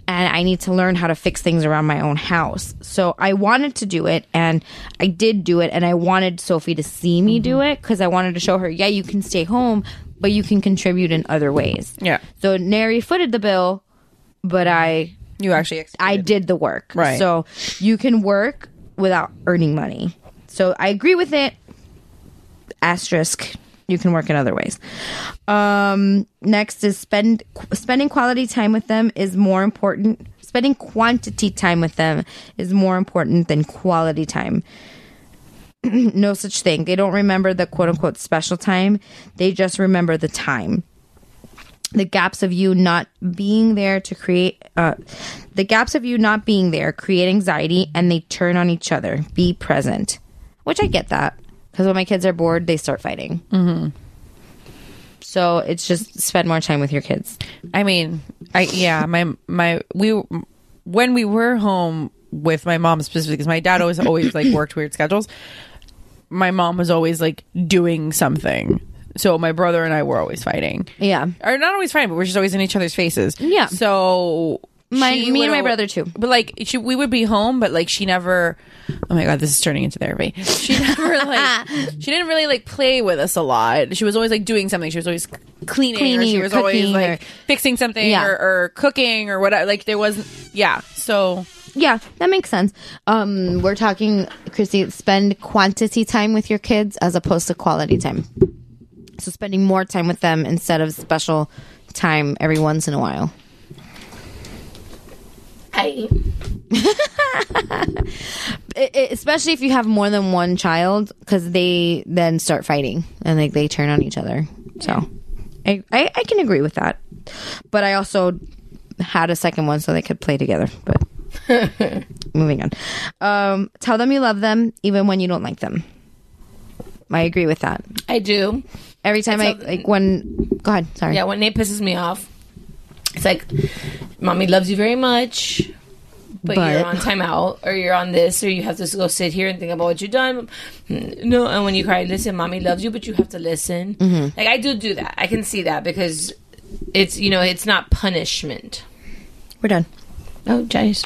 and I need to learn how to fix things around my own house. So I wanted to do it, and I did do it, and I wanted Sophie to see me do it because I wanted to show her, yeah, you can stay home, but you can contribute in other ways. Yeah. So nary footed the bill, but I you actually I did the work. Right. So you can work without earning money. So I agree with it. Asterisk. You can work in other ways. Um, next is spend qu- spending quality time with them is more important. Spending quantity time with them is more important than quality time. <clears throat> no such thing. They don't remember the quote unquote special time. They just remember the time the gaps of you not being there to create uh, the gaps of you not being there create anxiety and they turn on each other be present which i get that because when my kids are bored they start fighting Mhm. so it's just spend more time with your kids I mean, I yeah, my my we when we were home with my mom specifically because my dad always always like worked weird schedules. My mom was always like doing something. So my brother and I were always fighting. Yeah. Or not always fighting, but we're just always in each other's faces. Yeah. So My- she me and would my al- brother too. But like she we would be home, but like she never Oh my god, this is turning into therapy. <laughs> She <laughs> never like she didn't really like play with us a lot. She was always like doing something. She was always cleaning, or Cleaning she or was always cooking or- like fixing something Yeah. or, or cooking or whatever. Like there wasn't, yeah. So yeah that makes sense um we're talking christy spend quantity time with your kids as opposed to quality time so spending more time with them instead of special time every once in a while <laughs> Hey. it, it- E-, especially if you have more than one child because they then start fighting and like they turn on each other so I, I i can agree with that but i also had a second one so they could play together but moving on um tell them you love them even when you don't like them i agree with that I do. every time i tell- like when go ahead sorry Yeah, when Nate pisses me off, it's like, "Mommy loves you very much, but, But- you're on timeout, or you're on this, or you have to go sit here and think about what you've done." No, and when you cry, listen, "Mommy loves you, but you have to listen." Mhm. Like I do do that. I can see that because it's you know it's not punishment. We're done. Oh, jeez.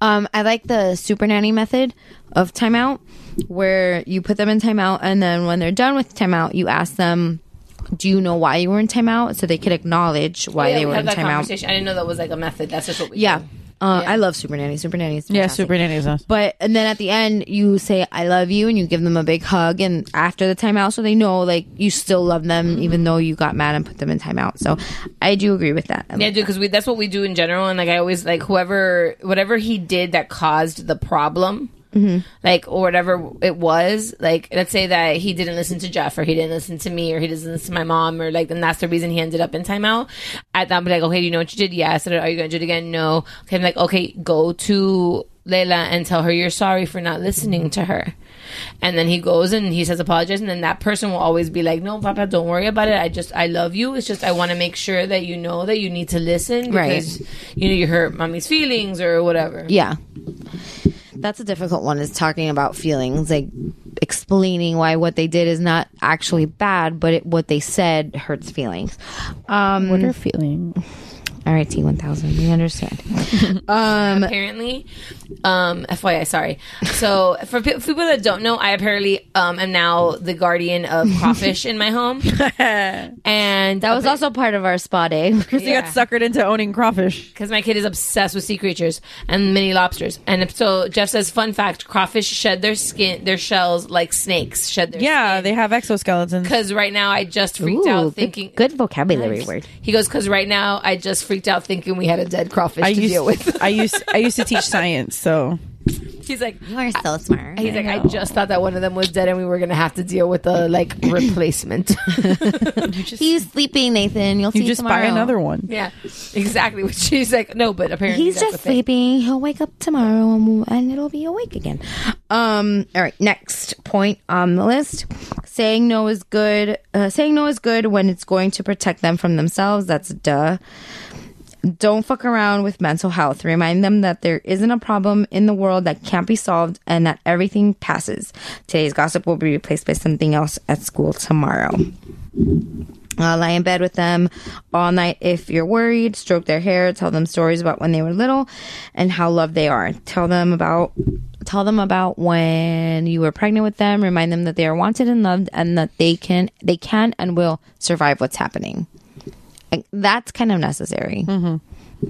Um, I like the super nanny method of timeout, where you put them in timeout, and then when they're done with timeout, you ask them, "Do you know why you were in timeout?" So they could acknowledge why Oh, yeah, they we were had in that timeout. conversation. I didn't know that was like a method. That's just what we. Yeah. Uh, I love super nanny. Super nanny is yeah, super nannies. Awesome. but and then at the end you say I love you and you give them a big hug and after the timeout so they know like you still love them even though you got mad and put them in timeout. So I do agree with that. I Yeah, dude, because we that's what we do in general, and like I always like whoever whatever he did that caused the problem. Mhm. like or whatever it was like let's say that he didn't listen to jeff or he didn't listen to me or he doesn't listen to my mom or like then that's the reason he ended up in timeout at that i'm like okay do you know what you did yes are you gonna do it again no okay i'm like okay go to Layla and tell her you're sorry for not listening to her and then he goes and he says apologize and then that person will always be like no papa don't worry about it i just i love you it's just i want to make sure that you know that you need to listen Right. because you know you hurt mommy's feelings or whatever Yeah. That's a difficult one is talking about feelings, like explaining why what they did is not actually bad, but it, what they said hurts feelings. Um, what are feelings? All right, T1000, we understand. Um, apparently, um, FYI, sorry. So for, pe- for people that don't know, I apparently um, am now the guardian of crawfish in my home, and that was also part of our spa day because you got suckered into owning crawfish. Because my kid is obsessed with sea creatures and mini lobsters, and so Jeff says, "Fun fact: crawfish shed their skin, their shells like snakes shed their." Yeah, they have exoskeletons. Because right now I just freaked <laughs> Ooh, out good- thinking. Good vocabulary word. He goes, because right now I just freaked out thinking we had a dead crawfish I to used, deal with. <laughs> I used I used to teach science, so He's like, you are so smart. He's like, I just thought that one of them was dead, and we were gonna have to deal with a like replacement. He's sleeping, Nathan. You'll You see just buy tomorrow. another one. yeah, exactly. Which she's like, no, but apparently He's that's just a thing. sleeping. He'll wake up tomorrow and, we'll- and it'll be awake again. Um, all right, next point on the list. Saying no is good. Uh, saying no is good when it's going to protect them from themselves. That's duh. Don't fuck around with mental health. Remind them that there isn't a problem in the world that can't be solved and that everything passes. Today's gossip will be replaced by something else at school tomorrow. Uh, lie in bed with them all night if you're worried. Stroke their hair. Tell them stories about when they were little and how loved they are. Tell them about tell them about when you were pregnant with them. Remind them that they are wanted and loved and that they can they can and will survive what's happening. Like, that's kind of necessary Mm-hmm.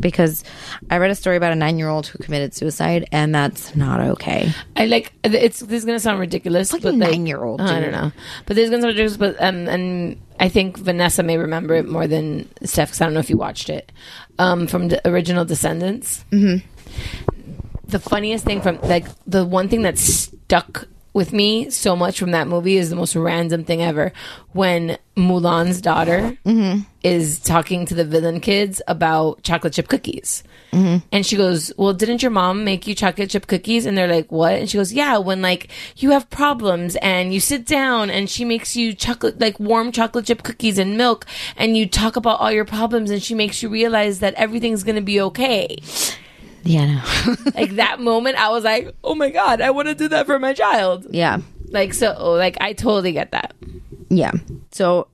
because I read a story about a nine year old who committed suicide and that's not okay. I like it's. This is gonna sound ridiculous, but like nine year old. I dude. don't know, but this is gonna sound ridiculous. But um, and I think Vanessa may remember it more than Steph. Cause I don't know if you watched it. Um, from the original Descendants. Mm-hmm. the funniest thing from like the one thing that stuck with me so much from that movie is the most random thing ever when Mulan's daughter Mm-hmm. is talking to the villain kids about chocolate chip cookies. And she goes, Well, didn't your mom make you chocolate chip cookies? And they're like, What? And she goes, Yeah, when like you have problems and you sit down and she makes you chocolate, like warm chocolate chip cookies and milk and you talk about all your problems and she makes you realize that everything's going to be okay Yeah, no. like that moment i was like oh my god i want to do that for my child yeah. like so like i totally get that yeah so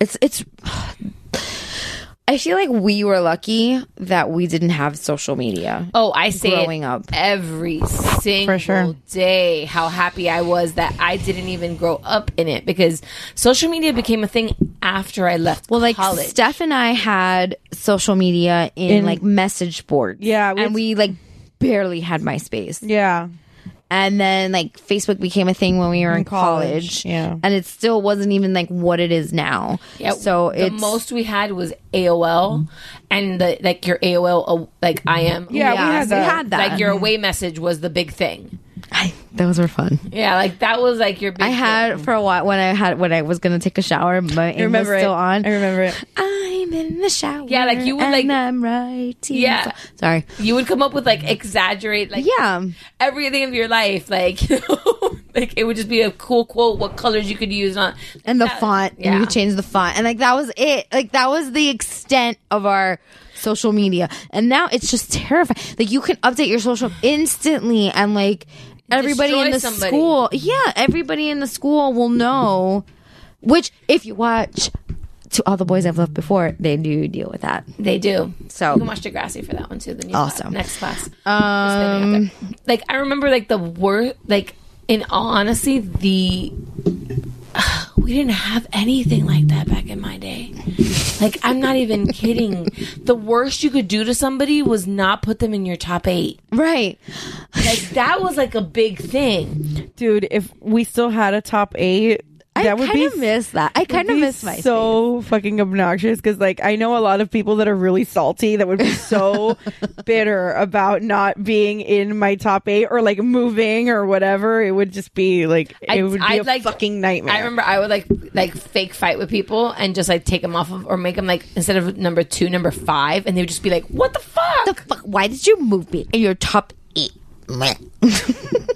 it's it's <sighs> i feel like we were lucky that we didn't have social media oh i say growing it up every single day how happy i was that i didn't even grow up in it because social media became a thing after i left well like college steph and i had social media in, In- like message boards yeah and we like barely had myspace yeah and then like facebook became a thing when we were in, college, yeah and it still wasn't even like what it is now Yeah, so the it's <laughs> most we had was AOL, and the like your AOL uh, like I am Yeah, we had that. We had that. like your away message was the big thing. those were fun Yeah, like that was like your big I had for a while when I had when I was gonna take a shower, my aim was remember it. still on. I remember it. I'm in the shower. Yeah, like you would and like I'm writing. Yeah. Sorry. You would come up with like exaggerate like yeah everything of your life like <laughs> you know, like it would just be a cool quote what colors you could use on And the font. yeah. You could change the font. And like that was it. Like that was the extent of our social media. And now it's just terrifying. Like you can update your social instantly and like everybody in Destroy the somebody. school. Yeah, everybody in the school will know. Which if you watch to all the boys I've loved before, they do deal with that. They do. So you can watch Degrassi for that one too the new class, Awesome. next class um, like I remember like the worst like in all honesty the <sighs> we didn't have anything like that back in my day. Like I'm not even <laughs> kidding. The worst you could do to somebody was not put them in your top 8. Right. Like that was like a big thing. Dude, if we still had a top eight, I that would kinda be miss that. I would kinda be miss MySpace. so fucking obnoxious because like I know a lot of people that are really salty that <laughs> would be so bitter about not being in my top eight or like moving or whatever. It would just be like it I- would be I'd a like- fucking nightmare. I remember I would like like fake fight with people and just like take them off of or make them like instead of number two, number five, and they would just be like, "What the fuck? The fuck? Why did you move me in your top eight?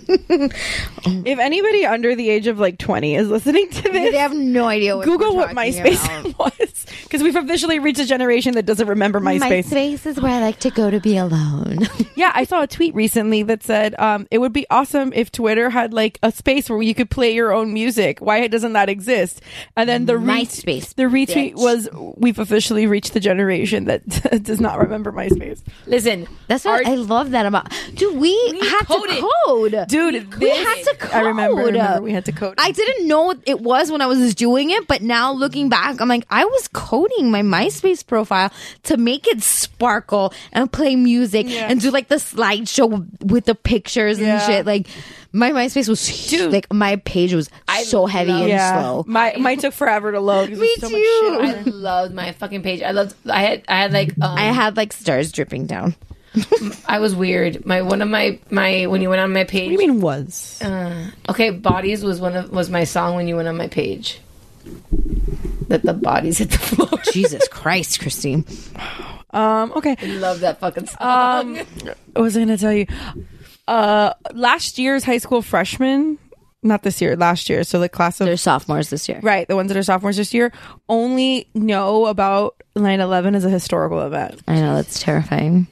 if anybody under the age of like 20 is listening to this, they have no idea what Google we're what talking MySpace <laughs> was because we've officially reached a generation that doesn't remember MySpace. MySpace is where I like to go to be alone. <laughs> yeah, I saw a tweet recently that said um, it would be awesome if Twitter had like a space where you could play your own music. Why doesn't that exist? And then the re- MySpace, the bitch. retweet was we've officially reached the generation that <laughs> does not remember MySpace. Listen, that's what I love that about. Do we, had coded. to code, dude? We had to code. I remember, remember we had to code. I didn't know what it was when I was doing it, but now looking back, I'm like, I was coding my MySpace profile to make it sparkle and play music and do like the slideshow with the pictures and Yeah. shit. Like, my MySpace was huge. like my page was so heavy and yeah, slow. my mine took forever to load. 'cause there's so much shit on <laughs> I loved my fucking page. I loved. I had. I had like. Um, I had like stars dripping down. I was weird. My one of my my when you went on my page. <laughs> What do you mean was? Uh, okay, bodies was one of was my song when you went on my page. That the bodies hit the <laughs> floor. Jesus Christ, Christine. Um, okay. I <laughs> love that fucking Uh, song. Um, what was I going to tell you? Uh, last year's high school freshmen, not this year, last year. So the class of They're sophomores this year. right, the ones that are sophomores this year, only know about 9/11 as a historical event. I know that's terrifying.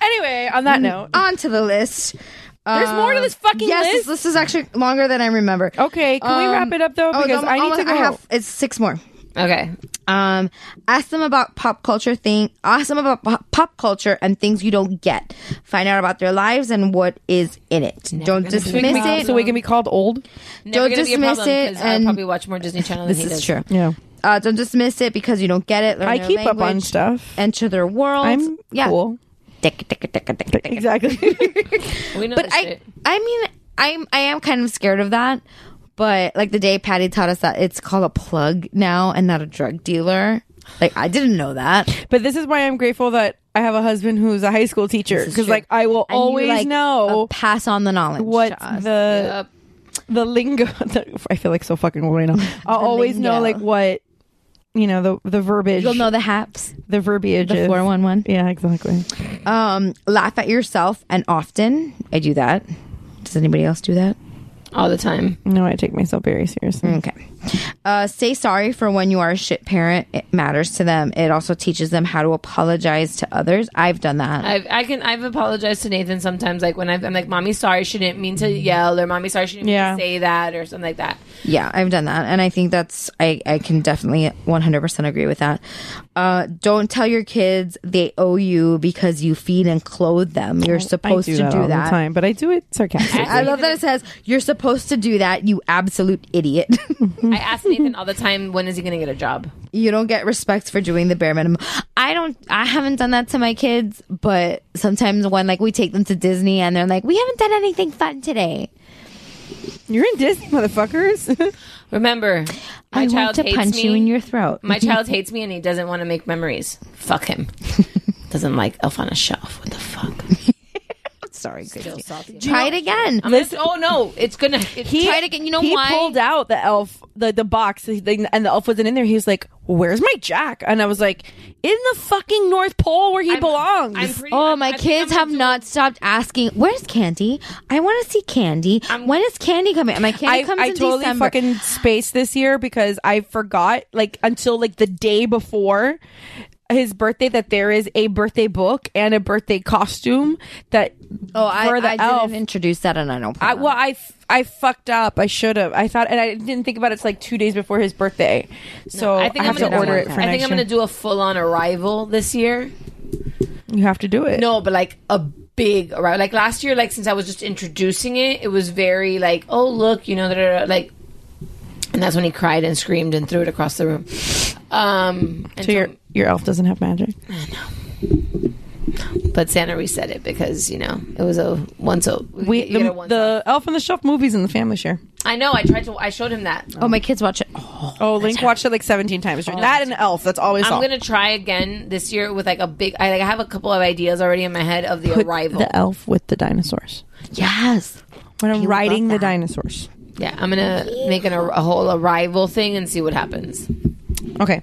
Anyway, on that note, On to the list. There's more to this fucking Mm. Uh, yes, list? This is actually longer than I remember. Okay, can we wrap it up, though? oh, Because no, I need oh, to I go. have, it's six more. okay. Um, ask them about pop culture thing. uh, Ask them about pop- pop culture and things you don't get. Find out about their lives and what is in it. don't so we, can dismiss be, it. so we can be called old. Never Don't gonna be a dismiss problem, it 'cause I and- probably watch more Disney Channel. this than he is does. true. Yeah. Uh, don't dismiss it because you don't get it. Learn I their keep up on language. stuff. Enter their world. I'm yeah. cool. Tick, tick, tick, tick, tick, tick, tick. Exactly. <laughs> We know but this I, shit. I mean, I'm, I am kind of scared of that. But like the day Patty taught us that it's called a plug now and not a drug dealer. Like I didn't know that. But this is why I'm grateful that I have a husband who's a high school teacher is because, true. like, I will And you, always like, know uh, pass on the knowledge. what to us. the the lingo. <laughs> the- I feel like so fucking old <laughs> right now. I'll always know lingo. like what you know the the verbiage. you'll know the haps. the verbiage. The is. four one one. Yeah, exactly. Um, laugh at yourself and often. I do that. Does anybody else do that? all the time. No, I take myself very seriously. Okay. Uh, say sorry for when you are a shit parent. It matters to them. It also teaches them how to apologize to others. I've done that. I've, I can I've apologized to Nathan sometimes like when I've, I'm like mommy sorry she didn't mean to yell or mommy sorry she didn't Yeah. mean to say that or something like that. yeah, I've done that. And I think that's, I, I can definitely 100% agree with that. Uh, don't tell your kids they owe you because you feed and clothe them. You're supposed Oh, I do to that do all that. the time, but I do it <laughs> sarcastically. I love that it says, you're supposed to do that, you absolute idiot. <laughs> I ask Nathan all the time when is he going to get a job? you don't get respect for doing the bare minimum. I don't. I haven't done that to my kids, but sometimes when like we take them to Disney and they're like, "We haven't done anything fun today." You're in Disney, <laughs> motherfuckers. Remember, my I child want to hates punch me. you in your throat. <laughs> my child hates me and he doesn't want to make memories. Fuck him. Doesn't like Elf on a Shelf. What the fuck? Sorry, good. salty. Try it again. I'm gonna- oh no, it's gonna. It's, He- Try it again. You know he why? pulled out the elf, the, the box, the thing, and the elf wasn't in there. He was like, "Where's my jack?" And I was like, "In the fucking North Pole where he belongs." I'm pretty- Oh, I'm- I my think kids I'm have gonna not stopped asking, "Where's Candy? I want to see Candy. when is Candy coming?" My Candy I, comes I in totally December. fucking spaced this year because I forgot like until like the day before his birthday that there is a birthday book and a birthday costume that oh, I, for the I elf. didn't introduce that, and I don't. I, plan on well, it. I, f- I fucked up. I should have. I thought, and I didn't think about it. It's like two days before his birthday, so I, I think I am have gonna to do- order it for I next think I'm gonna year. do a full on arrival this year. you have to do it. No, but like a big arrival. Like last year, like since I was just introducing it, it was very like, oh look, you know, da, da, da, like, and that's when he cried and screamed and threw it across the room. Um, and so your told- your elf doesn't have magic. but Santa reset it because you know it was a once a We you the, get a once off. the Elf on the Shelf movies in the family share. I know. I tried to. I showed him that. Oh, my kids watch it. Oh, Link watched it like 17 times. That and Elf. That's all we I'm saw. gonna try again this year with like a big. I, like, I have a couple of ideas already in my head of the Put arrival. the elf with the dinosaurs. Yes. When I'm riding the dinosaurs. Yeah, I'm gonna make an, a whole arrival thing and see what happens. Okay.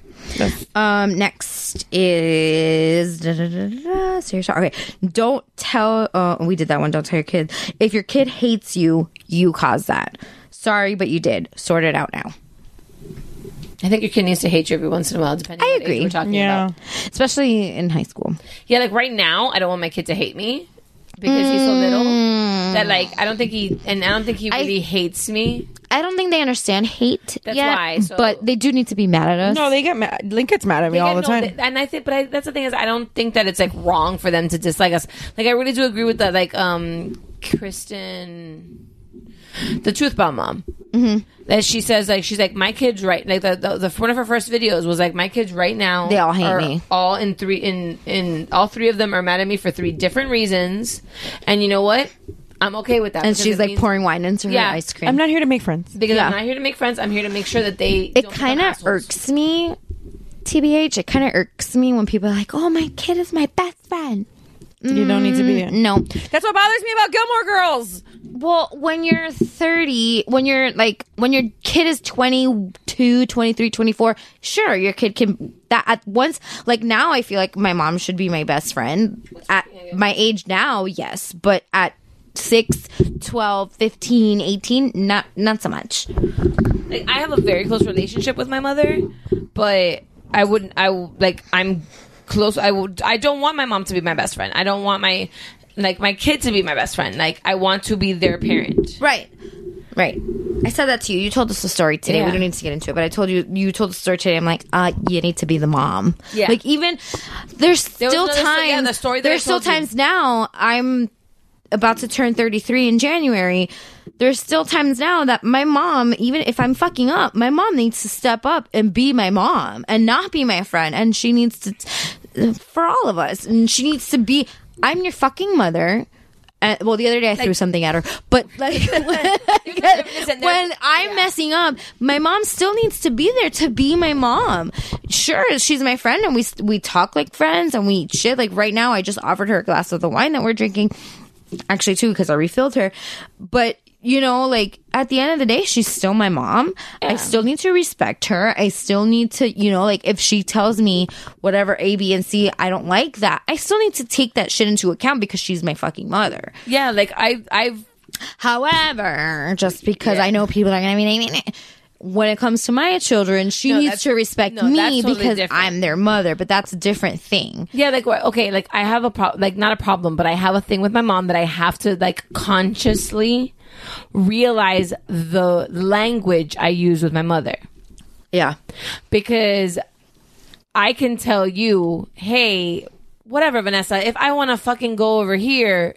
Um, next is da, da, da, da, da, serious. Okay, don't tell. Uh, we did that one. Don't tell your kid. If your kid hates you, you caused that. Sorry, but you did. Sort it out now. I think your kid needs to hate you every once in a while, depending. I on what age agree. We're talking about. especially in high school. Yeah, like right now, I don't want my kid to hate me because he's so little that like I don't think he and I don't think he really hates me. I don't think they understand hate That's yet, why, so- but they do need to be mad at us. No, Oh, they get mad. Link gets mad at me Like, all I the know time. that- and I think, but I, that's the thing is, I don't think that it's like wrong for them to dislike us. Like I really do agree with that. Like um, Kristen, the Truth Bomb mom, Mhm. that she says like she's like my kids right like the, the, the one of her first videos was like my kids right now They all hate are me. all in three in in all three of them are mad at me for three different reasons, and you know what. I'm okay with that. and because she's it like means- pouring wine into her ice cream. I'm not here to make friends. because Yeah. I'm not here to make friends. I'm here to make sure that they. it kind of irks me, tbh. It kind of irks me when people are like, "Oh, my kid is my best friend." You don't need to be. Mm, No, That's what bothers me about Gilmore Girls. Well, when you're 30, when you're like, when your kid is 22, 23, 24, sure, your kid can, that at once, like now I feel like my mom should be my best friend. At my age now, yes, but at 6, 12, 15, 18, not, not so much. like I have a very close relationship with my mother, but I wouldn't. I w- like I'm close. I would. I don't want my mom to be my best friend. I don't want my like my kid to be my best friend. Like I want to be their parent. Right. Right. I said that to you. You told us the story today. Yeah. We don't need to get into it, but I told you you told the story today. I'm like, uh, you need to be the mom. Yeah. Like even there's There was still another sto- times yeah, the story that I there's still told you. times now I'm about to turn 33 in January. There's still times now that my mom, even if I'm fucking up, my mom needs to step up and be my mom and not be my friend. And she needs to, for all of us, and she needs to be, I'm your fucking mother. And, well, the other day I threw something at her, but like <laughs> when I'm messing up, my mom still needs to be there to be my mom. Sure, she's my friend, and we we talk like friends, and we eat shit. Like right now, I just offered her a glass of the wine that we're drinking, actually too, because I refilled her. But you know, like at the end of the day, she's still my mom. I still need to respect her. I still need to, you know, like if she tells me whatever A, B, and C, I don't like that. I still need to take that shit into account because she's my fucking mother. Yeah, like I I've However, just because I know people are going to be naming it. When it comes to my children, she No, needs that's- to respect no, me that's totally because different. I'm their mother, but that's a different thing. Yeah, like wh- okay, like I have a problem, like not a problem, but I have a thing with my mom that I have to like consciously realize the language I use with my mother. Yeah. Because I can tell you, "Hey, whatever, Vanessa, if I want to fucking go over here,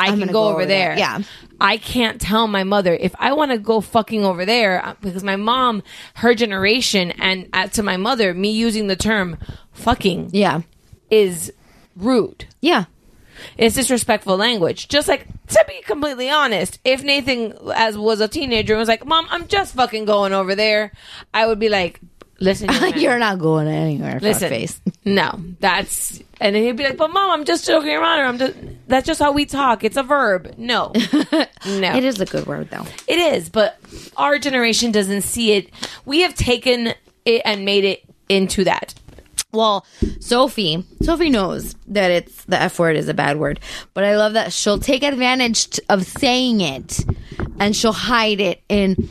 I I'm can gonna go, over there. Yeah. I can't tell my mother if I want to go fucking over there uh, because my mom, her generation, and uh, to my mother, me using the term fucking yeah is rude. Yeah. <laughs> It's disrespectful language. Just like to be completely honest, if Nathan, as was a teenager, was like, "Mom, I'm just fucking going over there," I would be like, "Listen, <laughs> young man, You're not going anywhere. Listen, <laughs> fuckface. no, that's and then he'd be like, "But mom, I'm just joking around. Or I'm just that's just how we talk. It's a verb. <laughs> No, no, It is a good word, though. It is, but our generation doesn't see it. We have taken it and made it into that. Well, Sophie, Sophie knows that it's the F word is a bad word, but I love that she'll take advantage t- of saying it and she'll hide it in.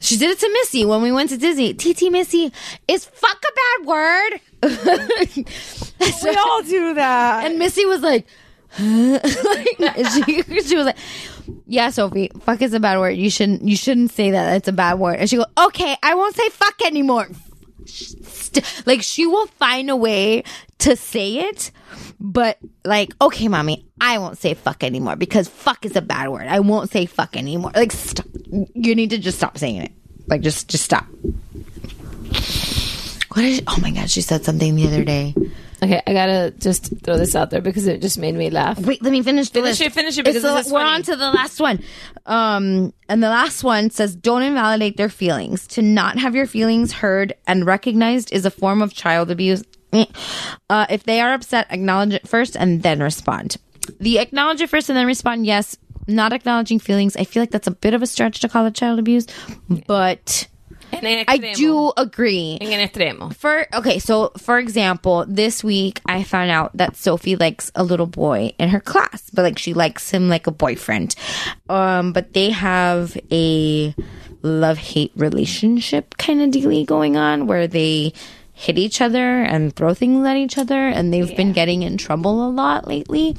She did it to Missy when we went to Disney. TT Missy is fuck a bad word. <laughs> <laughs> we all do that. And Missy was like, huh? <laughs> Like, she, she was like, yeah, Sophie, fuck is a bad word. You shouldn't, you shouldn't say that. It's a bad word. And she go, okay, I won't say fuck anymore. St- like she will find a way to say it, but like, okay, mommy, I won't say fuck anymore because fuck is a bad word. I won't say fuck anymore. Like, stop. You need to just stop saying it. Like, just, just stop. What is? Oh my god, she said something the other day. Okay, I gotta just throw this out there because it just made me laugh. Wait, let me finish the Finish list. it, finish it, It's because the- this is we're funny. on to the last one. Um, and the last one says, "Don't invalidate their feelings. To not have your feelings heard and recognized is a form of child abuse. Eh. Uh, if they are upset, acknowledge it first and then respond. The acknowledge it first and then respond. Yes, not acknowledging feelings. I feel like that's a bit of a stretch to call it child abuse, but." I do agree. For okay, so for example, this week I found out that Sophie likes a little boy in her class, but like she likes him like a boyfriend. Um, but they have a love hate relationship kind of dealy going on where they hit each other and throw things at each other, and they've been getting in trouble a lot lately.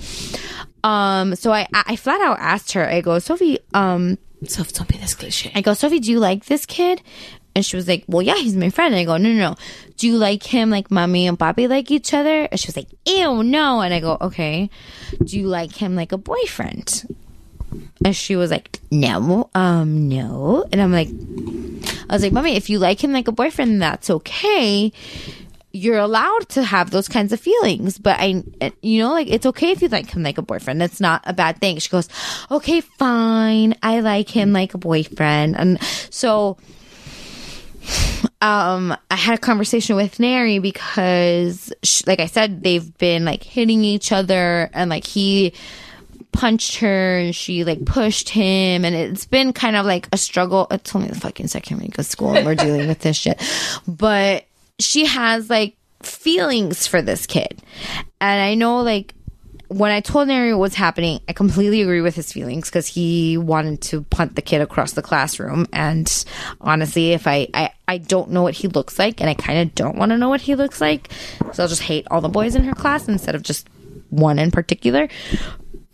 Um, so I I I flat out asked her. I go, Sophie, um, Sophie, don't be this cliche. I go, Sophie, do you like this kid? And she was like, Well, yeah, he's my friend. And I go, No, no, no. Do you like him like mommy and Bobby like each other? And she was like, Ew, no. And I go, Okay. Do you like him like a boyfriend? And she was like, No, um, no. And I'm like, I was like, Mommy, if you like him like a boyfriend, that's okay. You're allowed to have those kinds of feelings, but I, you know, like it's okay if you like him like a boyfriend. That's not a bad thing. She goes, okay, fine. I like him like a boyfriend. And so, um, I had a conversation with Nary because, sh like I said, they've been like hitting each other and like he punched her and she like pushed him and it's been kind of like a struggle. It's only the fucking second week of school and we're dealing with this shit. But she has like feelings for this kid. And I know like when I told Nary what was happening, I completely agree with his feelings because he wanted to punt the kid across the classroom. And honestly, if I, I, I don't know what he looks like, and I kind of don't want to know what he looks like, so I'll just hate all the boys in her class instead of just one in particular.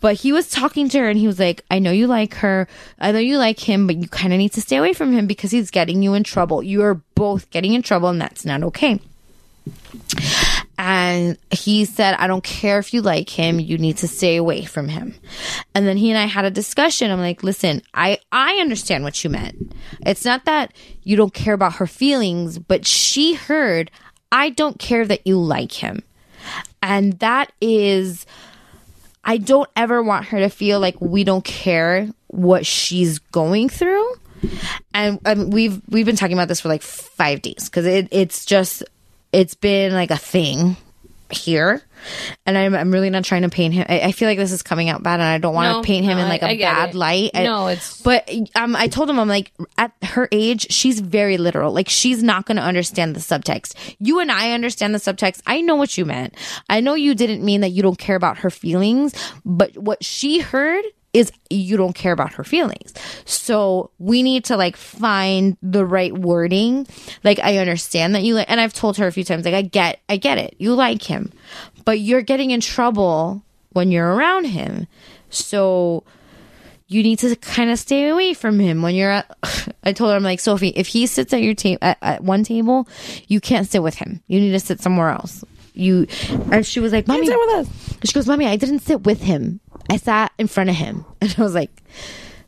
But he was talking to her and he was like, I know you like her. I know you like him, but you kind of need to stay away from him because he's getting you in trouble. You're both getting in trouble, and that's not okay. And he said, I don't care if you like him, you need to stay away from him. And then he and I had a discussion. I'm like, listen, I, I understand what you meant. It's not that you don't care about her feelings, but she heard, I don't care that you like him. And that is, I don't ever want her to feel like we don't care what she's going through. And um, we've we've been talking about this for like five days because it, it's just it's been like a thing here, and I'm I'm really not trying to paint him. I, I feel like this is coming out bad, and I don't want to No, paint him no, in I- like a I get bad it. light. I- No, it's- but um, I told him I'm like at her age, she's very literal. Like she's not going to understand the subtext. You and I understand the subtext. I know what you meant. I know you didn't mean that you don't care about her feelings, but what she heard is you don't care about her feelings. So we need to like find the right wording. Like I understand that you like and I've told her a few times like I get I get it. You like him. But you're getting in trouble when you're around him. So you need to kind of stay away from him when you're at <laughs> i told her i'm like sophie if he sits at your table at, at one table you can't sit with him you need to sit somewhere else you and she was like mommy sit with us. she goes mommy i didn't sit with him i sat in front of him <laughs> and i was like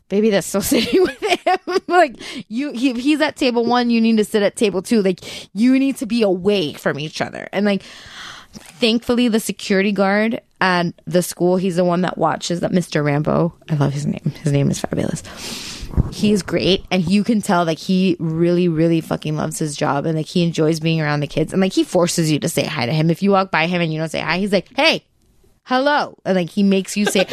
baby that's still <laughs> sitting with him <laughs> like you he, if he's at table one you need to sit at table two like you need to be away from each other and like thankfully the security guard at the school he's the one that watches that mr rambo i love his name his name is fabulous he's great and you can tell like he really really fucking loves his job and like he enjoys being around the kids and like he forces you to say hi to him if you walk by him and you don't say hi he's like hey hello and like he makes you say <laughs>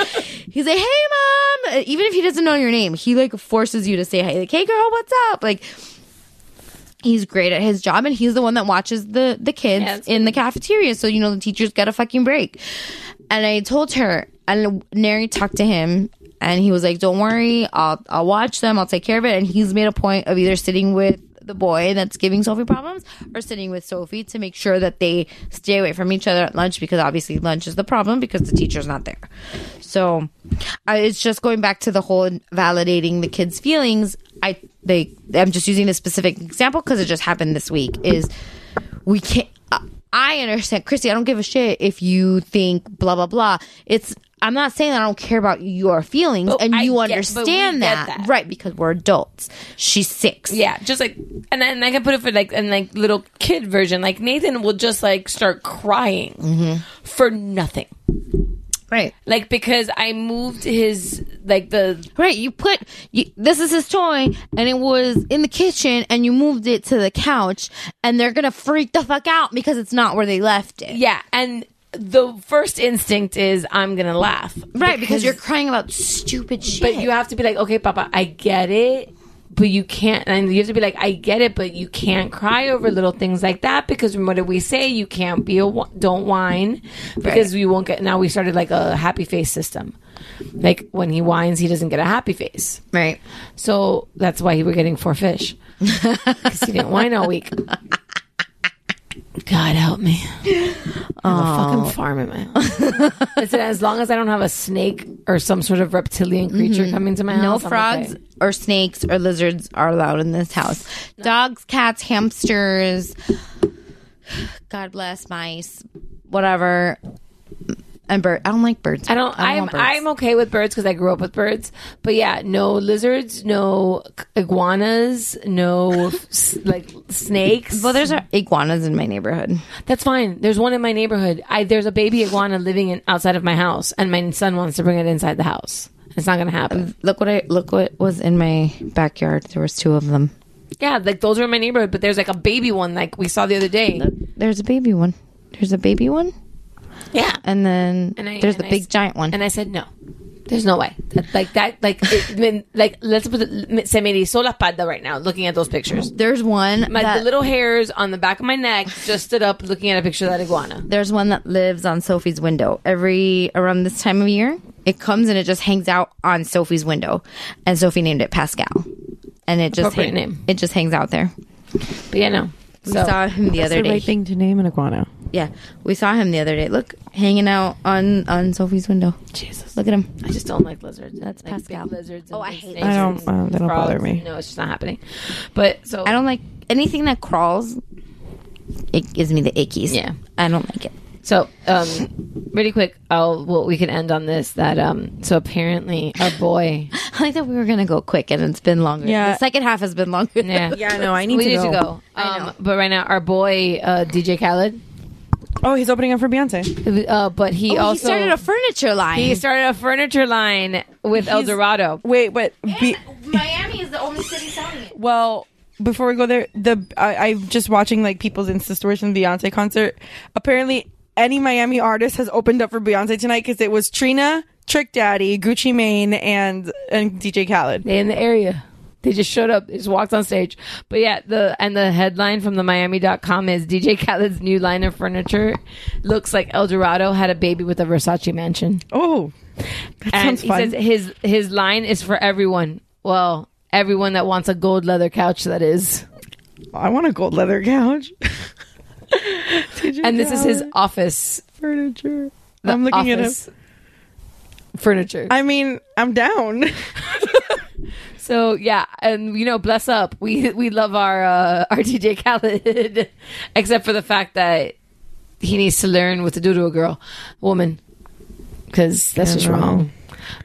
he's like hey mom Uh, even if he doesn't know your name he like forces you to say hi like hey girl what's up like he's great at his job and he's the one that watches the the kids in the cafeteria so you know the teachers get a fucking break and i told her and nary talked to him and he was like don't worry i'll i'll watch them i'll take care of it and he's made a point of either sitting with the boy that's giving sophie problems or sitting with sophie to make sure that they stay away from each other at lunch because obviously lunch is the problem because the teacher's not there so I, it's just going back to the whole validating the kids feelings i they i'm just using this specific example because it just happened this week is we can't I- i understand christy i don't give a shit if you think blah blah blah it's I'm not saying that I don't care about your feelings But and I you get- but we understand get that. Right, because we're adults. She's six. Yeah, just like, and then I can put it for like, and like little kid version. Like Nathan will just like start crying Mm-hmm. for nothing. Right. Like because I moved his like the Right, you put you, this is his toy and it was in the kitchen and you moved it to the couch and they're going to freak the fuck out because it's not where they left it. Yeah, and the first instinct is I'm gonna laugh. Right, because you're crying about stupid shit. But you have to be like, okay, Papa, I get it. But you can't, and you have to be like, I get it, but you can't cry over little things like that because what do we say? You can't be a wh- don't whine because we won't get. Now we started like a happy face system. Like when he whines, he doesn't get a happy face. Right. So that's why he were getting four <laughs> fish because he didn't whine all week. God help me. I have a fucking farm in my house. I said, as long as I don't have a snake or some sort of reptilian creature coming to my Mm-hmm. no house. I'm frogs okay. or snakes or lizards are allowed in this house. Dogs, cats, hamsters, God bless mice, whatever. And bird. I don't like birds. I don't. I'm want birds. I'm okay with birds because I grew up with birds. But yeah, no lizards, no c- iguanas, <laughs> no s- like snakes. Well, there's a, iguanas in my neighborhood. That's fine. There's one in my neighborhood. I there's a baby iguana living in, outside of my house, and my son wants to bring it inside the house. It's not gonna happen. Look what I look what was in my backyard. There was two of them. Yeah, like those are in my neighborhood, but there's like a baby one like we saw the other day. There's a baby one. There's a baby one. Yeah. And then And I- there's and the I big s- giant one. And I said no. There's no way. That, like that. Like it, when- like let's put it, se me erizó la espalda right now looking at those pictures. There's one. My that- the little hairs on the back of my neck just stood up looking at a picture of that iguana. There's one that lives on Sophie's window. Every around this time of year, it comes and it just hangs out on Sophie's window. And Sophie named it Pascal. And it just Appropriate hang- name. it just hangs out there. But yeah, no. We So- saw him the That's other the day. right thing to name an iguana. Yeah, we saw him the other day. Look, hanging out on on Sophie's window. Jesus, look at him. I just don't like lizards. That's like Pascal. Big lizards. And Oh, I big hate snakes I don't- and I don't- they don't bother frogs. me. No, it's just not happening. But so I don't like anything that crawls. It gives me the ickies. Yeah. I don't like it. So, um, really quick, I'll well, we can end on this. That um, so apparently our <laughs> boy. I like that we were gonna go quick and it's been longer. Yeah. the second half has been longer. <laughs> Yeah, we need to go. Um, but right now, our boy uh, DJ Khaled. Oh, he's opening up for Beyonce. Uh, but he Oh, also he started a furniture line. He started a furniture line with El He's- Dorado. Wait, but be- Miami is the only city selling <laughs> it. well, before we go there, the I, I'm just watching like people's Insta stories from the Beyonce concert. Apparently, any Miami artist has opened up for Beyonce tonight because it was Trina, Trick Daddy, Gucci Mane, and and DJ Khaled. They in the area. They just showed up, just walked on stage. But yeah, the and the headline from the Miami.com is DJ Khaled's new line of furniture looks like El Dorado had a baby with a Versace mansion. Oh. and sounds he fun. says his his line is for everyone. Well, everyone that wants a gold leather couch that is. I want a gold leather <laughs> couch. and this is his office furniture. The I'm looking at him. office furniture. I mean, I'm down. <laughs> So yeah, and you know, bless up. We <laughs> we love our uh, our <laughs> DJ Khaled, except for the fact that he needs to learn what to do to a girl, woman, because that's I just know. wrong.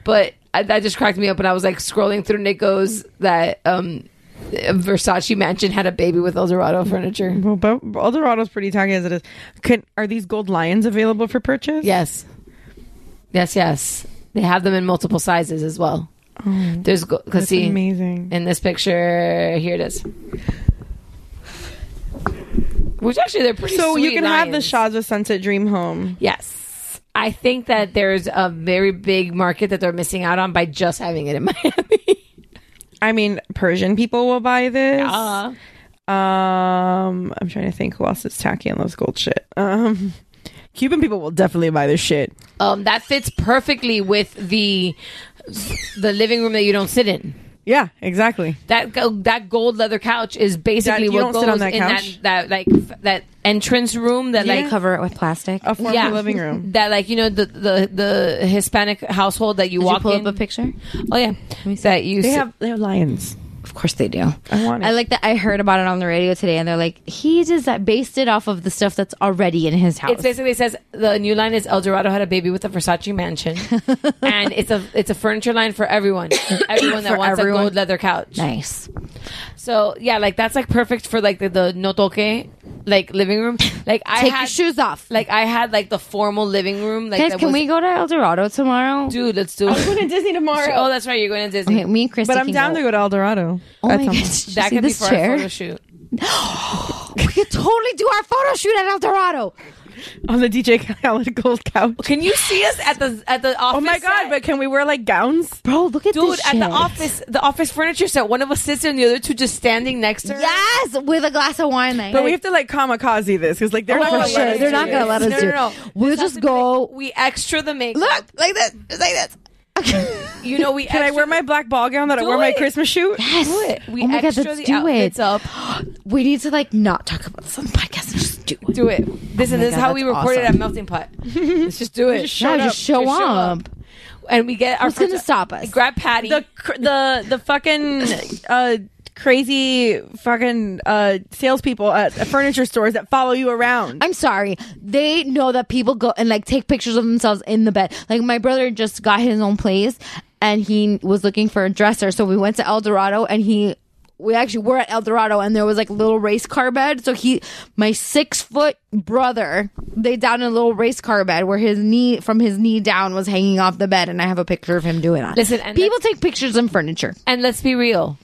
But I, that just cracked me up, and I was like scrolling through Nico's that um, Versace mansion had a baby with El Dorado furniture. Well, but El Dorado's pretty tacky as it is. Can, are these gold lions available for purchase? Yes, yes, yes. They have them in multiple sizes as well. There's because Oh, that's see amazing. in this picture here it is. Which actually they're pretty. So you sweet can have the lions. Shazwa Sunset Dream Home. Yes. I think that there's a very big market that they're missing out on by just having it in <laughs> Miami. I mean, Persian people will buy this. Yeah. Um, I'm trying to think who else is tacky and loves gold shit. Um, <laughs> Cuban people will definitely buy this shit. Um, that fits perfectly with the the living room that you don't sit in. Yeah, exactly. That go- that gold leather couch is basically That- you what don't goes sit on that in couch? that that like f- that entrance room that like cover it with plastic. A formal living <laughs> room. that like you know the the the Hispanic household that you Did you walk pull in. up a picture? Oh yeah, that you They sit- have they have lions. Of course they do. I want it. I like that. I heard about it on the radio today, and they're like, he just uh, based it off of the stuff that's already in his house. It's basically it says the new line is El Dorado had a baby with a Versace <laughs> mansion, and it's a it's a furniture line for everyone, everyone that For wants everyone. a gold leather couch. Nice. So yeah, like that's like perfect for like the, the no toque, like living room. Like I Take your had, shoes off. Like I had like the formal living room. Like Guys, that can was- we go to El Dorado tomorrow? Dude, let's do it. <laughs> going to Disney tomorrow. Oh, that's right. You're going to Disney. Okay, me and Christy but I'm can down go. to go to El Dorado. Oh at my some gosh, point. did you that see could be this for chair? a photo shoot. <laughs> we could totally do our photo shoot at El Dorado. on the DJ Khaled gold couch. Can you see us at the at the office? Oh my god! set? But can we wear like gowns? Bro, look at dude this at shit. the office the office furniture set. One of us sits there and the other two just standing next to her. Yes, with a glass of wine. Like, But we have to like kamikaze this because like they're not for gonna sure. let us They're do not gonna this. let us No, do. no, no. it. We'll just go. We extra the makeup. Look like this. Just like this. You know we Can I extra wear my black ball gown that I Do wore my it. Christmas shoot? Yes. do it. We oh my god, extra let's the do outfits it. up. We need to like not talk about this on the podcast. and Just do it. Do it. This Oh is my this is God, how we that's reported awesome. at Melting <laughs> Pot. Let's just do it. just Yeah, showed just show Just show up. up. and we get our Who's gonna first- stop us? Grab Patty. The cr- the the fucking uh crazy fucking uh salespeople at furniture stores that follow you around. I'm sorry. They know that people go and like take pictures of themselves in the bed. Like my brother just got his own place and he was looking for a dresser. So we went to El Dorado and he we actually were at El Dorado and there was like a little race car bed. So he my six foot brother laid down in a little race car bed where his knee from his knee down was hanging off the bed and I have a picture of him doing that. Listen, and people take pictures in furniture. and let's be real.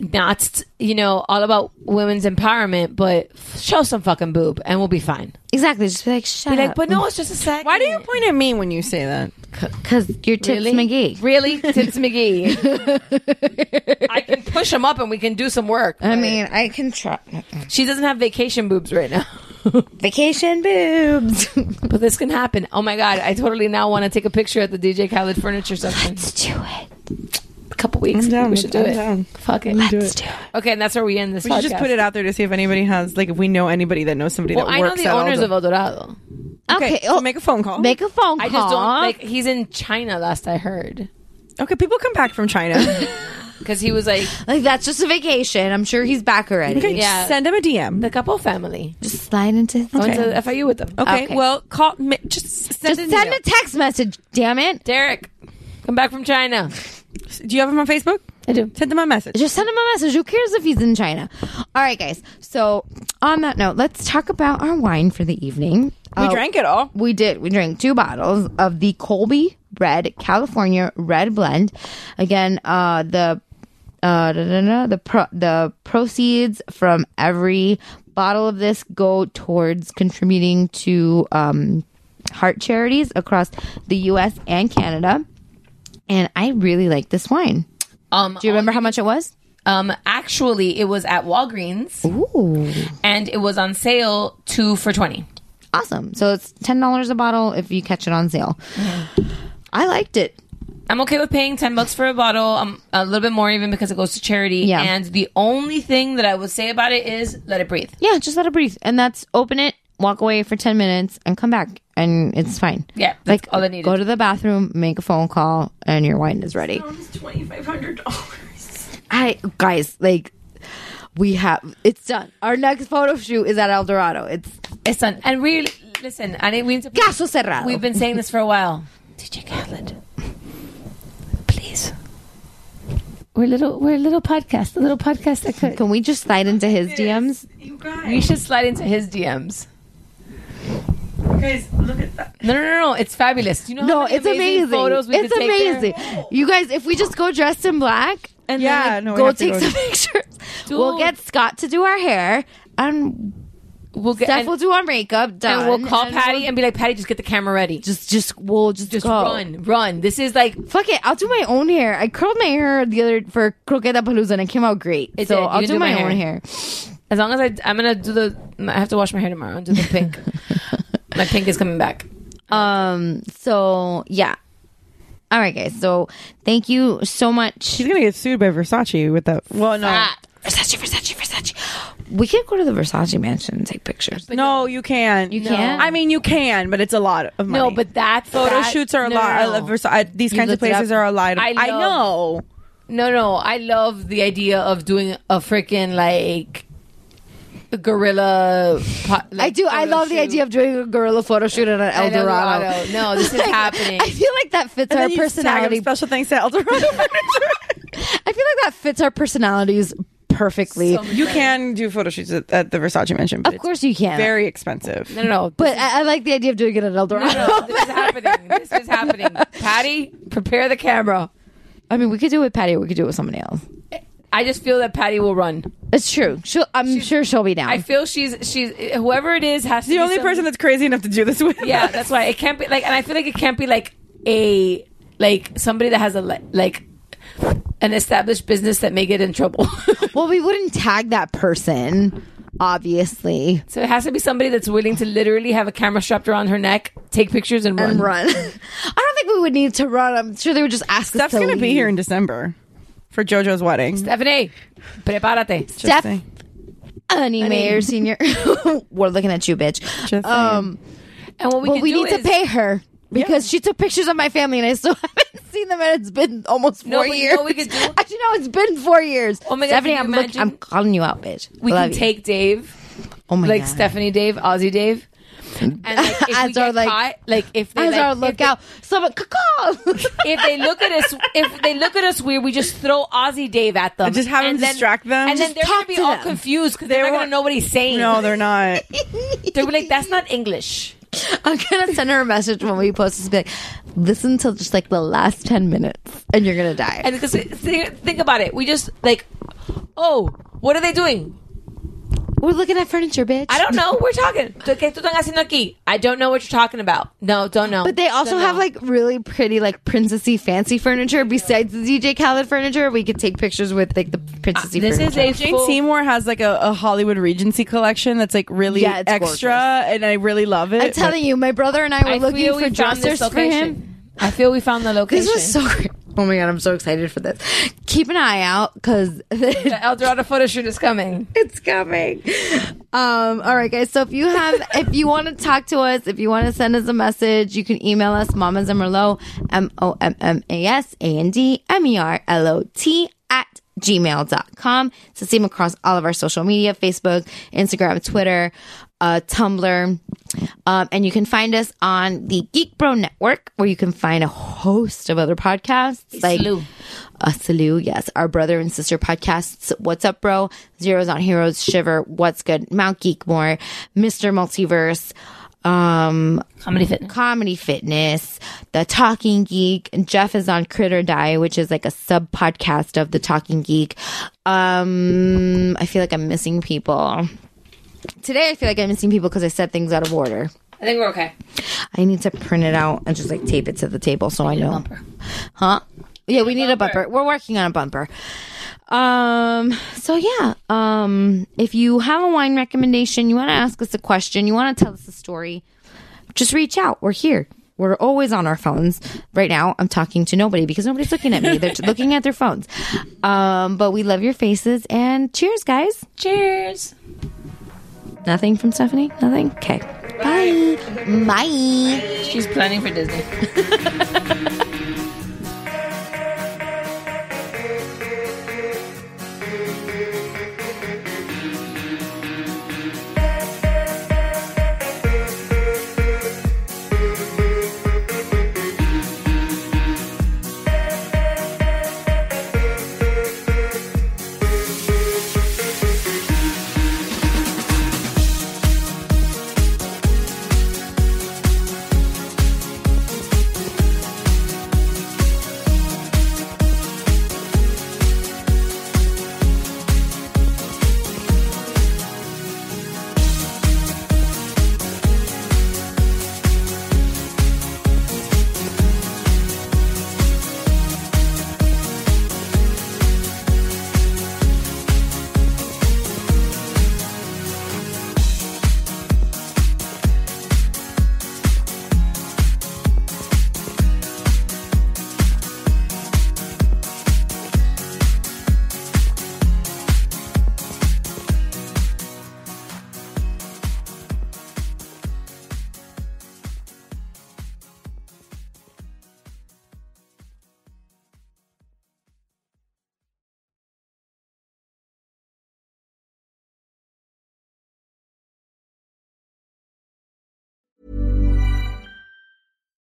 Not you know all about women's empowerment, but f- show some fucking boob and we'll be fine. Exactly. Just be like, shut Be like, up. but no, it's just a second. Why do you point at me when you say that? Because your tips Really? <laughs> McGee. Really, Tips <laughs> McGee. I can push them up and we can do some work. I mean, I can try. She doesn't have vacation boobs right now, Vacation boobs. but this can happen. Oh my god, I totally now want to take a picture at the DJ Khaled furniture section. Let's do it. A couple weeks, I'm down. we should do I'm it. down. Fuck it, Let's do it. Okay, and that's where we end this. We should just podcast. put it out there to see if anybody has like if we know anybody that knows somebody Well, that I know works the at owners of Aldo. El Dorado. Okay, Okay, oh, so make a phone call. Make a phone call. I just don't like. He's in China. Last I heard, okay, people come back from China. because he was like Like, that's just a vacation. I'm sure he's back already. Okay, Yeah. send them a DM. the couple family. Just slide into. his I phone. went to FIU with them. Uh, Okay, Okay. well, call. ma- Just send, Just an send email. a text message. Damn it. Derek, come back from China. Do you have him on Facebook? I do. Send them a message. Just send him a message. Who cares if he's in China? All right, guys. So on that note, let's talk about our wine for the evening. Uh, we drank it all. We did. We drank two bottles of the Colby Red California Red Blend. Again, uh, the uh, da, da, da, the pro- the proceeds from every bottle of this go towards contributing to um, heart charities across the U.S. and Canada. And I really like this wine. Um, Do you remember how much it was? Um, actually, it was at Walgreens Ooh, and it was on sale two for twenty. awesome! So it's ten dollars a bottle if you catch it on sale. I liked it. I'm okay with paying ten bucks for a bottle. Um, a little bit more even because it goes to charity. Yeah. And the only thing that I would say about it is let it breathe. Yeah, just let it breathe. And that's open it, walk away for 10 minutes, and come back. And it's fine. Yeah, that's Like, all I needed. go to the bathroom, make a phone call, and your wine is ready. Twenty five hundred dollars. I, guys, like, we have, it's done. Our next photo shoot is at El Dorado. It's It's done. And really, listen, I didn't. We need to. Caso Cerrado. We've been saying this for a <laughs> while. DJ Khaled, please. We're little. We're a little podcast. A little podcast that could. Can we just slide into his DMs? You guys, We should slide into his DMs. you guys, look at that. No, no, no, no. It's fabulous. You know, how No, many it's amazing. Photos we it's could take there? amazing. You guys, if we just go dressed in black and then, Yeah, like, no, we go have to take go- some pictures, we'll Dude. get Scott to do our hair and We'll get Steph and, will do our makeup. and Done. we'll call and Patty we'll- and be like, Patty, just get the camera ready. Just, just just we'll just, just go. run, run. This is like Fuck it, I'll do my own hair. I curled my hair the other for Croqueta Palooza and it came out great. It so did. You I'll can do, my, own hair. as long as I, I'm gonna do the. I have to wash my hair tomorrow and do the pink. my pink is coming back. Um so yeah. All right guys. So thank you so much. She's gonna get sued by Versace with that. Well, no, Um, Ah, Versace, Versace, Versace. We can go to the Versace mansion and take pictures. no, you can't. You can't? I mean, you can, but it's a lot of money. No, but that photo that- shoots are a no, no, lot. no. I love Versa- I- these You kinds of looked it places up? are a lot. Of, I I, love- know. No, no, I love the idea of doing a freaking like gorilla. po- I do. I love the idea of doing a gorilla photo shoot at an El An El Dorado. Dorado. No, <laughs> this is happening. I feel like that fits And our then you just tag 'em personality. Special thanks to El Dorado. I feel like that fits our personalities perfectly. you can do photo shoots at, at the Versace Mansion. But of course, you can. Very expensive. No, no, no. But I, I like the idea of doing it at El Dorado. <laughs> this is happening. Patty, prepare the camera. I mean, we could do it with Patty. or We could do it with somebody else. I just feel that Patty will run. It's true. She'll, I'm sure she'll be down. I feel she's she's whoever it is has to the only person that's crazy enough to do this <laughs> with. <laughs> Yeah, that's why it can't be like, and I feel like it can't be like a like somebody that has a li- like an established business that may get in trouble. well, we wouldn't tag that person, obviously. <laughs> so it has to be somebody that's willing to literally have a camera strapped around her neck, take pictures, and run. And run. <laughs> I don't think we would need to run. I'm sure they would just ask Steph's us to gonna be leave. here in December for JoJo's wedding. Stephanie, prepárate. Steph, Annie Mayer Senior. <laughs> We're looking at you, bitch. Um, and what we but could we do need to is- pay her because she took pictures of my family, and I still <laughs> haven't seen them, and it's been almost four No, but you years. know what we could do? <laughs> Actually, no, it's been four years. Oh my God, Stephanie, can I'm, you look- imagine? I'm calling you out, bitch. we Love can you. take Dave. Oh my like God. Stephanie Dave, Aussie Dave. And <laughs> like if we As our, get like- caught, like if they as like, our lookout. Someone, caw-caw. if they look at us, if they look at us weird, we just throw Aussie Dave at them. Just have him And then- distract them. and then Just they're talk gonna be to all them. confused because they're not gonna know what he's saying. No, they're not. <laughs> <laughs> they're gonna be like, "That's not English." <laughs> I'm gonna send her a message when we post this. Be like, listen till just like the last ten minutes, and you're gonna die. And because think, think about it, we just like, oh, what are they doing? We're looking at furniture, bitch. I don't know. We're talking. ¿Qué tú están haciendo aquí? I don't know what you're talking about. No, don't know. But they also Don't have know. like really pretty, like princessy fancy furniture besides the DJ Khaled furniture. We could take pictures with like the Uh, princessy. This is furniture. a Jane Seymour has like a, a Hollywood Regency collection that's like really Yeah, it's extra, and I really love it. I'm telling you, my brother and I were I looking feel we for found this dressers for him. location. I feel we found the location. This was so great. Oh my god, I'm so excited for this. Keep an eye out <laughs> because the El Dorado photo shoot is coming. it's coming. Um, all right, guys. So if you have, <laughs> if you want to talk to us, if you want to send us a message, you can email us mamas and merlot, m o m m a s a n d m e r l o t at gmail.com. It's the same across all of our social media Facebook, Instagram, Twitter, uh, Tumblr. Um, and you can find us on the Geek Bro Network, where you can find a host of other podcasts like slew. a slew, yes. Our brother and sister podcasts, What's Up, Bro? Zeros on Heroes, Shiver, What's Good, Mount Geekmore, Mr. Multiverse, um, Comedy Fitness. Comedy Fitness, The Talking Geek. and Jeff is on Crit or Die, which is like a sub podcast of The Talking Geek. Um, I feel like I'm missing people. Today, I feel like I'm missing people because I said things out of order. I think we're okay. I need to print it out and just like tape it to the table so I know. Huh? Yeah, we need a bumper. We're working on a bumper. Um so yeah, um if you have a wine recommendation, you want to ask us a question, you want to tell us a story, just reach out. We're here. We're always on our phones. Right now, I'm talking to nobody because nobody's looking at me. <laughs> They're just looking at their phones. Um but we love your faces and cheers guys. Cheers. Nothing from Stephanie? Nothing. Okay. Bye. Bye. She's planning for Disney.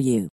you.